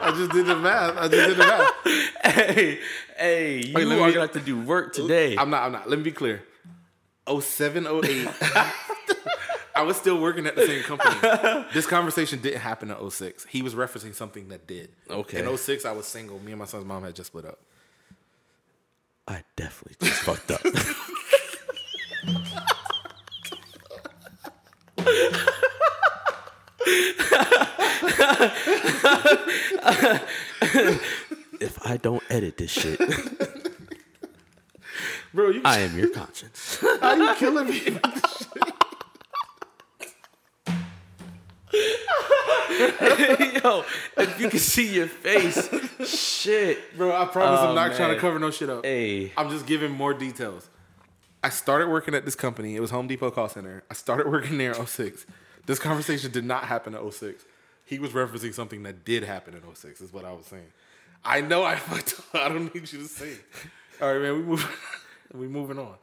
Speaker 1: I just did the math. I just did the math.
Speaker 2: <laughs> hey, hey, you
Speaker 1: Wait, let me-
Speaker 2: are gonna have to do work today.
Speaker 1: I'm not. I'm not. Let me be clear. 07,
Speaker 2: <laughs>
Speaker 1: 08. I was still working at the same company. This conversation didn't happen in 06. He was referencing something that did.
Speaker 2: Okay.
Speaker 1: In 06, I was single. Me and my son's mom had just split up.
Speaker 2: I definitely just fucked <laughs> up. if I don't edit this shit,
Speaker 1: Bro, you,
Speaker 2: I am your conscience.
Speaker 1: how you killing me?
Speaker 2: <laughs> Yo, if you can see your face, shit.
Speaker 1: Bro, I promise
Speaker 2: Oh,
Speaker 1: I'm not trying
Speaker 2: man.
Speaker 1: to cover no shit up.
Speaker 2: Hey.
Speaker 1: I'm just giving more details. I started working at this company. It was Home Depot call center. I started <laughs> working there in 06. This conversation did not happen in 06. He was referencing something that did happen in 06, is what I was saying. I know I <laughs> fucked up. I don't need you to say it. All right, man, we moving, <laughs> we moving on.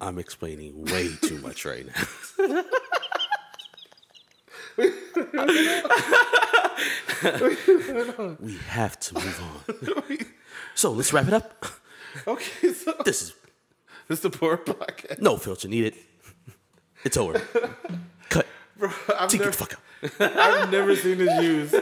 Speaker 2: I'm explaining way too much right now. <laughs> we have to move on. So let's wrap it up.
Speaker 1: okay, so <laughs>
Speaker 2: This is
Speaker 1: this is the poor <laughs> podcast.
Speaker 2: no filter needed. It's over. Cut.
Speaker 1: Bro, I've,
Speaker 2: Take it the
Speaker 1: never,
Speaker 2: fuck out.
Speaker 1: I've never seen this used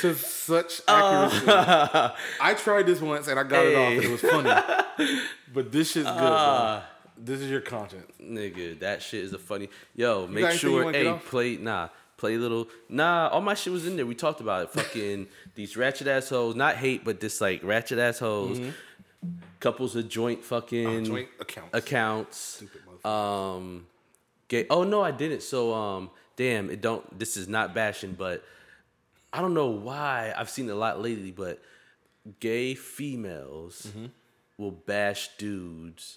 Speaker 1: to <laughs> such accuracy. I tried this once and I got it off and it was funny. But this shit's good, bro. This is your content.
Speaker 2: Nigga, that shit is a funny. Yo, make
Speaker 1: anything you
Speaker 2: sure
Speaker 1: wanna get
Speaker 2: hey
Speaker 1: off?
Speaker 2: play nah play little nah. All my shit was in there. We talked about it. Fucking <laughs> these ratchet assholes. Not hate, but this like ratchet assholes. Couples of joint fucking
Speaker 1: Mm-hmm. Oh, joint accounts.
Speaker 2: accounts.
Speaker 1: Uh,
Speaker 2: Um, gay. Oh no, I didn't. So um, damn. It don't. This is not bashing, but I don't know why I've seen it a lot lately, but gay females
Speaker 1: Mm-hmm.
Speaker 2: will bash dudes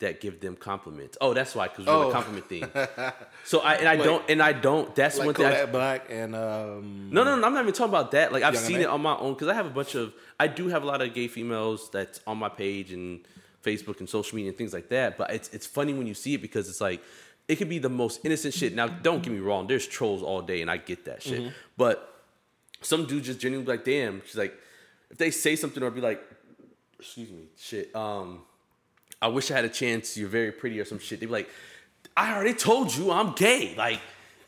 Speaker 2: that give them compliments. Oh, that's why, because we're on
Speaker 1: Oh.
Speaker 2: the
Speaker 1: <laughs>
Speaker 2: compliment thing. So I and I don't and I don't. That's
Speaker 1: like
Speaker 2: one thing. I-
Speaker 1: Kodak Black and um,
Speaker 2: no, no, no, I'm not even talking about that. Like I've
Speaker 1: Young and
Speaker 2: seen it
Speaker 1: May?
Speaker 2: on my own because I have a bunch of. I do have a lot of gay females that's on my page and Facebook and social media and things like that. But it's it's funny when you see it because it's like it could be the most innocent shit. Now, don't get me wrong. There's trolls all day, and I get that shit. But some dudes just genuinely be like, damn. She's like, if they say something or be like, excuse me, shit. Um, I wish I had a chance. You're very pretty or some shit. They'd be like, I already told you I'm gay. Like,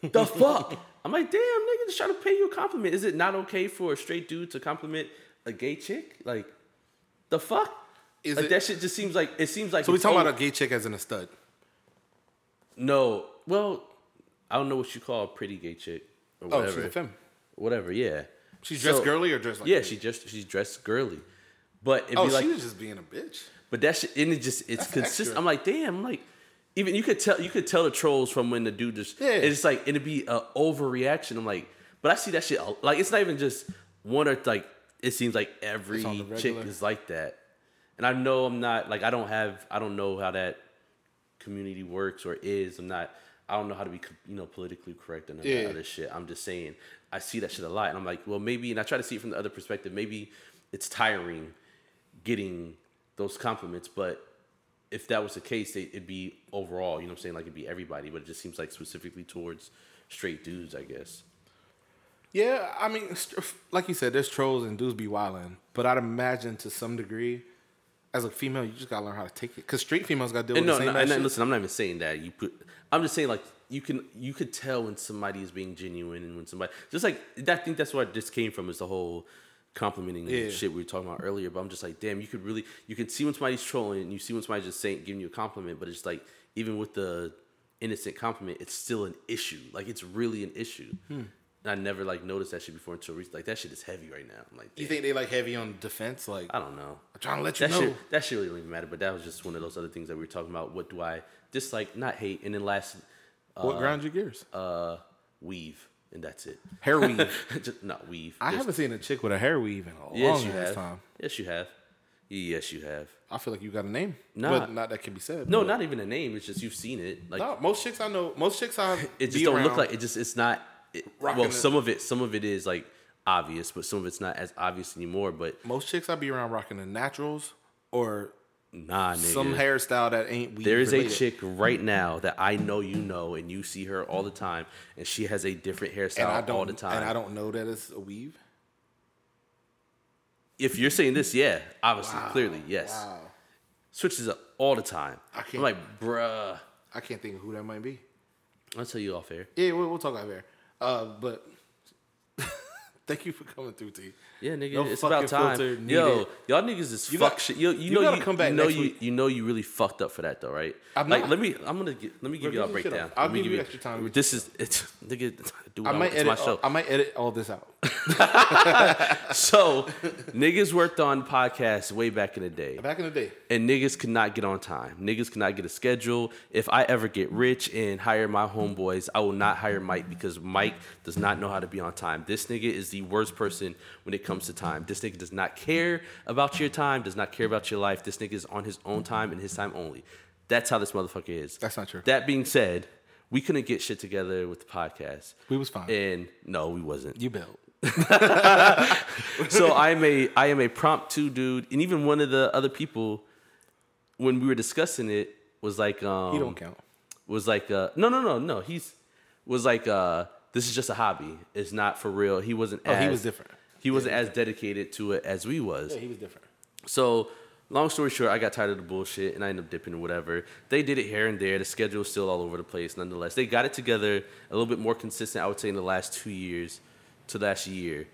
Speaker 1: <laughs>
Speaker 2: the fuck? I'm like, damn, nigga, just trying to pay you a compliment. Is it not okay for a straight dude to compliment a gay chick? Like, the fuck?
Speaker 1: Is
Speaker 2: Like
Speaker 1: it?
Speaker 2: that shit just seems like it seems like.
Speaker 1: so we
Speaker 2: it's
Speaker 1: talking
Speaker 2: over.
Speaker 1: about a gay chick as in a stud.
Speaker 2: No, well, I don't know what you call a pretty gay chick or
Speaker 1: Oh,
Speaker 2: whatever.
Speaker 1: she's a femme.
Speaker 2: Whatever, yeah.
Speaker 1: She's dressed
Speaker 2: So-
Speaker 1: girly or dressed like
Speaker 2: Yeah,
Speaker 1: a
Speaker 2: she
Speaker 1: bitch?
Speaker 2: just she's dressed girly, but it'd
Speaker 1: Oh,
Speaker 2: be like,
Speaker 1: she was just being a bitch.
Speaker 2: but that shit, and it just it's
Speaker 1: That's
Speaker 2: consistent.
Speaker 1: extra.
Speaker 2: I'm like, damn, like even you could tell you could tell the trolls from when the dude just
Speaker 1: Yeah.
Speaker 2: it's like it'd be a overreaction. I'm like, but I see that shit a- like it's not even just one or like it seems like every
Speaker 1: It's on the
Speaker 2: chick
Speaker 1: regular.
Speaker 2: is like that, and I know I'm not like I don't have I don't know how that community works or is. I'm not. I don't know how to be you know politically correct and all
Speaker 1: Yeah.
Speaker 2: that other shit. I'm just saying I see that shit a lot, and I'm like, well, maybe. And I try to see it from the other perspective. Maybe it's tiring getting those compliments, but if that was the case, they, it'd be overall. You know what I'm saying? Like it'd be everybody, but it just seems like specifically towards straight dudes, I guess.
Speaker 1: Yeah, I mean, st- like you said, there's trolls and dudes be wildin', but I'd imagine to some degree, as a female, you just gotta learn how to take it. Cause straight females gotta deal with
Speaker 2: And no,
Speaker 1: the same
Speaker 2: no,
Speaker 1: bad
Speaker 2: and
Speaker 1: shit.
Speaker 2: then, listen, I'm not even saying that. You put, I'm just saying like you can, you could tell when somebody is being genuine and when somebody just like that. I think that's where this came from is the whole complimenting
Speaker 1: Yeah.
Speaker 2: and shit we were talking about earlier. But I'm just like, damn, you could really, you can see when somebody's trolling and you see when somebody's just saying giving you a compliment, but it's like even with the innocent compliment, it's still an issue. Like it's really an issue.
Speaker 1: Hmm.
Speaker 2: And I never like noticed that shit before until recently. Like that shit is heavy right now. I'm like,
Speaker 1: you
Speaker 2: damn,
Speaker 1: think they like heavy on defense? Like,
Speaker 2: I
Speaker 1: I'm
Speaker 2: don't know.
Speaker 1: trying to let you
Speaker 2: That
Speaker 1: know.
Speaker 2: shit, that shit really don't even matter. But that was just one of those other things that we were talking about. What do I dislike, not hate, and then last,
Speaker 1: what ground you gears?
Speaker 2: uh, weave, and that's it.
Speaker 1: hair weave.
Speaker 2: <laughs> just, not weave.
Speaker 1: I
Speaker 2: Just-
Speaker 1: haven't seen a chick with a hair weave in a long
Speaker 2: Yes, you
Speaker 1: ass
Speaker 2: have.
Speaker 1: time.
Speaker 2: Yes, you have. Yes, you have.
Speaker 1: I feel like you got a name.
Speaker 2: Nah.
Speaker 1: But not that can be said.
Speaker 2: No,
Speaker 1: but-
Speaker 2: not even a name. It's just you've seen it. Like
Speaker 1: No, most chicks I know, most chicks I
Speaker 2: <laughs> it just
Speaker 1: be
Speaker 2: don't
Speaker 1: around-
Speaker 2: look like it. Just it's not. It,
Speaker 1: Rocking
Speaker 2: well,
Speaker 1: it.
Speaker 2: some of it, some of it is like obvious, but some of it's not as obvious anymore. But
Speaker 1: most chicks I be around rocking the naturals or
Speaker 2: nah, nigga.
Speaker 1: some hairstyle that ain't weave.
Speaker 2: There is a
Speaker 1: related.
Speaker 2: chick right now that I know you know, and you see her all the time, and she has a different
Speaker 1: and I
Speaker 2: hairstyle
Speaker 1: don't
Speaker 2: all the time.
Speaker 1: and I don't know that it's a weave.
Speaker 2: if you're saying this, yeah, obviously, clearly, yes.
Speaker 1: Wow.
Speaker 2: Switches up all the time.
Speaker 1: I can't-
Speaker 2: I'm like, bruh.
Speaker 1: I can't think of who that might be.
Speaker 2: I'll tell you off air.
Speaker 1: Yeah, we'll, we'll talk about it. Uh, but <laughs> thank you for coming through, T.
Speaker 2: Yeah, nigga,
Speaker 1: No
Speaker 2: it's
Speaker 1: fucking
Speaker 2: about time.
Speaker 1: filter needed.
Speaker 2: Yo, y'all niggas is
Speaker 1: You
Speaker 2: fuck
Speaker 1: got-
Speaker 2: shit. Yo, you,
Speaker 1: you
Speaker 2: know
Speaker 1: gotta
Speaker 2: you,
Speaker 1: come back
Speaker 2: you know
Speaker 1: next
Speaker 2: you
Speaker 1: week.
Speaker 2: you know you really fucked up for that though, right?
Speaker 1: I'm
Speaker 2: like,
Speaker 1: not.
Speaker 2: let me. I'm gonna get, let me give
Speaker 1: Bro,
Speaker 2: y'all a
Speaker 1: give me shit
Speaker 2: breakdown.
Speaker 1: up. I'll
Speaker 2: Let me
Speaker 1: give you
Speaker 2: a-
Speaker 1: extra time to
Speaker 2: <laughs> This is it's nigga. Do what
Speaker 1: I might
Speaker 2: I, want. It's my
Speaker 1: edit.
Speaker 2: show.
Speaker 1: All, I might edit all this out.
Speaker 2: so <laughs> niggas worked on podcasts way back in the day.
Speaker 1: Back in the day,
Speaker 2: and niggas could not get on time. Niggas could not get a schedule. If I ever get rich and hire my homeboys, I will not hire Mike because Mike does not know how to be on time. This nigga is the worst person when it comes to time. This nigga does not care about your time, does not care about your life. This nigga is on his own time and his time only. That's how this motherfucker is.
Speaker 1: That's not true.
Speaker 2: That being said, we couldn't get shit together with the podcast.
Speaker 1: We was fine.
Speaker 2: And no, we wasn't
Speaker 1: you built.
Speaker 2: so I'm a I am a promptu dude, and even one of the other people when we were discussing it was like um
Speaker 1: You don't count.
Speaker 2: was like uh no no no no he's was like uh this is just a hobby it's not for real he wasn't
Speaker 1: Oh, he
Speaker 2: as,
Speaker 1: was different.
Speaker 2: he wasn't as dedicated to it as we was
Speaker 1: Yeah, he was different.
Speaker 2: so, long story short, I got tired of the bullshit and I ended up dipping or whatever. They did it here and there. The schedule was still all over the place. Nonetheless, they got it together a little bit more consistent. I would say in the last two years to last year,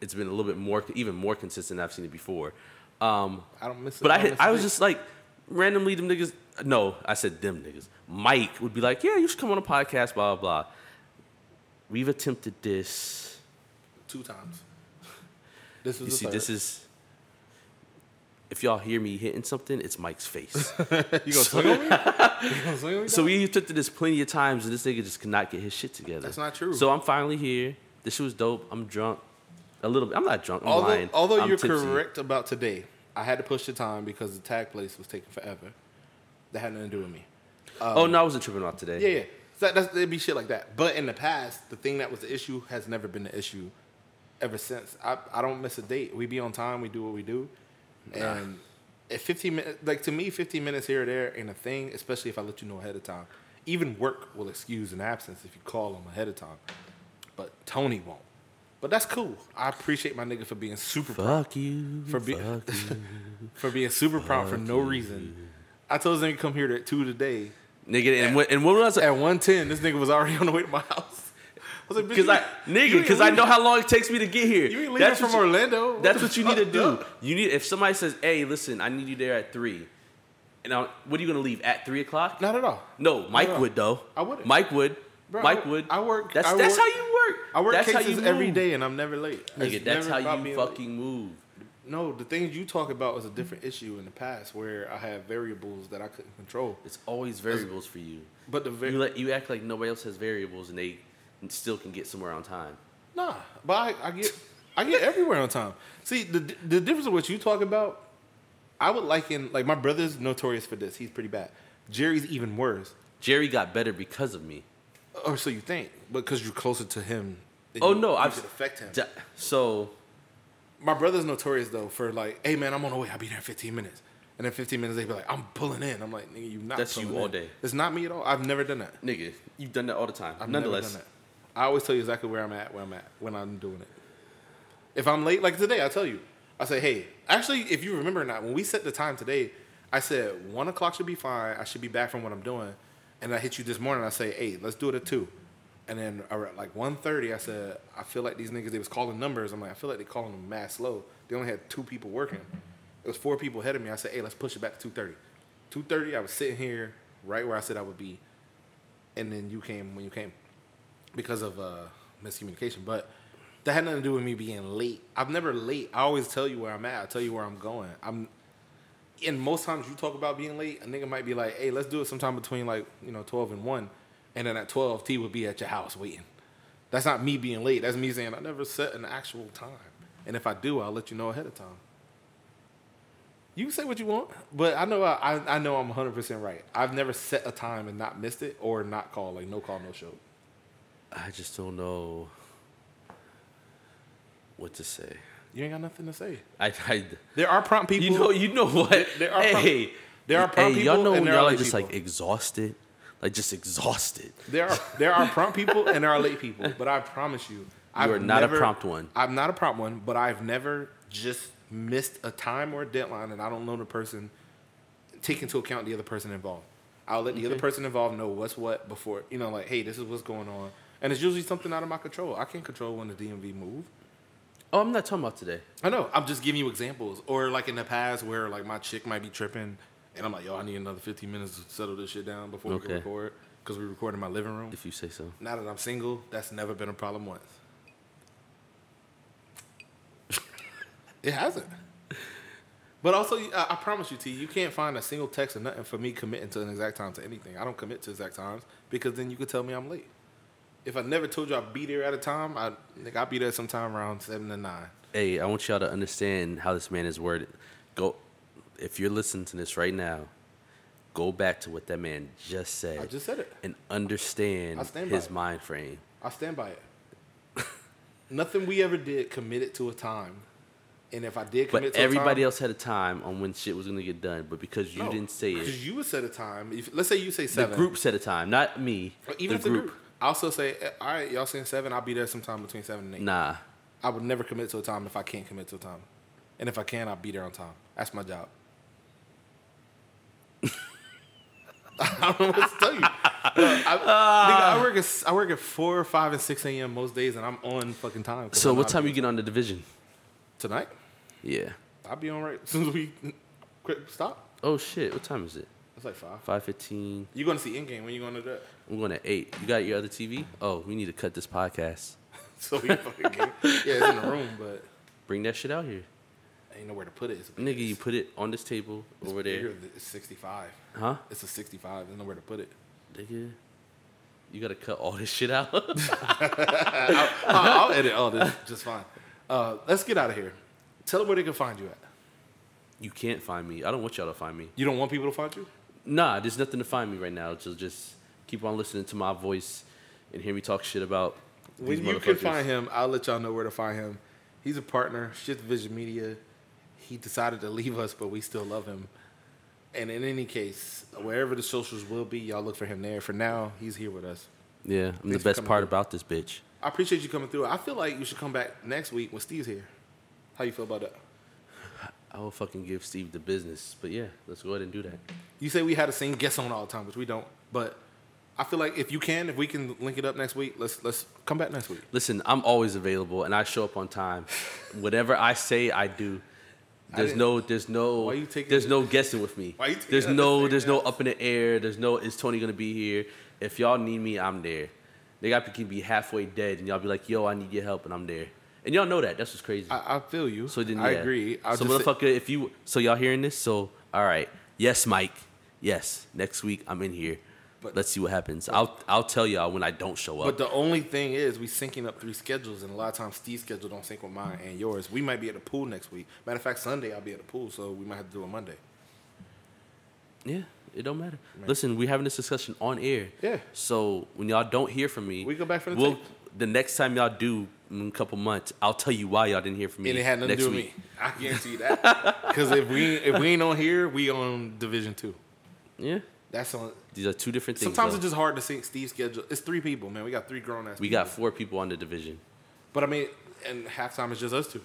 Speaker 2: it's been a little bit more, even more consistent. than I've seen it before. Um,
Speaker 1: I don't miss it.
Speaker 2: but I,
Speaker 1: don't
Speaker 2: had,
Speaker 1: miss a
Speaker 2: I was
Speaker 1: thing.
Speaker 2: just like, randomly, them niggas. No, I said them niggas. Mike would be like, "Yeah, you should come on a podcast." Blah blah. blah. We've attempted this.
Speaker 1: two times. <laughs> This was
Speaker 2: You
Speaker 1: the
Speaker 2: see,
Speaker 1: third.
Speaker 2: this is. If y'all hear me hitting something, it's Mike's
Speaker 1: <laughs>
Speaker 2: face.
Speaker 1: <laughs> you gonna swing
Speaker 2: <laughs>
Speaker 1: on me? You gonna swing on me?
Speaker 2: So
Speaker 1: dog?
Speaker 2: we attempted this plenty of times, and this nigga just could not get his shit together.
Speaker 1: That's not true.
Speaker 2: So I'm finally here. This shit was dope. I'm drunk, a little bit. I'm not drunk. I'm
Speaker 1: although
Speaker 2: lying.
Speaker 1: although
Speaker 2: I'm
Speaker 1: you're
Speaker 2: tipsy.
Speaker 1: correct about today, I had to push the time because the tag place was taking forever. That had nothing to do with me.
Speaker 2: oh no, I wasn't tripping off today.
Speaker 1: Yeah, yeah. So that, that's, it'd be shit like that. But in the past, the thing that was the issue has never been the issue ever since. I, I don't miss a date. We be on time. We do what we do. And if 15 minutes, like to me, 15 minutes here or there ain't a thing, especially if I let you know ahead of time. Even work will excuse an absence if you call them ahead of time. But Tony won't. But that's cool. I appreciate my nigga for being super prompt.
Speaker 2: Fuck you.
Speaker 1: For be-
Speaker 2: fuck you.
Speaker 1: <laughs> For being super prompt for no reason. I told this nigga come here at 2 today.
Speaker 2: nigga. And when, and when was
Speaker 1: <laughs>
Speaker 2: I?
Speaker 1: At 110, this nigga was already on the way to my house. was like, bitch,
Speaker 2: Because
Speaker 1: you-
Speaker 2: I, nigga,
Speaker 1: ain't
Speaker 2: because I
Speaker 1: leaving-
Speaker 2: know how long it takes me to get here.
Speaker 1: You ain't leaving
Speaker 2: That's
Speaker 1: from
Speaker 2: what you-
Speaker 1: Orlando. What
Speaker 2: That's
Speaker 1: the
Speaker 2: what you need to
Speaker 1: fuck,
Speaker 2: do.
Speaker 1: dog?
Speaker 2: You need if somebody says, "Hey, listen, I need you there at 3. and I, what are you gonna leave at three o'clock?
Speaker 1: Not at all.
Speaker 2: No, Mike
Speaker 1: no.
Speaker 2: would though.
Speaker 1: I wouldn't.
Speaker 2: Mike would.
Speaker 1: Bro,
Speaker 2: Mike
Speaker 1: I-
Speaker 2: would.
Speaker 1: I work-
Speaker 2: That's
Speaker 1: I
Speaker 2: that's
Speaker 1: work-
Speaker 2: how you work.
Speaker 1: I work
Speaker 2: that's how
Speaker 1: cases
Speaker 2: you
Speaker 1: every
Speaker 2: move.
Speaker 1: day and I'm never late.
Speaker 2: Nigga,
Speaker 1: It's
Speaker 2: that's
Speaker 1: never
Speaker 2: how
Speaker 1: about
Speaker 2: you
Speaker 1: being late.
Speaker 2: fucking move.
Speaker 1: No, the things you talk about was a different issue in the past where I had variables that I couldn't control.
Speaker 2: It's always variables for you.
Speaker 1: But the var-
Speaker 2: You let you act like nobody else has variables and they still can get somewhere on time.
Speaker 1: Nah, but I, I get I get everywhere on time. See, the the difference of what you talk about, I would liken like my brother's notorious for this. He's pretty bad. Jerry's even worse,
Speaker 2: Jerry got better because of me.
Speaker 1: or Oh, so you think, because you're closer to him. then
Speaker 2: oh
Speaker 1: you-
Speaker 2: no,
Speaker 1: you
Speaker 2: I've
Speaker 1: could affect him.
Speaker 2: d- so
Speaker 1: my brother's notorious though for like, hey man, I'm on the way. I'll be there in 15 minutes. And in 15 minutes, they be like, I'm pulling in. I'm like, nigga, you not.
Speaker 2: That's you
Speaker 1: pulling
Speaker 2: all
Speaker 1: in.
Speaker 2: day.
Speaker 1: It's not me at all. I've never done that.
Speaker 2: nigga, you've done that all the time.
Speaker 1: I've
Speaker 2: Nonetheless,
Speaker 1: never done that. I always tell you exactly where I'm at, where I'm at, when I'm doing it. If I'm late, like today, I tell you. I say, hey, actually, if you remember or not, when we set the time today, I said one o'clock should be fine. I should be back from what I'm doing. And I hit you this morning. I say, hey, let's do it at two. And then around like 1.30, I said, I feel like these niggas, they was calling numbers. I'm like, I feel like they calling them mad slow. They only had two people working. It was four people ahead of me. I said, hey, let's push it back to 2.30. 2.30, I was sitting here right where I said I would be and then you came when you came because of uh, miscommunication. But that had nothing to do with me being late. I'm never late. I always tell you where I'm at. I tell you where I'm going. I'm, and most times you talk about being late. A nigga might be like, "Hey, let's do it sometime between like you know 12 and one," and then at 12, T would be at your house waiting. That's not me being late. That's me saying I never set an actual time. And if I do, I'll let you know ahead of time. You can say what you want, but I know I, I, I know I'm 100 percent right. I've never set a time and not missed it or not call like no call no show.
Speaker 2: I just don't know what to say.
Speaker 1: You ain't got nothing to say.
Speaker 2: I, I
Speaker 1: There are prompt people.
Speaker 2: you know, you know what?
Speaker 1: there are pro-
Speaker 2: hey,
Speaker 1: there are pro
Speaker 2: hey, y'all
Speaker 1: people
Speaker 2: know
Speaker 1: and
Speaker 2: when
Speaker 1: there are
Speaker 2: y'all are
Speaker 1: lay
Speaker 2: just like
Speaker 1: people.
Speaker 2: exhausted, like just exhausted.
Speaker 1: there are there are prompt people and there are late people. But I promise you, I've
Speaker 2: are not a
Speaker 1: never-
Speaker 2: prompt one.
Speaker 1: I'm not a prompt one, but I've never just missed a time or a deadline, and I don't know the person. Take into account the other person involved. I'll let the other person involved know what's what before you know, like, hey, this is what's going on, and it's usually something out of my control. I can't control when the DMV move.
Speaker 2: Oh, I'm not talking about today.
Speaker 1: I know. I'm just giving you examples. Or like in the past where like my chick might be tripping and I'm like, yo, I need another 15 minutes to settle this shit down before we
Speaker 2: Okay.
Speaker 1: can record. Because we record in my living room.
Speaker 2: If you say so.
Speaker 1: Now that I'm single, that's never been a problem
Speaker 2: <laughs>
Speaker 1: once. it hasn't. But also, I, I promise you, T, you can't find a single text or nothing for me committing to an exact time to anything. I don't commit to exact times because then you could tell me I'm late. If I never told you I'd be there at a time, I think I'd be there sometime around seven to nine.
Speaker 2: Hey, I want y'all to understand how this man is worded. Go, if you're listening to this right now, go back to what that man just said.
Speaker 1: I just said it.
Speaker 2: and understand
Speaker 1: I stand by
Speaker 2: his
Speaker 1: it.
Speaker 2: mind frame.
Speaker 1: I stand by it. <laughs> Nothing we ever did committed to a time, and if I did commit
Speaker 2: But
Speaker 1: to
Speaker 2: everybody
Speaker 1: a time,
Speaker 2: else had a time on when shit was gonna get done. But because you didn't say it,
Speaker 1: Because you would set a time. If, let's say you say
Speaker 2: the
Speaker 1: seven.
Speaker 2: group set a time, not me.
Speaker 1: But even
Speaker 2: the
Speaker 1: if the group. I also say, eh, all right, y'all saying seven? I'll be there sometime between seven and eight.
Speaker 2: Nah,
Speaker 1: I would never commit to a time if I can't commit to a time, and if I can, I'll be there on time. That's my job. <laughs> I don't know what to tell you. Uh, I, nigga, I work at s- I work at four, five, and six a.m. most days, and I'm on fucking time. 'cause
Speaker 2: So
Speaker 1: I'm
Speaker 2: what
Speaker 1: out
Speaker 2: time you get on the division?
Speaker 1: tonight?
Speaker 2: Yeah.
Speaker 1: I'll be on right as soon as we quit stop.
Speaker 2: Oh shit! What time is it?
Speaker 1: It's like five.
Speaker 2: Five fifteen.
Speaker 1: You're gonna see Endgame when you gonna do that. <laughs>
Speaker 2: I'm going at eight. You got your other TV? Oh, we need to cut this podcast.
Speaker 1: So we fucking game. yeah, it's in the room, but
Speaker 2: Bring that shit out here,
Speaker 1: ain't nowhere to put it. It's big.
Speaker 2: nigga. You put it on this table
Speaker 1: It's
Speaker 2: over
Speaker 1: bigger
Speaker 2: there,
Speaker 1: than- It's 65.
Speaker 2: huh?
Speaker 1: It's a 65. There's nowhere to
Speaker 2: <laughs>
Speaker 1: put it.
Speaker 2: Nigga, you gotta cut all this shit out. <laughs>
Speaker 1: Uh, I'll, I'll edit all this just fine. Uh, let's get out of here. Tell them where they can find you at.
Speaker 2: you can't find me. I don't want y'all to find me.
Speaker 1: You don't want people to find you?
Speaker 2: Nah, there's nothing to find me right now. So just keep on listening to my voice and hear me talk shit about
Speaker 1: When
Speaker 2: these
Speaker 1: you can
Speaker 2: motherfuckers.
Speaker 1: find him, I'll let y'all know where to find him. He's a partner, Shift Vision Media. He decided to leave us, but we still love him. And in any case, wherever the socials will be, y'all look for him there. For now, he's here with us.
Speaker 2: Yeah, I'm
Speaker 1: Thanks for
Speaker 2: the best
Speaker 1: coming
Speaker 2: part
Speaker 1: through.
Speaker 2: about this bitch.
Speaker 1: I appreciate you coming through. I feel like you should come back next week when Steve's here. How you feel about that?
Speaker 2: I will fucking give Steve the business. But yeah, let's go ahead and do that.
Speaker 1: You say we had the same guest on all the time, which we don't. But I feel like if you can, if we can link it up next week, let's let's come back next week.
Speaker 2: Listen, I'm always available and I show up on time. Whatever I say, I do. There's
Speaker 1: didn't-
Speaker 2: no, there's no,
Speaker 1: Why you taking
Speaker 2: there's
Speaker 1: this-
Speaker 2: no guessing with me.
Speaker 1: Why you taking
Speaker 2: there's
Speaker 1: that
Speaker 2: no,
Speaker 1: thing
Speaker 2: there's no
Speaker 1: out?
Speaker 2: up in the air. There's no, is Tony gonna be here? If y'all need me, I'm there. They got can be halfway dead and y'all be like, yo, I need your help, and I'm there. And y'all know that. That's what's crazy.
Speaker 1: I, I feel you.
Speaker 2: so then,
Speaker 1: I
Speaker 2: yeah.
Speaker 1: agree. I
Speaker 2: so
Speaker 1: just-
Speaker 2: motherfucker, if you, so y'all hearing this? So all right, yes, Mike, yes. Next week, I'm in here.
Speaker 1: But-
Speaker 2: Let's see what happens. I'll, I'll tell y'all when I don't show up.
Speaker 1: But the only thing is, we syncing up three schedules, and a lot of times Steve's schedule don't sync with mine and yours. We might be at the pool next week. Matter of fact, Sunday I'll be at the pool, so we might have to do it Monday.
Speaker 2: Yeah, it don't matter. Listen, we're having this discussion on air.
Speaker 1: Yeah.
Speaker 2: So when y'all don't hear from me,
Speaker 1: We go back for the tape.
Speaker 2: the next time y'all do in a couple months, I'll tell you why y'all didn't hear from me.
Speaker 1: And it had nothing
Speaker 2: next
Speaker 1: to do with
Speaker 2: week.
Speaker 1: me. I guarantee you that.
Speaker 2: <laughs>
Speaker 1: Because if we if we ain't on here, we on Division Two.
Speaker 2: Yeah.
Speaker 1: That's on.
Speaker 2: These are two different things.
Speaker 1: Sometimes
Speaker 2: though.
Speaker 1: it's just hard to sync Steve's schedule. It's three people, man. We got three grown ass.
Speaker 2: we got four people on the division.
Speaker 1: But I mean, and halftime is just us two.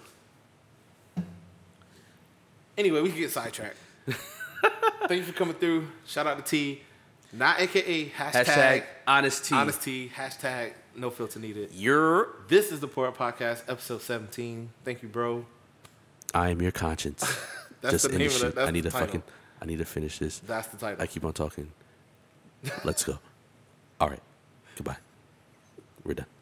Speaker 1: Anyway, we can get
Speaker 2: <laughs>
Speaker 1: sidetracked. Thank you for coming through. Shout out to T, not AKA hashtag,
Speaker 2: Hashtag honesty.
Speaker 1: honesty hashtag no filter needed.
Speaker 2: You're.
Speaker 1: This is the Poor Up Podcast, episode seventeen. Thank you, bro.
Speaker 2: I am your conscience.
Speaker 1: <laughs> That's
Speaker 2: just
Speaker 1: the name of
Speaker 2: finish
Speaker 1: the-
Speaker 2: it.
Speaker 1: that's
Speaker 2: I need
Speaker 1: the
Speaker 2: to
Speaker 1: title.
Speaker 2: fucking. I need to finish this.
Speaker 1: That's the title.
Speaker 2: I
Speaker 1: <laughs>
Speaker 2: keep on talking. Let's go. All right. Goodbye. We're done.